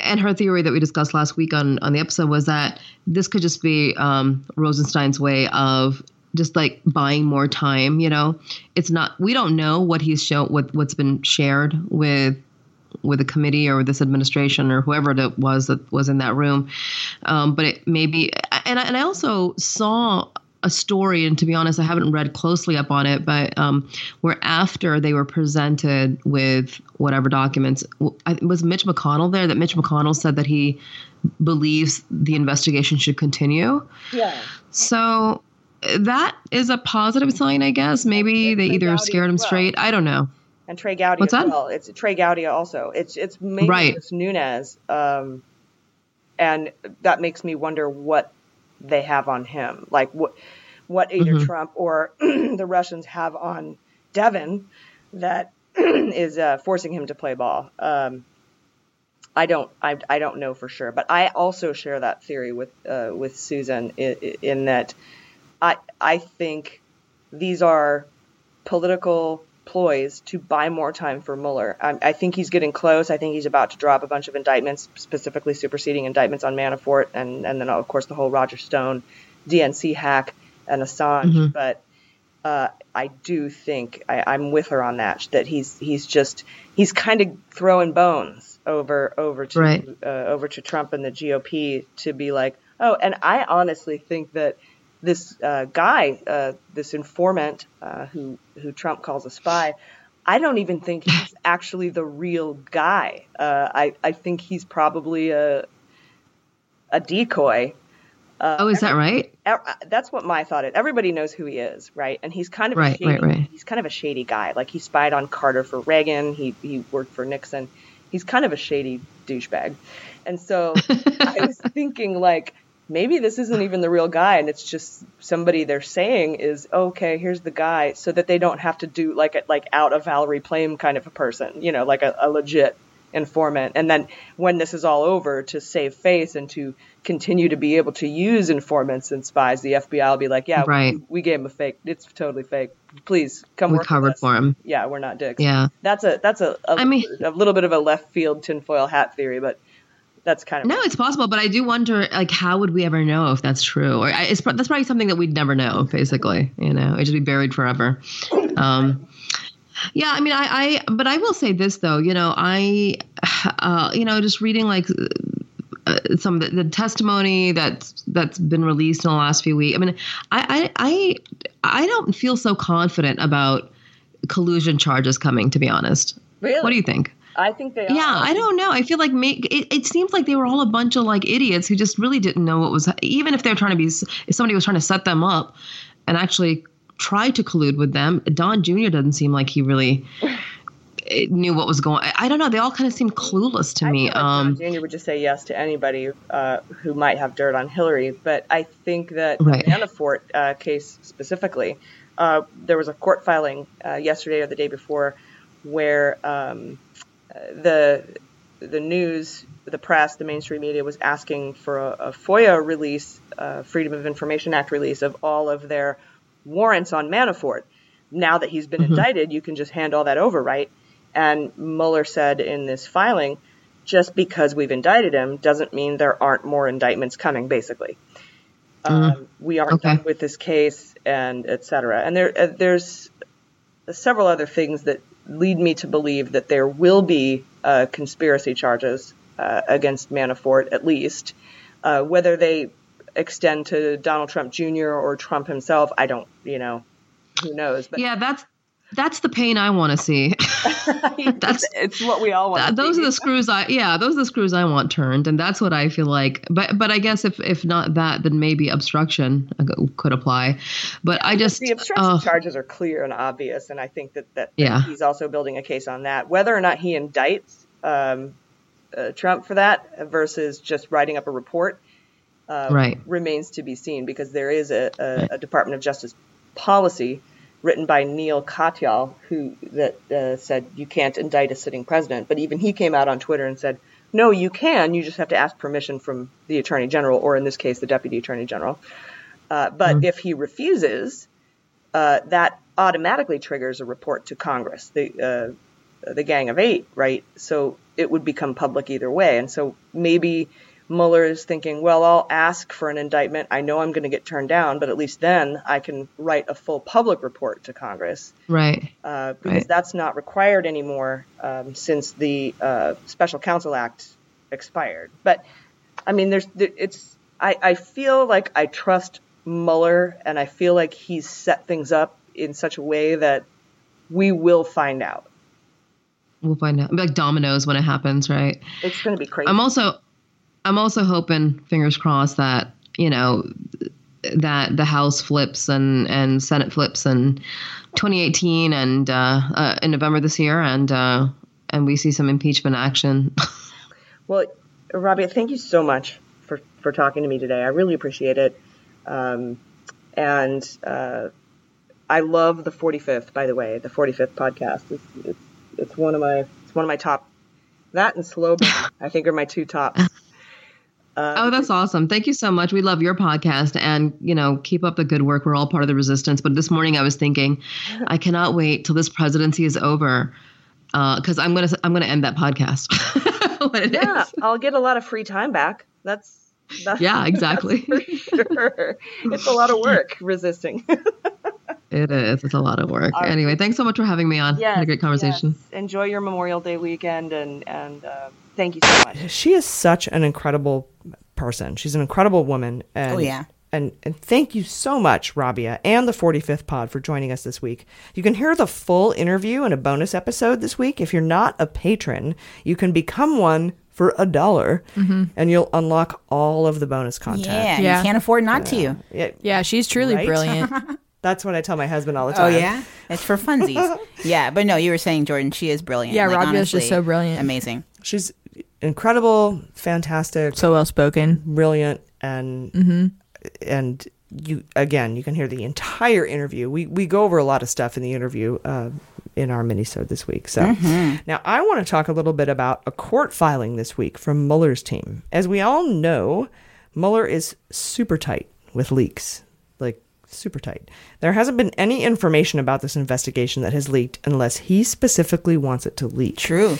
S11: and her theory that we discussed last week on on the episode was that this could just be um Rosenstein's way of just like buying more time, you know. It's not we don't know what he's shown what what's been shared with with the committee or with this administration or whoever it was that was in that room. Um, but it maybe, and I, and I also saw a story, and to be honest, I haven't read closely up on it, but um, where after they were presented with whatever documents, w- I- was Mitch McConnell there? That Mitch McConnell said that he believes the investigation should continue.
S1: Yeah.
S11: So uh, that is a positive sign, I guess. Maybe they either scared him straight. I don't know.
S1: And Trey Gowdy
S11: What's
S1: as
S11: that?
S1: well. It's Trey Gowdy also. It's it's mainly
S11: Right.
S1: just Nunez, um, and that makes me wonder what they have on him, like what what either
S11: Mhm.
S1: Trump or the Russians have on Devin that is uh, forcing him to play ball. Um, I don't I, I don't know for sure, but I also share that theory with uh, with Susan in, in that I I think these are political ploys to buy more time for Mueller. I, I think he's getting close. I think he's about to drop a bunch of indictments, specifically superseding indictments on Manafort and and then of course the whole Roger Stone, DNC hack, and Assange.
S2: Mhm.
S1: But uh, I do think I, I'm with her on that. That he's he's just he's kind of throwing bones over over to
S2: Right.
S1: uh, over to Trump and the GOP to be like, Oh, and I honestly think that this uh, guy, uh, this informant uh, who who Trump calls a spy, I don't even think he's actually the real guy. Uh, I I think he's probably a a decoy. Uh,
S11: Oh, is that right?
S1: ev- That's what my thought is. Everybody knows who he is, right? And he's kind of a
S11: Right,
S1: shady,
S11: right, right.
S1: he's kind of a shady guy. Like he spied on Carter for Reagan. He he worked for Nixon. He's kind of a shady douchebag. And so I was thinking like maybe this isn't even the real guy and it's just somebody they're saying is okay, here's the guy so that they don't have to do like a like out of Valerie Plame kind of a person, you know, like a, a legit informant. And then when this is all over to save face and to continue to be able to use informants and spies, the FBI will be like, yeah, we-
S11: Right.
S1: we, gave him a fake. It's totally fake. Please come
S11: We
S1: work with
S11: covered
S1: us."
S11: for him.
S1: Yeah, we're not dicks.
S11: Yeah.
S1: That's a that's a a a little bit of a left field tinfoil hat theory, but that's kind of
S11: No, it's possible, but I do wonder, like, how would we ever know if that's true? Or I- it's pro- that's probably something that we'd never know, basically. You know, it'd just be buried forever. Um, yeah, I mean, I, I, but I will say this though, you know, I, uh, you know, just reading like uh, some of the, the testimony that's that's been released in the last few weeks. I mean, I, I, I, I don't feel so confident about collusion charges coming. To be honest,
S1: Really?
S11: what do you think?
S1: I think they
S11: Yeah,
S1: are.
S11: I don't know. I feel like make, it, it seems like they were all a bunch of like idiots who just really didn't know what was even if they're trying to be if somebody was trying to set them up and actually try to collude with them. Don Jr. doesn't seem like he really eh, knew what was going. I, I don't know. They all kind of seemed clueless to me. Um,
S1: Junior would just say yes to anybody uh, who might have dirt on Hillary. But I think that
S11: Right.
S1: the Manafort uh, case specifically, uh, there was a court filing uh, yesterday or the day before where um, uh, the the news, the press, the mainstream media was asking for a, a FOIA release, uh, Freedom of Information Act release of all of their warrants on Manafort. Now that he's been
S12: Mhm.
S1: indicted, you can just hand all that over, right? And Mueller said in this filing, just because we've indicted him doesn't mean there aren't more indictments coming. Basically,
S11: mm.
S1: um, we aren't done with this case, and et cetera. And there, uh, there's several other things that lead me to believe that there will be uh, conspiracy charges uh, against Manafort, at least. Uh, whether they extend to Donald Trump Jr. or Trump himself, I don't, you know, who knows? But
S11: yeah, that's that's the pain I want to see.
S1: that's it's what we all want.
S11: Th- those are the screws I yeah, those are the screws I want turned, and that's what I feel like. But but I guess if if not that, then maybe obstruction uh, could apply. But I just
S1: the obstruction
S11: uh,
S1: charges are clear and obvious, and I think that, that, that
S11: Yeah.
S1: he's also building a case on that. Whether or not he indicts um, uh, Trump for that versus just writing up a report uh,
S12: Right.
S1: remains to be seen because there is a, a, a Department of Justice policy written by Neil Katyal who that uh, said you can't indict a sitting president, but even he came out on Twitter and said. No, you can. You just have to ask permission from the attorney general, or in this case, the deputy attorney general. Uh, but if he refuses, uh, that automatically triggers a report to Congress, the uh, the Gang of Eight, right? So it would become public either way. And so maybe Mueller is thinking, well, I'll ask for an indictment. I know I'm going to get turned down, but at least then I can write a full public report to Congress
S11: right.
S1: uh, because
S11: Right.
S1: that's not required anymore um, since the uh, Special Counsel Act expired. But I mean, there's there, it's I, I feel like I trust Mueller, and I feel like he's set things up in such a way that we will find out.
S11: We'll find out. Like dominoes when it happens, right?
S1: It's going to be crazy.
S11: I'm also I'm also hoping, fingers crossed, that you know that the House flips and and Senate flips in 2018 and uh, uh, in November this year, and uh, and we see some impeachment action.
S1: Well, Robbie, thank you so much for, for talking to me today. I really appreciate it. Um, and uh, I love the 45th, by the way, the 45th podcast. It's, it's, it's one of my it's one of my top. That and slow burn, I think, are my two tops.
S11: oh, that's awesome. Thank you so much. We love your podcast and, you know, keep up the good work. We're all part of the resistance. But this morning I was thinking, I cannot wait till this presidency is over. Uh, cause I'm going to, I'm going to end that podcast.
S1: yeah, I'll get a lot of free time back. That's, that's
S11: Yeah, exactly.
S1: that's for sure. It's a lot of work resisting.
S11: it is. It's a lot of work.
S1: All right.
S11: Anyway, thanks so much for having me on. Had
S1: Yes,
S11: a great conversation.
S1: Enjoy your Memorial Day weekend, and and uh, thank you so much.
S13: She is such an incredible
S1: person. She's an incredible woman. And,
S3: Oh, yeah.
S1: And, and thank you so much, Rabia, and the 45th Pod for joining us this week. You can hear the full interview in a bonus episode this week. If you're not a patron, you can become one for a dollar,
S11: Mm-hmm.
S2: Mhm.
S1: and you'll unlock all of the bonus content.
S3: Yeah, and you Yeah. can't afford not to.
S1: Yeah,
S2: yeah, she's truly brilliant.
S1: That's what I tell my husband all the
S3: Oh
S1: time.
S3: yeah, it's for funsies. yeah, but no, you were saying Jordan, she is brilliant.
S2: Yeah,
S3: like,
S2: Rabia's just
S3: honestly,
S2: so brilliant.
S3: amazing.
S1: She's incredible, fantastic,
S2: so well spoken,
S1: brilliant, and
S2: Mhm.
S1: and you again, you can hear the entire interview. We we go over a lot of stuff in the interview uh, in our minisode this week. So
S3: Mhm.
S1: now I want to talk a little bit about a court filing this week from Mueller's team. As we all know, Mueller is super tight with leaks, like super tight. There hasn't been any information about this investigation that has leaked unless he specifically wants it to leak.
S3: True.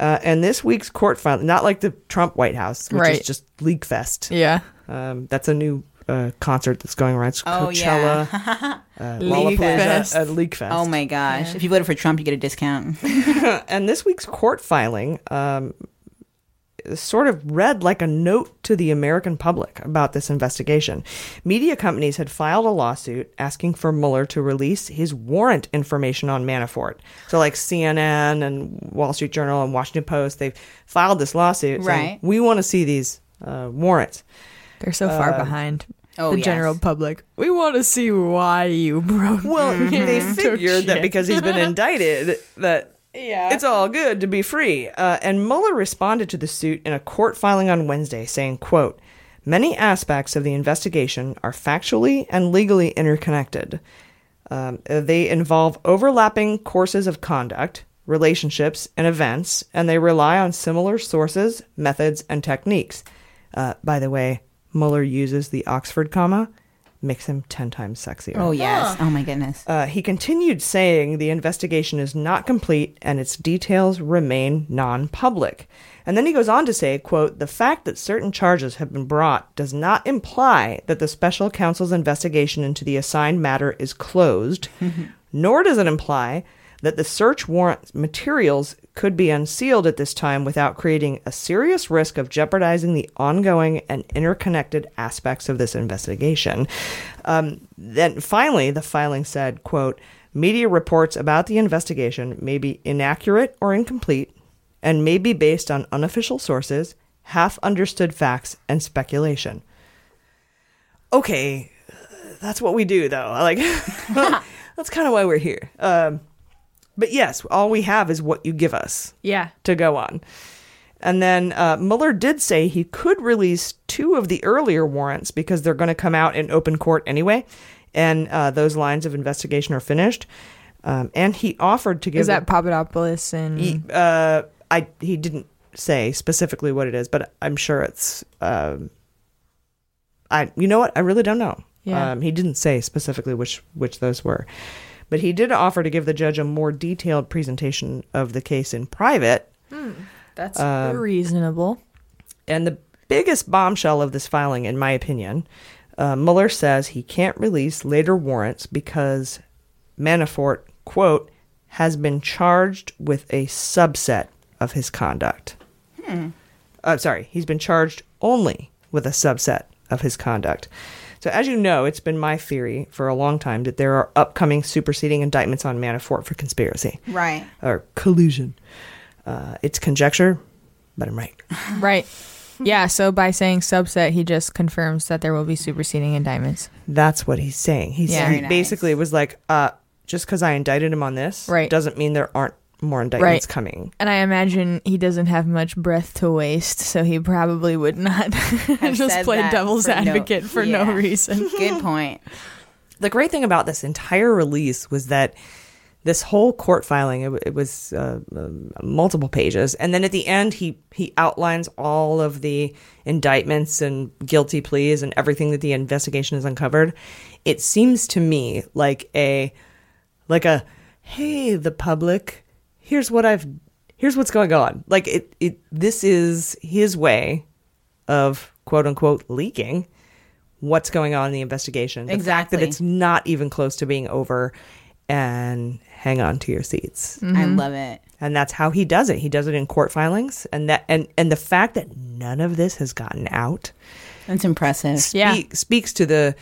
S1: Uh, and this week's court filing, not like the Trump White House, which
S2: Right.
S1: is just leak fest.
S2: Yeah.
S1: Um, that's a new uh, concert that's going around. It's
S3: Oh, yeah.
S1: Coachella, uh,
S3: Leak
S1: Lollapalooza,
S3: Fest.
S1: uh, Leak Fest.
S3: Oh my gosh! If you voted for Trump, you get a discount.
S1: and this week's court filing um, sort of read like a note to the American public about this investigation. Media companies had filed a lawsuit asking for Mueller to release his warrant information on Manafort. So, like CNN and Wall Street Journal and Washington Post, they've filed this lawsuit. saying,
S2: Right.
S1: we want to see these uh, warrants.
S2: They're so far
S1: Um,
S2: behind
S1: oh,
S2: the
S1: yes.
S2: general public. We want to see why you broke.
S1: Well, they
S2: took
S1: figured that
S2: shit.
S1: because he's been indicted, that it's all good to be free. Uh, and Mueller responded to the suit in a court filing on Wednesday, saying, "quote Many aspects of the investigation are factually and legally interconnected. Um, uh, they involve overlapping courses of conduct." Relationships and events, and they rely on similar sources, methods, and techniques. Uh, by the way, Mueller uses the Oxford comma, makes him 10 times sexier.
S3: Oh, yes. Huh. Oh, my goodness.
S1: Uh, he continued saying the investigation is not complete and its details remain non-public. And then he goes on to say, quote, the fact that certain charges have been brought does not imply that the special counsel's investigation into the assigned matter is closed, nor does it imply that the search warrant materials could be unsealed at this time without creating a serious risk of jeopardizing the ongoing and interconnected aspects of this investigation. Um, then finally, the filing said, quote, media reports about the investigation may be inaccurate or incomplete and may be based on unofficial sources, half understood facts, and speculation. Okay, that's what we do though. Like that's kind of why we're here. Um, but yes, all we have is what you give us.
S2: Yeah.
S1: To go on. And then uh, Mueller did say he could release two of the earlier warrants because they're going to come out in open court anyway, and uh, those lines of investigation are finished. Um, and he offered to give
S2: Is that
S1: the-
S2: Papadopoulos and
S1: he, uh, I he didn't say specifically what it is, but I'm sure it's. Um, I you know what I really don't know.
S2: Yeah.
S1: Um, he didn't say specifically which which those were, but he did offer to give the judge a more detailed presentation of the case in private.
S2: Hmm. that's
S1: Um,
S2: reasonable.
S1: And the biggest bombshell of this filing, in my opinion, uh, Mueller says he can't release later warrants because Manafort, quote, has been charged with a subset of his conduct.
S3: Hmm.
S1: Uh, sorry, he's been charged only with a subset of his conduct. So, as you know, it's been my theory for a long time that there are upcoming superseding indictments on Manafort for conspiracy
S3: Right.
S1: or collusion. Uh, it's conjecture, but I'm right.
S2: Right. Yeah, so by saying subset, he just confirms that there will be superseding indictments.
S1: That's what he's saying. He's
S2: Yeah.
S1: he
S2: Very nice.
S1: basically was like, uh, just because I indicted him on this,
S2: Right.
S1: doesn't mean there aren't more indictments
S2: Right.
S1: coming.
S2: And I imagine he doesn't have much breath to waste, so he probably would not just
S3: said
S2: play
S3: that
S2: devil's
S3: for no-
S2: advocate for no
S3: Yeah.
S2: reason.
S3: Good point.
S1: The great thing about this entire release was that this whole court filing it, w- it was uh, um, multiple pages, and then at the end he he outlines all of the indictments and guilty pleas and everything that the investigation has uncovered. It seems to me like a like a hey the public here's what i've here's what's going on like it, it this is his way of quote unquote leaking what's going on in the investigation the fact that
S3: Exactly.
S1: it's not even close to being over and hang on to your seats.
S3: I
S2: Mm-hmm.
S3: Mhm. love it.
S1: And that's how he does it. He does it in court filings and that and and the fact that none of this has gotten out.
S3: That's impressive.
S2: Yeah.
S1: Speaks to the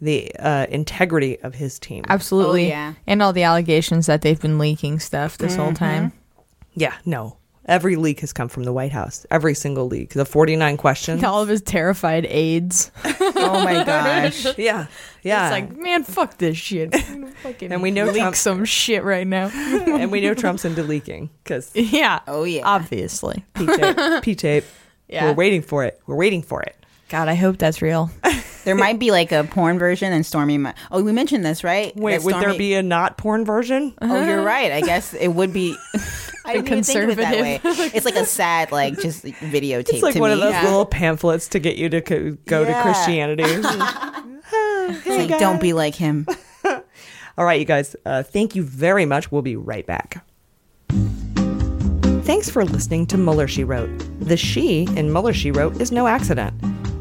S1: the uh, integrity of his team.
S2: Absolutely.
S3: Oh,
S2: And all the allegations that they've been leaking stuff this
S3: Mm-hmm.
S1: Mm-hmm.
S2: whole time.
S1: Yeah, no. Every leak has come from the White House. Every single leak. The 49 questions.
S2: All of his terrified aides. oh
S1: my gosh. Yeah. Yeah.
S2: It's like, man, fuck this shit. I'm gonna fucking
S1: And we know
S2: leak
S1: Trump-
S2: some shit right now.
S1: and we know Trump's into leaking because
S2: Yeah. Oh yeah. Obviously.
S1: P-tape. P-tape.
S2: Yeah.
S1: We're waiting for it. We're waiting for it.
S2: God, I hope that's real.
S3: There might be like a porn version and Stormy. Mi- oh, we mentioned this, right?
S1: Wait,
S3: That
S1: would there
S3: Stormy-
S1: be a not porn version?
S3: Oh, you're
S2: Uh-huh.
S3: right. I guess it would be. I didn't even think of it that way.
S1: conservative.
S3: It's like a sad, like just videotape.
S1: It's like
S3: to
S1: one
S3: me.
S1: of those little pamphlets to get you to co- go to
S3: Yeah.
S1: Christianity. Oh,
S3: It's like, don't be like him.
S1: All right, you guys, uh, thank you very much. We'll be right back. Thanks for listening to Muller She Wrote. The she in Muller She Wrote is no accident.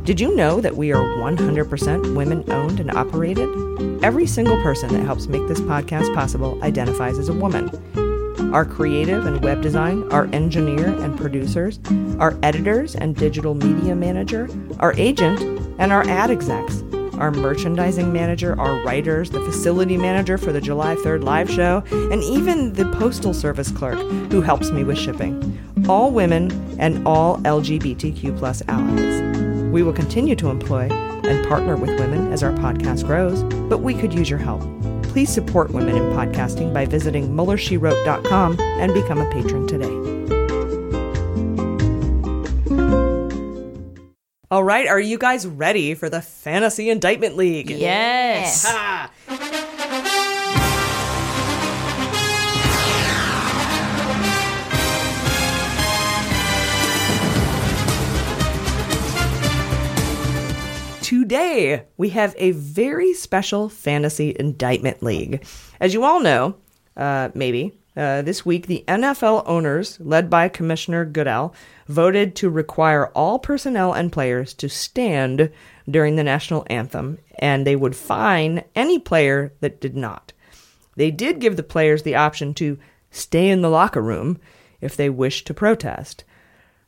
S1: Did you know that we are 100% women owned and operated? Every single person that helps make this podcast possible identifies as a woman. Our creative and web design, our engineer and producers, our editors and digital media manager, our agent, and our ad execs, our merchandising manager, our writers, the facility manager for the July 3rd live show, and even the postal service clerk who helps me with shipping. All women and all LGBTQ plus allies. We will continue to employ and partner with women as our podcast grows, but we could use your help. Please support women in podcasting by visiting MullerSheWrote.com and become a patron today. All right, are you guys ready for the Fantasy Indictment League?
S2: Yes.
S1: Ha! Today, we have a very special fantasy indictment league. As you all know, uh, maybe, uh, this week the NFL owners, led by Commissioner Goodell, voted to require all personnel and players to stand during the national anthem, and they would fine any player that did not. They did give the players the option to stay in the locker room if they wished to protest.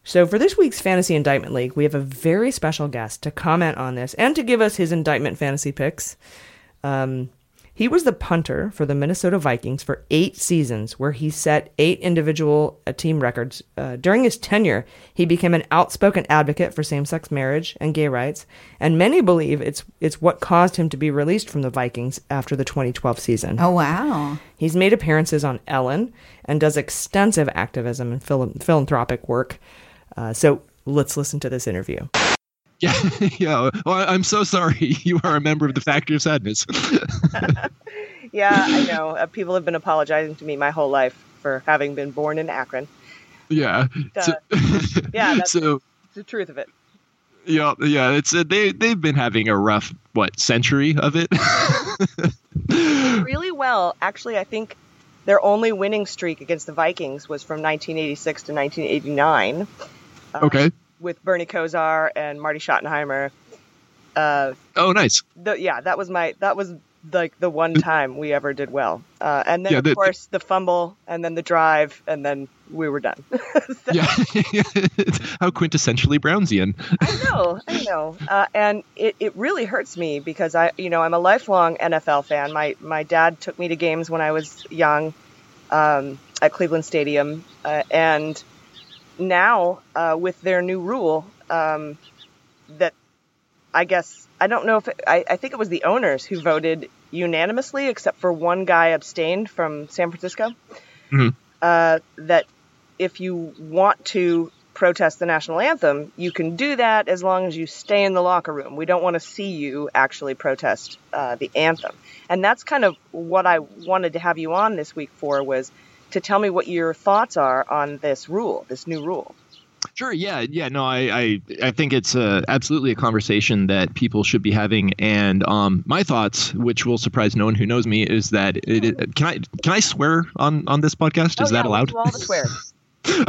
S1: So, for this week's Fantasy Indictment League, we have a very special guest to comment on this and to give us his indictment fantasy picks. Um, he was the punter for the Minnesota Vikings for eight seasons, where he set eight individual uh, team records. Uh, during his tenure, he became an outspoken advocate for same-sex marriage and gay rights, and many believe it's it's what caused him to be released from the Vikings after the 2012 season.
S3: Oh wow!
S1: He's made appearances on Ellen and does extensive activism and phil- philanthropic work. Uh, so let's listen to this interview.
S14: Yeah, yeah. Well, I- I'm so sorry. You are a member of the Factory of Sadness.
S8: Yeah, I know. Uh, people have been apologizing to me my whole life for having been born in Akron.
S14: yeah. So,
S8: Yeah, that's
S14: so
S8: the truth of it.
S14: yeah, yeah. It's uh, they they've been having a rough what century of it.
S8: Really well, actually. I think their only winning streak against the Vikings was from 1986 to 1989
S14: okay.
S8: with Bernie Kosar and Marty Schottenheimer. Uh,
S14: Oh, nice.
S8: the, yeah, that was my that was like the one time we ever did well. Uh, and then
S14: Yeah,
S8: of
S14: the-
S8: course the fumble, and then the drive, and then we were done.
S14: Yeah. How quintessentially Brownsian.
S8: I know, I know, uh, and it, it really hurts me because I, you know, I'm a lifelong NFL fan. My my dad took me to games when I was young um, at Cleveland Stadium, uh, and now uh, with their new rule um, that I guess I don't know if it, I, I think it was the owners who voted unanimously, except for one guy abstained from San Francisco
S14: Mhm.
S8: uh, that if you want to protest the national anthem, you can do that as long as you stay in the locker room. We don't want to see you actually protest uh, the anthem, and that's kind of what I wanted to have you on this week for was to tell me what your thoughts are on this rule, this new rule.
S14: Sure. Yeah. Yeah. No. I. I, I think it's uh, absolutely a conversation that people should be having. And um, my thoughts, which will surprise no one who knows me, is that it, it- can I can I swear on on this podcast? Is that allowed?
S8: All the swears.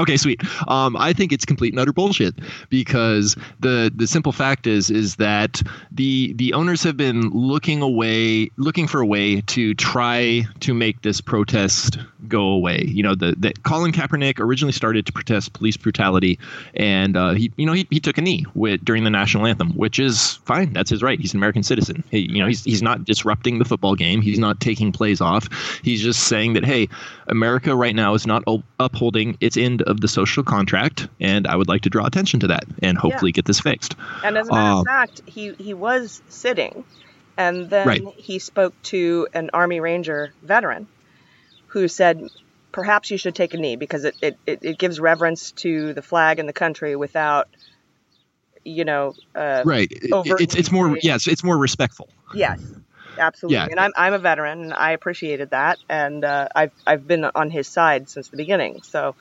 S14: okay, sweet. Um, I think it's complete and utter bullshit because the the simple fact is is that the the owners have been looking away, looking for a way to try to make this protest go away. You know, the, the Colin Kaepernick originally started to protest police brutality, and uh, he you know he, he took a knee with, during the national anthem, which is fine. That's his right. He's an American citizen. He, you know, he's he's not disrupting the football game. He's not taking plays off. He's just saying that hey, America right now is not o- upholding its end of the social contract, and I would like to draw attention to that and hopefully
S1: Yeah.
S14: get this fixed.
S1: And as a matter
S14: Um,
S1: of fact, he, he was sitting, and then
S14: Right.
S1: he spoke to an Army Ranger veteran who said, perhaps you should take a knee because it, it, it, it gives reverence to the flag and the country without, you know, uh,
S14: right. It-
S1: overtly
S14: it's it's more
S1: doing-
S14: yes, it's more respectful.
S1: Yes, absolutely.
S14: Yeah.
S1: And I'm, I'm a veteran, and I appreciated that, and uh, I've I've been on his side since the beginning. So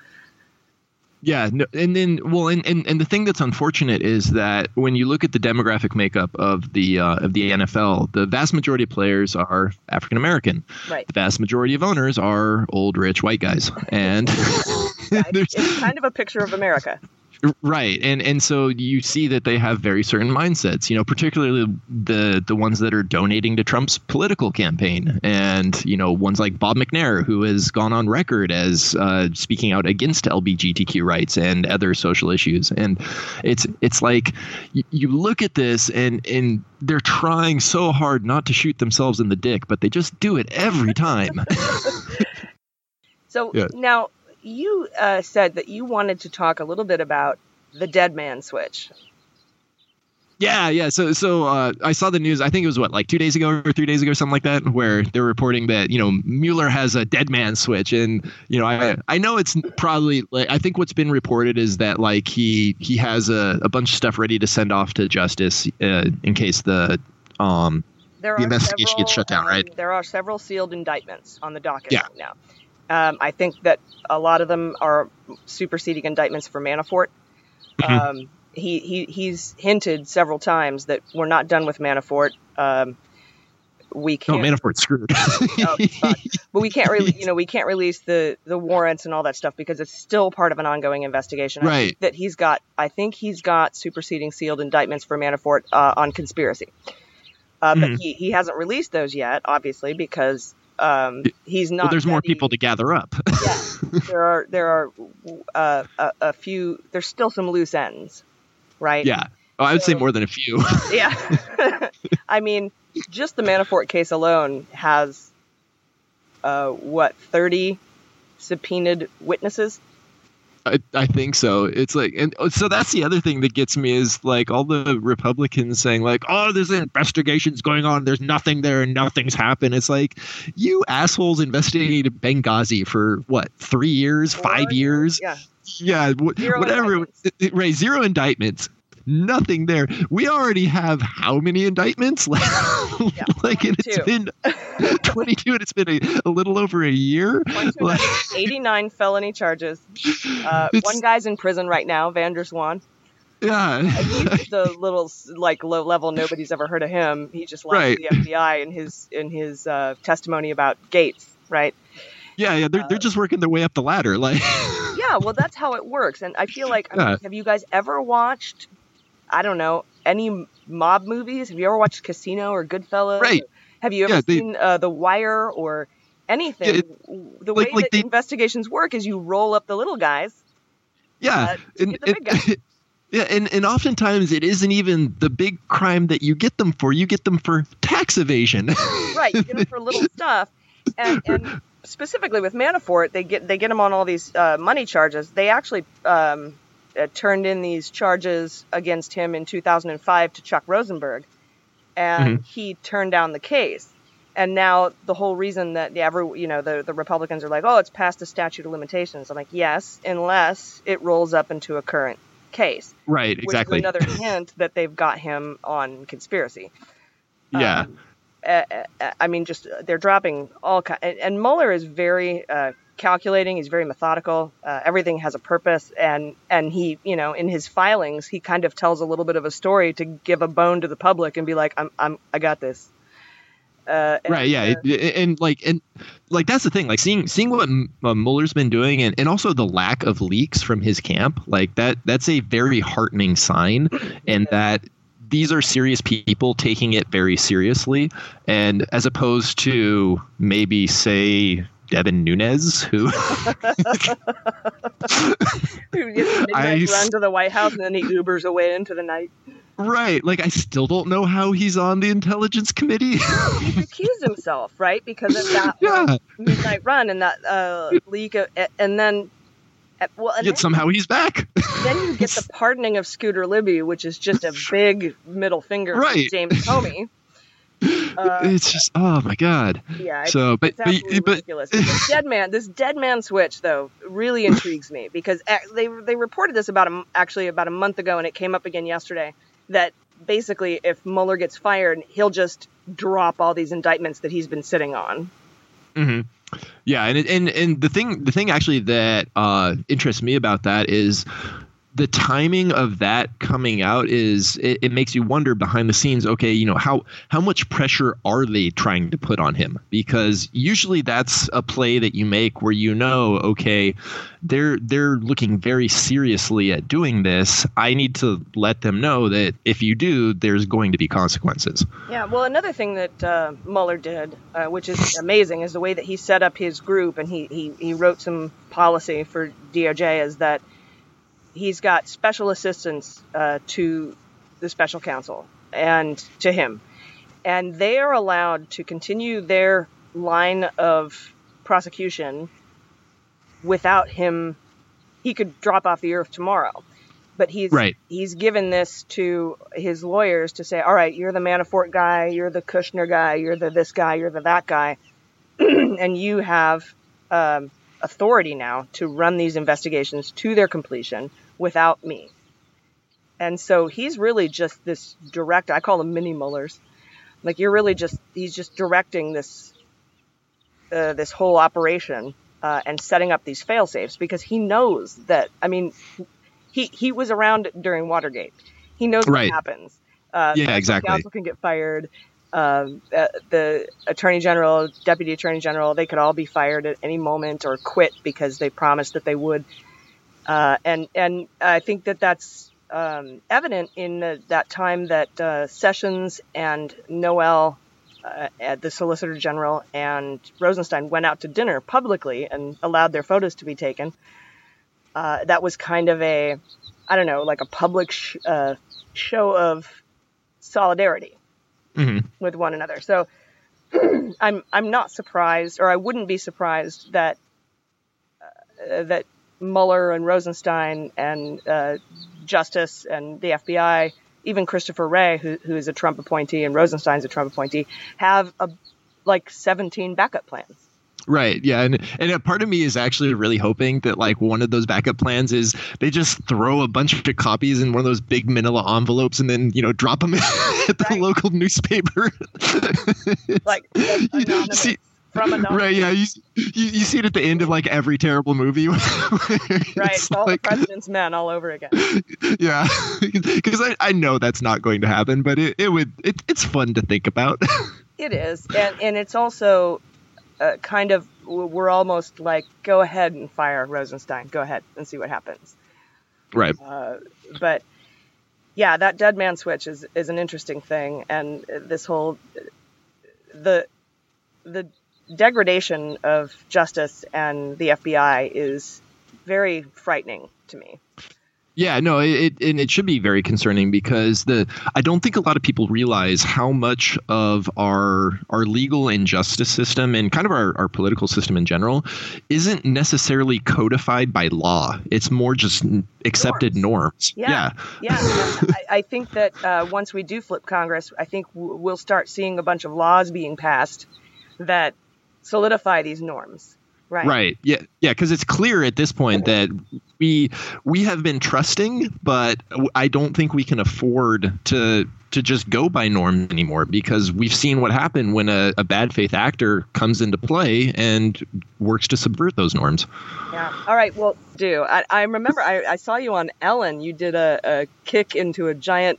S14: Yeah, no, and then well, and, and and the thing that's unfortunate is that when you look at the demographic makeup of the uh, of the NFL, the vast majority of players are African American.
S1: Right.
S14: The vast majority of owners are old, rich, white guys, and
S1: it's kind of a picture of America.
S14: Right, and and so you see that they have very certain mindsets. You know, particularly the the ones that are donating to Trump's political campaign, and you know, ones like Bob McNair, who has gone on record as uh, speaking out against LGBTQ rights and other social issues. And it's it's like you, you look at this, and and they're trying so hard not to shoot themselves in the dick, but they just do it every time.
S1: So
S14: Yeah.
S1: now you uh, said that you wanted to talk a little bit about the dead man switch.
S14: Yeah, yeah. So, so uh, I saw the news. I think it was what, like two days ago or three days ago, something like that, where they're reporting that you know Mueller has a dead man switch, and you know I I know it's probably like I think what's been reported is that like he he has a, a bunch of stuff ready to send off to justice uh, in case the um
S1: There
S14: the
S1: are
S14: investigation
S1: several,
S14: gets shut down,
S1: um,
S14: right?
S1: There are several sealed indictments on the docket
S14: Yeah.
S1: right now. Um, I think that a lot of them are superseding indictments for Manafort.
S14: Mm-hmm.
S1: Um, he, he he's hinted several times that we're not done with Manafort. Um, we
S14: No,
S1: can't.
S14: Manafort's screwed.
S1: Oh, fuck. but we can't really, you know, we can't release the the warrants and all that stuff because it's still part of an ongoing investigation. I think
S14: Right.
S1: that he's got, I think he's got superseding sealed indictments for Manafort uh, on conspiracy, uh, but
S14: Mhm.
S1: he, he hasn't released those yet, obviously, because um, he's not.
S14: well, there's more
S1: ready.
S14: people to gather up.
S1: there are there are uh, a, a few. There's still some loose ends, right?
S14: yeah, oh, I would say more than a few.
S1: yeah. I mean, just the Manafort case alone has uh, what thirty subpoenaed witnesses.
S14: I, I think so. It's like, and oh, so that's the other thing that gets me is like all the Republicans saying like, "Oh, there's investigations going on. There's nothing there, and nothing's happened." It's like, you assholes investigated Benghazi for what three years, five years?
S1: Yeah.
S14: Yeah, wh-
S1: Zero
S14: whatever. It- it- Right, zero indictments. Nothing there. We already have how many indictments? like, and it's been 22, and it's been a, a little over a year. Like,
S1: Eighty-nine felony charges. Uh,
S14: It's-
S1: one guy's in prison right now, Vander Swan.
S14: yeah.
S1: He's the little like low level nobody's ever heard of him. He just lied to
S14: Right.
S1: the FBI in his in his uh, testimony about Gates, right?
S14: Yeah, yeah, they're,
S1: Uh,
S14: they're just working their way up the ladder. Like,
S1: yeah, well, that's how it works. And I feel like, I mean,
S14: Yeah.
S1: have you guys ever watched, I don't know, any mob movies? Have you ever watched Casino or Goodfellas?
S14: Right.
S1: Have you ever
S14: Yeah, they-
S1: seen uh, The Wire or anything?
S14: Yeah,
S1: the
S14: like-
S1: way
S14: like
S1: that
S14: they-
S1: investigations work is you roll up the little guys.
S14: yeah, and, and- yeah, and and oftentimes it isn't even the big crime that you get them for. You get them for tax evasion.
S1: right you get them for little stuff and, and specifically with manafort they get they get him on all these uh, money charges they actually um, uh, turned in these charges against him in 2005 to chuck rosenberg and
S10: Mhm.
S1: he turned down the case and now the whole reason that the every you know the, the republicans are like oh it's past the statute of limitations i'm like yes unless it rolls up into a current case
S14: right, exactly.
S1: which is another hint that they've got him on conspiracy
S14: yeah,
S1: uh, uh, I mean, just uh, they're dropping all kind. And, and Mueller is very uh, calculating. He's very methodical. Uh, everything has a purpose, and and he, you know, in his filings, he kind of tells a little bit of a story to give a bone to the public and be like, I'm, I'm, I got this. Uh, and,
S14: right. Yeah.
S1: uh,
S14: It- it- and like and like that's the thing. Like seeing seeing what M- uh, Mueller's been doing, and, and also the lack of leaks from his camp. Like that that's a very heartening sign, and that these are serious people taking it very seriously, and as opposed to maybe say. Devin Nunes, who
S1: who gets a
S14: I
S15: s-
S1: midnight run to the White House and then he Ubers away into the night.
S14: right, like I still don't know how he's on the intelligence committee.
S1: He's accused himself, right, because of that
S14: yeah,
S1: midnight run and that uh, leak, of, and then uh, well, and
S14: yet somehow he's back.
S1: then you get the pardoning of Scooter Libby, which is just a big middle finger
S14: Right.
S1: from James Comey. Uh,
S14: it's just oh my god.
S1: yeah, it's,
S14: So, but
S1: it's
S14: but,
S1: absolutely
S14: but
S1: ridiculous. This dead man, this dead man switch though really intrigues me because ac- they they reported this about a m actually about a month ago, and it came up again yesterday that basically if Mueller gets fired, he'll just drop all these indictments that he's been sitting on.
S14: hmm Yeah, and it- and and the thing the thing actually that uh, interests me about that is the timing of that coming out is it, it makes you wonder behind the scenes. Okay, you know how how much pressure are they trying to put on him? Because usually that's a play that you make where you know okay they're they're looking very seriously at doing this. I need to let them know that if you do, there's going to be consequences.
S1: Yeah, well, another thing that uh, Mueller did, uh, which is amazing, is the way that he set up his group and he, he, he wrote some policy for DOJ is that he's got special assistants uh, to the special counsel and to him. And they are allowed to continue their line of prosecution without him. He could drop off the earth tomorrow. But he's
S14: Right.
S1: he's given this to his lawyers to say, all right, you're the Manafort guy, you're the Kushner guy, you're the this guy, you're the that guy, and you have um, authority now to run these investigations to their completion without me. And so he's really just this direct. I call them mini Mullers. Like you're really just he's just directing this uh, this whole operation uh, and setting up these fail safes because he knows that. I mean, he he was around during Watergate. He knows
S14: Right.
S1: what happens. Uh,
S14: Yeah,
S1: special
S14: exactly.
S1: Counsel can get fired. Um, uh, the attorney general, deputy attorney general, they could all be fired at any moment or quit because they promised that they would. Uh, and and I think that that's um, evident in the, that time that uh, Sessions and Noel, uh, at the Solicitor General, and Rosenstein went out to dinner publicly and allowed their photos to be taken. Uh, that was kind of a, I don't know, like a public sh- uh, show of solidarity
S2: Mm-hmm.
S14: hmm
S1: with one another. So I'm I'm not surprised, or I wouldn't be surprised that uh, that Mueller and Rosenstein and uh, Justice and the FBI, even Christopher Wray, who who is a Trump appointee and Rosenstein's a Trump appointee, have a like 17 backup plans.
S14: Right. Yeah. And and a part of me is actually really hoping that like one of those backup plans is they just throw a bunch of copies in one of those big manila envelopes and then, you know, drop them at the local newspaper.
S1: like anonymous,
S14: see,
S1: from anonymous.
S14: Right. Yeah. You, s- you, you see it at the end of like every terrible movie. where
S1: Right,
S14: it's
S1: it's all
S14: like-
S1: the president's men all over again.
S14: yeah. Because I, I know that's not going to happen, but it, it would, it, it's fun to think about.
S1: It is, and and it's also uh, kind of we're almost like go ahead and fire Rosenstein, go ahead and see what happens.
S14: right.
S1: Uh, but yeah, that dead man switch is is an interesting thing, and this whole the the degradation of justice and the FBI is very frightening to me.
S14: Yeah, no, it, it and it should be very concerning because the I don't think a lot of people realize how much of our our legal and justice system and kind of our, our political system in general isn't necessarily codified by law. It's more just n- accepted norms.
S1: Yeah, yeah. and I, I think that uh, once we do flip Congress, I think w- we'll start seeing a bunch of laws being passed that solidify these norms. Right.
S14: Right. Yeah. Yeah. Because it's clear at this point that we we have been trusting, but I don't think we can afford to to just go by norms anymore because we've seen what happened when a, a bad faith actor comes into play and works to subvert those norms.
S1: Yeah. All right. Well, do I, I remember I, I saw you on Ellen? You did a, a kick into a giant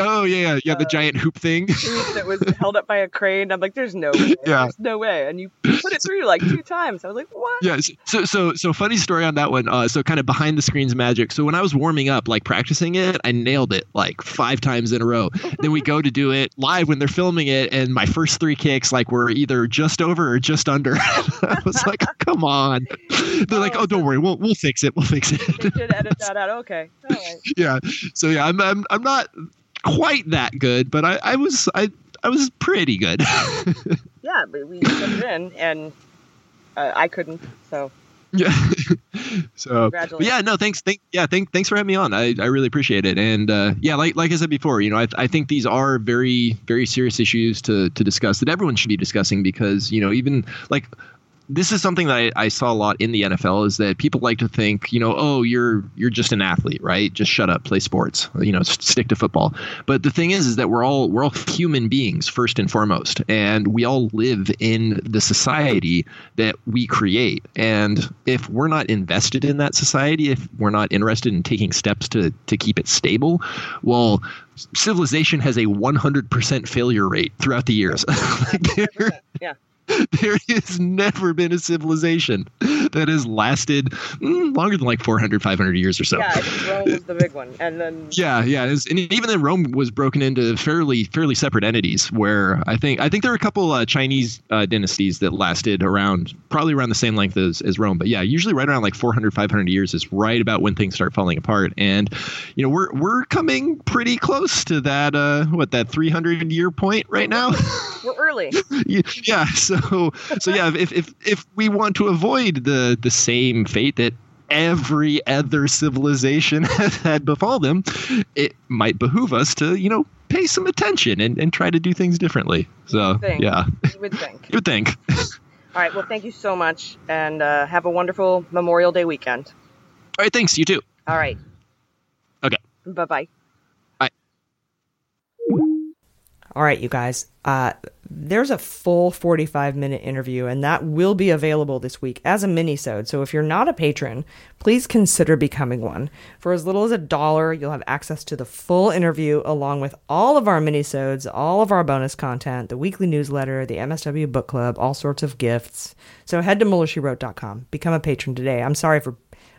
S14: Oh yeah, yeah, yeah the giant hoop thing.
S8: that was held up by a crane. I'm like, there's no way.
S14: Yeah.
S8: There's no way. And you put it through like two times. I was like, what?
S14: Yes. So so so funny story on that one. Uh, so kind of behind the screens magic. So when I was warming up, like practicing it, I nailed it like five times in a row. then we go to do it live when they're filming it, and my first three kicks like were either just over or just under. I was like, "Oh, come on. They're like, oh, don't worry, we'll we'll fix it. We'll fix
S8: They
S14: it.
S8: should edit that out. Okay. All right.
S14: yeah. So yeah, I'm I'm I'm not quite that good, but I I was I I was pretty good.
S8: Yeah, but we put it in, and uh, I couldn't. So
S14: Yeah. so but
S8: Congratulations.
S14: yeah, no, thanks. Thank, yeah, thank, thanks for having me on. I, I really appreciate it. And uh, yeah, like like I said before, you know, I, I think these are very very serious issues to to discuss that everyone should be discussing because you know even like. This is something that I, I saw a lot in the NFL is that people like to think, you know, oh, you're you're just an athlete, right? Just shut up, play sports, you know, s- stick to football. But the thing is, is that we're all we're all human beings first and foremost, and we all live in the society that we create. And if we're not invested in that society, if we're not interested in taking steps to to keep it stable, well, civilization has a 100% failure rate throughout the years. Like, there-
S8: yeah.
S14: there has never been a civilization that has lasted mm, longer than like 400 500 years or so
S8: yeah, I think Rome was the big one, and then
S14: yeah, yeah, it was- and even then, Rome was broken into fairly fairly separate entities. Where I think I think there were a couple uh, Chinese uh, dynasties that lasted around probably around the same length as, as Rome. But yeah, usually right around like 400 500 years is right about when things start falling apart. And you know we're we're coming pretty close to that uh, what that 300 year point right now.
S8: we're early.
S14: yeah, so so yeah, if if if we want to avoid the the same fate that every other civilization has had befall them, it might behoove us to you know pay some attention and, and try to do things differently. So
S8: Thing.
S14: yeah,
S8: You would think.
S14: you would think.
S8: All right. Well, thank you so much, and uh, have a wonderful Memorial Day weekend.
S14: All right, thanks. You too.
S8: All right.
S14: Okay.
S8: Bye bye.
S1: All right, you guys. Uh, there's a full 45 minute interview, and that will be available this week as a minisode. So if you're not a patron, please consider becoming one. For as little as a dollar, you'll have access to the full interview along with all of our minisodes, all of our bonus content, the weekly newsletter, the MSW book club, all sorts of gifts. So head to MullerSheWrote.com, become a patron today. I'm sorry for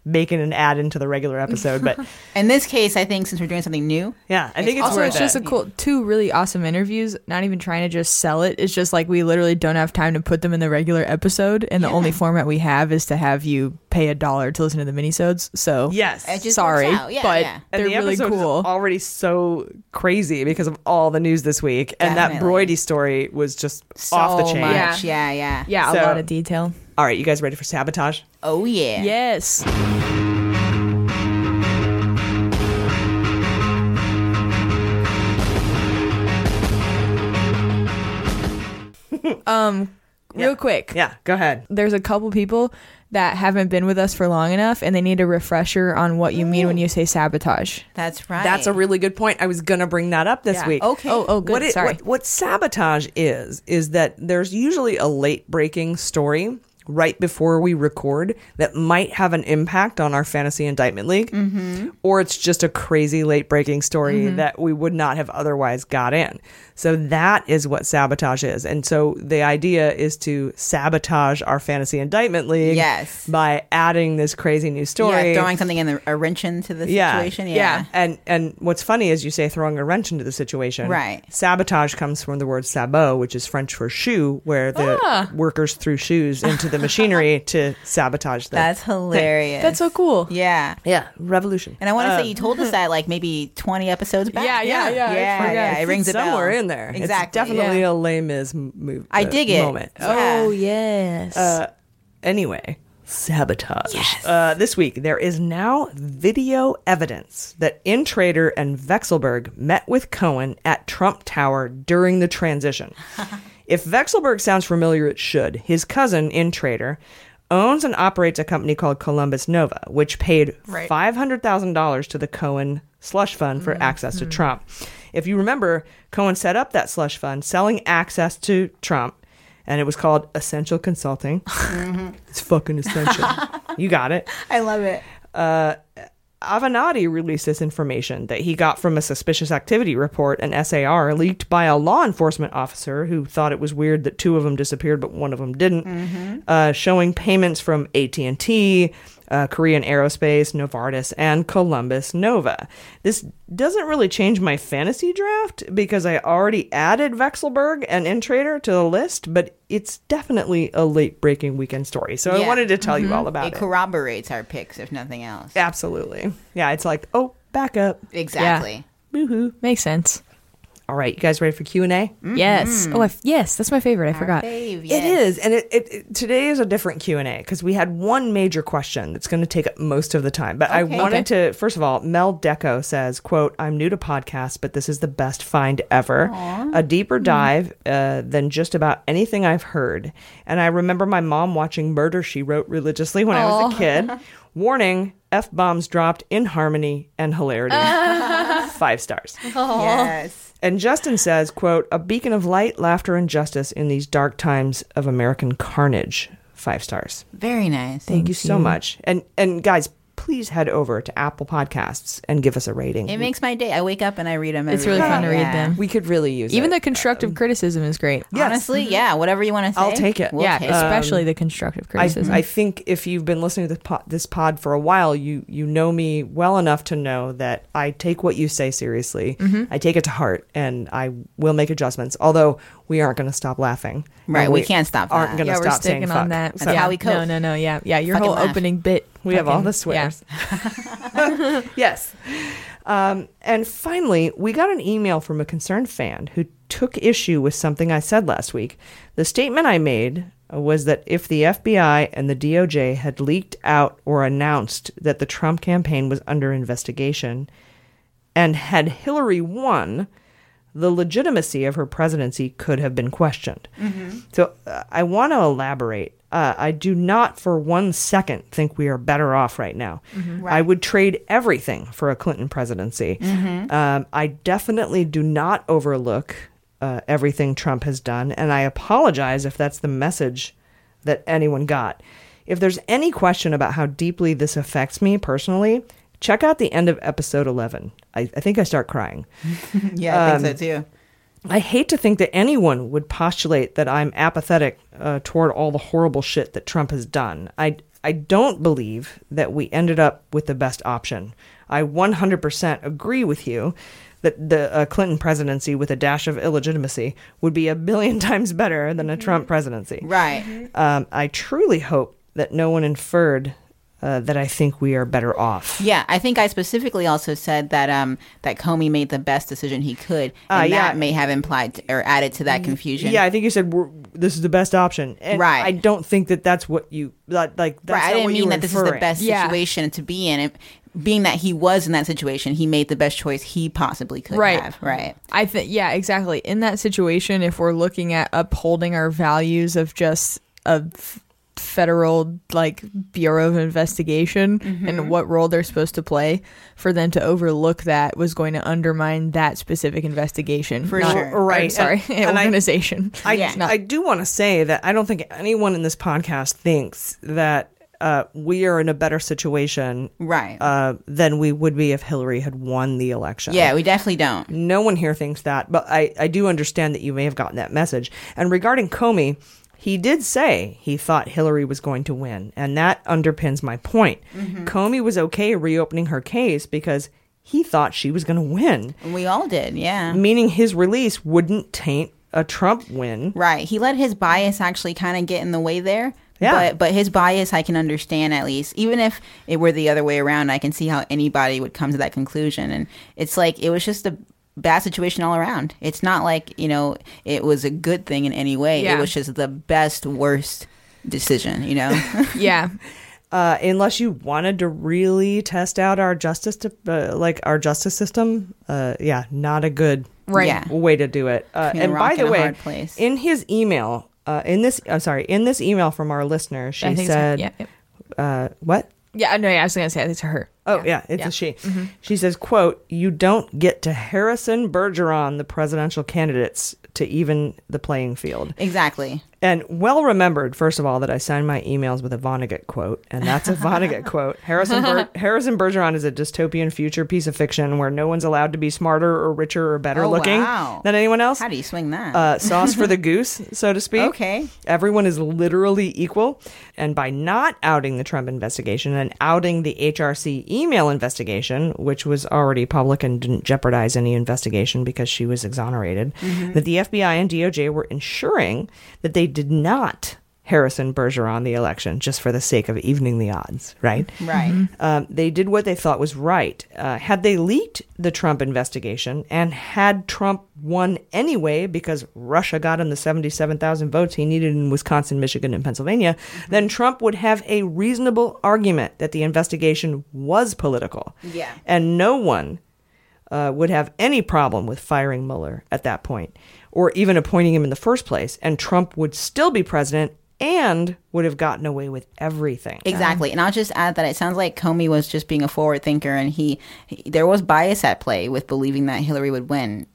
S1: making an ad into the regular episode, but
S3: in this case, I think since we're doing something new,
S1: yeah, I think it's
S2: also
S1: worth
S2: it's just
S1: it.
S2: a cool two really awesome interviews. Not even trying to just sell it. It's just like we literally don't have time to put them in the regular episode, and the only format we have is to have you pay a dollar to listen to the minisodes. So
S1: Yes.
S3: It just works
S2: sorry,
S3: out. Yeah,
S2: but
S3: yeah.
S2: they're
S1: and the
S2: really
S1: episode is
S2: cool.
S1: already so crazy because of all the news this week, and that Broidy story was just off the
S2: So
S1: chain.
S2: much.
S3: yeah, yeah, yeah.
S2: Yeah,
S1: So-
S2: a lot of detail.
S1: All right, you guys ready for sabotage?
S3: Oh yeah.
S2: Yes. um real quick.
S1: Yeah, go ahead.
S2: There's a couple people that haven't been with us for long enough and they need a refresher on what you mean when you say sabotage.
S3: That's right.
S1: That's a really good point. I was gonna bring that up this
S2: Yeah.
S1: week.
S2: Okay. Oh, oh, good.
S1: What, it-
S2: Sorry.
S1: what what sabotage is is that there's usually a late breaking story right before we record that might have an impact on our fantasy indictment league, or it's just a crazy late breaking story
S3: Mm-hmm.
S1: that we would not have otherwise got in. So that is what sabotage is, and so the idea is to sabotage our fantasy indictment league.
S3: Yes.
S1: by adding this crazy new story,
S3: Yeah, throwing something in the, a wrench into the situation. Yeah.
S1: and and what's funny is you say throwing a wrench into the situation.
S3: Right.
S1: Sabotage comes from the word sabot, which is French for shoe, where the
S2: Ah.
S1: workers threw shoes into the machinery to sabotage them.
S3: That's hilarious.
S2: That's so cool. Um,
S3: yeah.
S1: yeah, revolution.
S3: And I want to say you told us that like maybe 20 episodes back.
S2: Yeah, yeah, yeah, I
S3: Yeah, yeah.
S2: forgot.
S3: It rings a bell.
S1: somewhere in there. It's
S3: Exactly.
S1: definitely a lame is move.
S3: I
S1: uh,
S3: dig it.
S1: Moment.
S2: Oh yes.
S1: Uh, Anyway, sabotage. Uh, this week, there is now video evidence that Intrader and Vexelberg met with Cohen at Trump Tower during the transition. if Vexelberg sounds familiar, it should. His cousin, Intrader, owns and operates a company called Columbus Nova, which paid
S2: Right.
S1: $500,000 to the Cohen slush fund
S3: Mm-hmm.
S1: for access to Trump. If you remember, Cohen set up that slush fund selling access to Trump, and it was called Essential
S3: Mm-hmm.
S1: Consulting. It's fucking essential. you got it.
S3: I love it.
S1: Uh, Avenatti released this information that he got from a suspicious activity report, an SAR, leaked by a law enforcement officer who thought it was weird that two of them disappeared but one of them didn't,
S10: Hmm.
S16: Mhm.
S1: uh, showing payments from AT&T, uh, Korean Aerospace, Novartis, and Columbus Nova. This doesn't really change my fantasy draft because I already added Vexelberg and Intrader to the list, but it's definitely a late-breaking weekend story. So I
S3: Yeah.
S1: wanted to tell you
S3: Mhm.
S1: all about it.
S3: It corroborates our picks, if nothing else.
S1: Absolutely. Yeah, it's like, oh, back up.
S3: Exactly.
S1: Yeah. Boohoo. Makes sense. All right, you guys ready for Q and A?
S2: Yes. Oh, I f- yes. That's my favorite. I forgot.
S1: It is, and it, it, it- today is a different Q and A because we had one major question that's going to take up most of the time. But I
S2: Okay.
S1: wanted to first of all, Mel Deco says, "quote I'm new to podcasts, but this is the best find ever.
S16: Aw.
S1: A deeper
S2: Hmm.
S1: dive uh, than just about anything I've heard." And I remember my mom watching Murder She Wrote religiously when I was
S16: Aw.
S1: a kid. Warning: f bombs dropped in harmony and hilarity. Five stars.
S3: Yes.
S1: And Justin says, quote, a beacon of light, laughter, and justice in these dark times of American carnage. Five stars.
S3: Very nice.
S1: Thank, you so much. And and guys, please head over to Apple Podcasts and give us a rating.
S3: It makes my day. I wake up and I read them.
S2: It's really fun to read them.
S1: We could really use
S2: Even
S1: it.
S2: the
S1: um,
S2: constructive criticism is great.
S3: Honestly, yeah. Whatever you want to say,
S1: I'll take it.
S3: We'll
S2: yeah,
S3: take
S2: especially
S1: Um,
S2: the constructive
S1: Mm-hmm. I,
S2: criticism.
S1: I think if you've been listening to this pod, this pod for a while, you you know me well enough to know that I take what you say seriously.
S3: Mhm.
S1: I take it to heart, and I will make adjustments. Although we aren't going to stop laughing.
S3: Right,
S1: And
S3: we can't stop
S1: Aren't
S3: that.
S1: going to
S2: yeah,
S1: stop
S2: we're
S1: saying
S2: sticking
S1: fuck.
S2: on that.
S1: So-
S2: yeah. No, no, no. Yeah, yeah. Your
S1: Fucking
S2: whole
S1: laugh.
S2: opening bit.
S1: We have all
S2: fucking-
S1: the
S2: yeah.
S1: swears. yes. Um, and finally, we got an email from a concerned fan who took issue with something I said last week. The statement I made was that if the FBI and the DOJ had leaked out or announced that the Trump campaign was under investigation and had Hillary won, the legitimacy of her presidency could have been questioned.
S3: Mm-hmm.
S16: Mhm.
S1: So uh, I want to elaborate. Uh, I do not for one second think we are better off right now.
S3: Mm-hmm.
S16: Mhm.
S1: I would trade everything for a Clinton presidency.
S3: Mm-hmm.
S16: Mhm.
S1: Um, I definitely do not overlook uh, everything Trump has done, and I apologize if that's the message that anyone got. If there's any question about how deeply this affects me personally, check out the end of episode 11. I, I think I start crying.
S3: it. Yeah, I
S1: Um,
S3: think so too.
S1: I hate to think that anyone would postulate that I'm apathetic uh, toward all the horrible shit that Trump has done. I I don't believe that we ended up with the best option. I 100% agree with you that the uh, Clinton presidency with a dash of illegitimacy would be a billion times better than a Trump presidency.
S3: Right.
S1: Um, I truly hope that no one inferred uh, that I think we are better off.
S3: Yeah, I think I specifically also said that um that Comey made the best decision he could, and
S1: Uh, yeah. Mm-hmm.
S3: that may have implied or added to that confusion.
S1: Yeah, I think you said We're, this is the best option. And
S3: Right.
S1: I don't think that that's what you that, like. That's
S3: right. I
S1: not
S3: didn't
S1: what you
S3: mean
S1: were
S3: that this is the
S1: inferring.
S3: best situation to be in. It, being that he was in that situation, he made the best choice he possibly could
S2: right.
S3: have. Right.
S2: I think yeah, exactly. In that situation, if we're looking at upholding our values of just a f- federal like bureau of investigation
S3: Mhm.
S2: and what role they're supposed to play for them to overlook that was going to undermine that specific investigation
S3: For
S2: not-
S3: sure.
S2: or,
S1: Right,
S2: I'm sorry
S1: and- and I-
S2: organization
S1: I,
S2: Not-
S1: I do want to say that I don't think anyone in this podcast thinks that uh, we are in a better situation
S3: right.
S1: uh, than we would be if Hillary had won the election.
S3: Yeah, we definitely don't.
S1: No one here thinks that, but I, I do understand that you may have gotten that message. And regarding Comey, he did say he thought Hillary was going to win, and that underpins my point.
S3: Mhm.
S1: Comey was okay reopening her case because he thought she was going to win,
S3: We all did. Yeah.
S1: meaning his release wouldn't taint a Trump win.
S3: Right. He let his bias actually kind of get in the way there.
S1: Yeah.
S3: But, but his bias, I can understand at least. Even if it were the other way around, I can see how anybody would come to that conclusion. And it's like, it was just a bad situation all around. It's not like, you know, it was a good thing in any way.
S2: Yeah.
S3: It was just the best, worst decision, you know?
S2: yeah.
S1: Uh, unless you wanted to really test out our justice, to, uh, like our justice system, uh, yeah, not a good
S3: Right. Yeah.
S1: way to do it. Uh,
S3: Between a
S1: and by
S3: rock
S1: the
S3: and a
S1: way,
S3: hard place.
S1: in his email, uh, in this, I'm sorry, in this email from our listener,
S2: I
S1: she
S2: think it's-
S1: said,
S2: yeah, yep.
S1: uh, "What?
S2: yeah Mm-hmm. no yeah, I was gonna say I think it's her
S1: Oh yeah, it's a she. She says, "quote You don't get to Harrison Bergeron, the presidential candidates, to even the playing field."
S3: Exactly.
S1: And well remembered, first of all, that I signed my emails with a Vonnegut quote, and that's a Vonnegut quote. Harrison Ber- Harrison Bergeron is a dystopian future piece of fiction where no one's allowed to be smarter or richer or better
S3: Oh,
S1: looking
S3: wow.
S1: than anyone else.
S3: How do you swing that?
S1: Uh, sauce for the goose, so to speak.
S3: Okay.
S1: Everyone is literally equal. And by not outing the Trump investigation and outing the HRC email investigation, which was already public and didn't jeopardize any investigation because she was exonerated,
S3: Mm-hmm.
S16: Mhm.
S1: that the FBI and DOJ were ensuring that they did not Harrison Bergeron the election just for the sake of evening the odds, right?
S3: Right.
S1: Um, they did what they thought was right. Uh, had they leaked the Trump investigation and had Trump won anyway because Russia got him the 77,000 votes he needed in Wisconsin, Michigan, and Pennsylvania,
S3: Mm-hmm.
S1: then Trump would have a reasonable argument that the investigation was political.
S3: Yeah.
S1: And no one uh, would have any problem with firing Mueller at that point or even appointing him in the first place. And Trump would still be president and would have gotten away with everything.
S3: Exactly. And I'll just add that it sounds like Comey was just being a forward thinker and he, he- there was bias at play with believing that Hillary would win.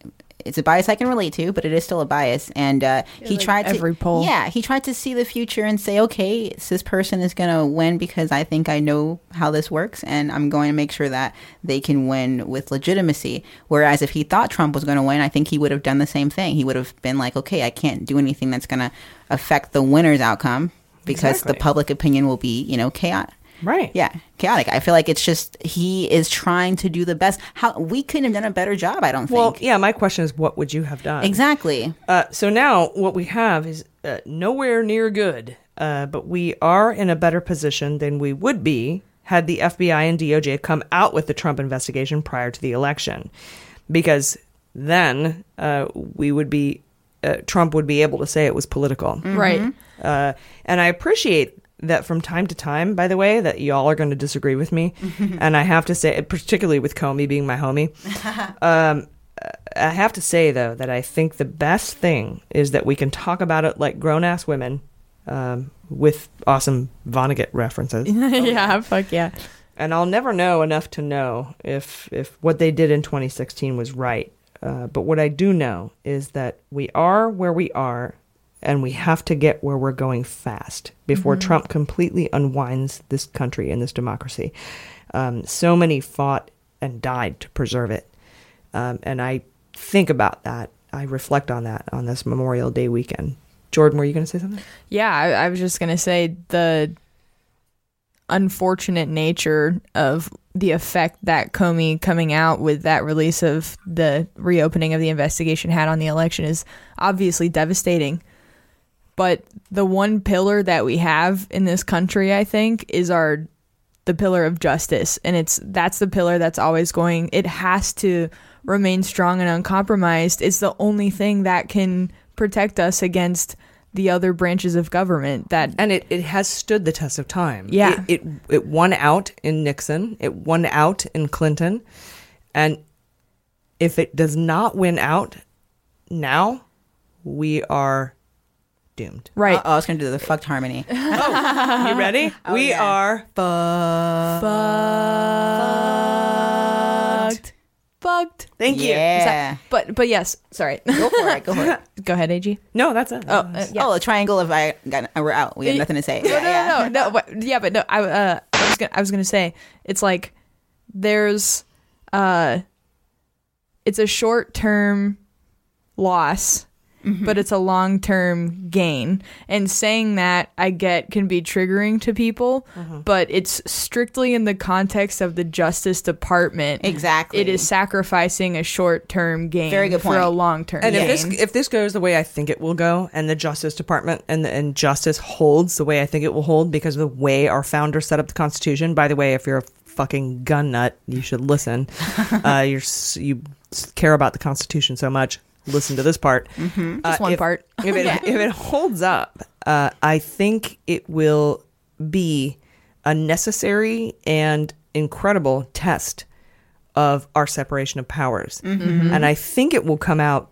S3: It's a bias I can relate to, but it is still a bias. And uh,
S2: Yeah,
S3: he
S2: like
S3: tried to
S2: every poll.
S3: Yeah, he tried to see the future and say, okay, this person is going to win because I think I know how this works, and I'm going to make sure that they can win with legitimacy. Whereas if he thought Trump was going to win, I think he would have done the same thing. He would have been like, okay, I can't do anything that's going to affect the winner's outcome because the
S1: Exactly.
S3: public opinion will be, you know, chaotic.
S1: Right.
S3: Yeah, chaotic. I feel like it's just he is trying to do the best. How we couldn't have done a better job, I don't
S1: Well,
S3: think.
S1: yeah, my question is what would you have done?
S3: Exactly.
S1: Uh, so now what we have is uh, nowhere near good, uh, but we are in a better position than we would be had the FBI and DOJ come out with the Trump investigation prior to the election. Because then uh, we would be, uh, Trump would be able to say it was political.
S3: Mm-hmm.
S2: Right. Mhm.
S1: Uh, and I appreciate that from time to time, by the way, that y'all are going to disagree with me. and I have to say, particularly with Comey being my homie, um, I have to say though that I think the best thing is that we can talk about it like grown ass women, um, with awesome Vonnegut references.
S2: yeah, fuck yeah.
S1: And I'll never know enough to know if if what they did in 2016 was right. Uh, but what I do know is that we are where we are, and we have to get where we're going fast before
S16: Mhm.
S1: Trump completely unwinds this country and this democracy. Um, so many fought and died to preserve it, um, and I think about that. I reflect on that on this Memorial Day weekend. Jordan, were you going to say something?
S2: Yeah, I, I was just gonna say the unfortunate nature of the effect that Comey coming out with that release of the reopening of the investigation had on the election is obviously devastating. But the one pillar that we have in this country, I think, is our the pillar of justice and it's that's the pillar that's always going it has to remain strong and uncompromised it's the only thing that can protect us against the other branches of government that
S1: and it, it has stood the test of time
S2: yeah
S1: It, it it won out in Nixon. It won out in Clinton. And if it does not win out now, we are doomed.
S2: Right.
S3: Oh, I was going to do the fucked harmony.
S1: Oh, you ready? we are
S2: fucked. Fucked.
S1: Thank you.
S2: Is that- but but yes, sorry.
S3: Go for it. Go for it.
S2: Go ahead, AG.
S1: No, that's it.
S2: Oh, uh, yeah.
S3: Oh, a triangle of I got, we're out. We have nothing to say.
S2: No, no, no, no, no. But, yeah, but no. I, uh, I was gonna, I was gonna say it's like there's, uh, it's a short term loss,
S3: Mm-hmm.
S2: but it's a long term gain. And saying that I get can be triggering to people,
S3: Mm-hmm.
S2: but it's strictly in the context of the Justice Department.
S3: Exactly.
S2: it is sacrificing a short term gain
S3: Very good
S2: for
S3: point.
S2: a long term.
S1: And
S2: gain.
S1: if this if this goes the way I think it will go, and the Justice Department and the, and justice holds the way I think it will hold because of the way our founders set up the Constitution. By the way, if you're a fucking gun nut, you should listen. uh, you're s- you s- care about the Constitution so much. Listen to this part.
S2: Mhm.
S1: Uh,
S2: Just one
S1: if-
S2: part.
S1: if it
S2: Yeah.
S1: if it holds up, uh, I think it will be a necessary and incredible test of our separation of powers,
S2: Mm-hmm.
S3: Mhm.
S1: and I think it will come out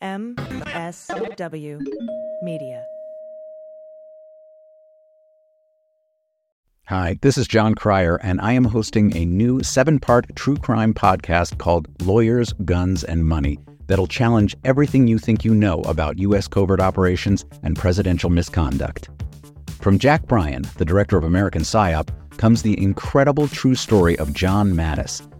S1: MSW Media.
S17: Hi, this is John Cryer, and I am hosting a new seven part true crime podcast called Lawyers, Guns, and Money that'll challenge everything you think you know about U.S. covert operations and presidential misconduct. From Jack Bryan, the director of American PSYOP, comes the incredible true story of John Mattis,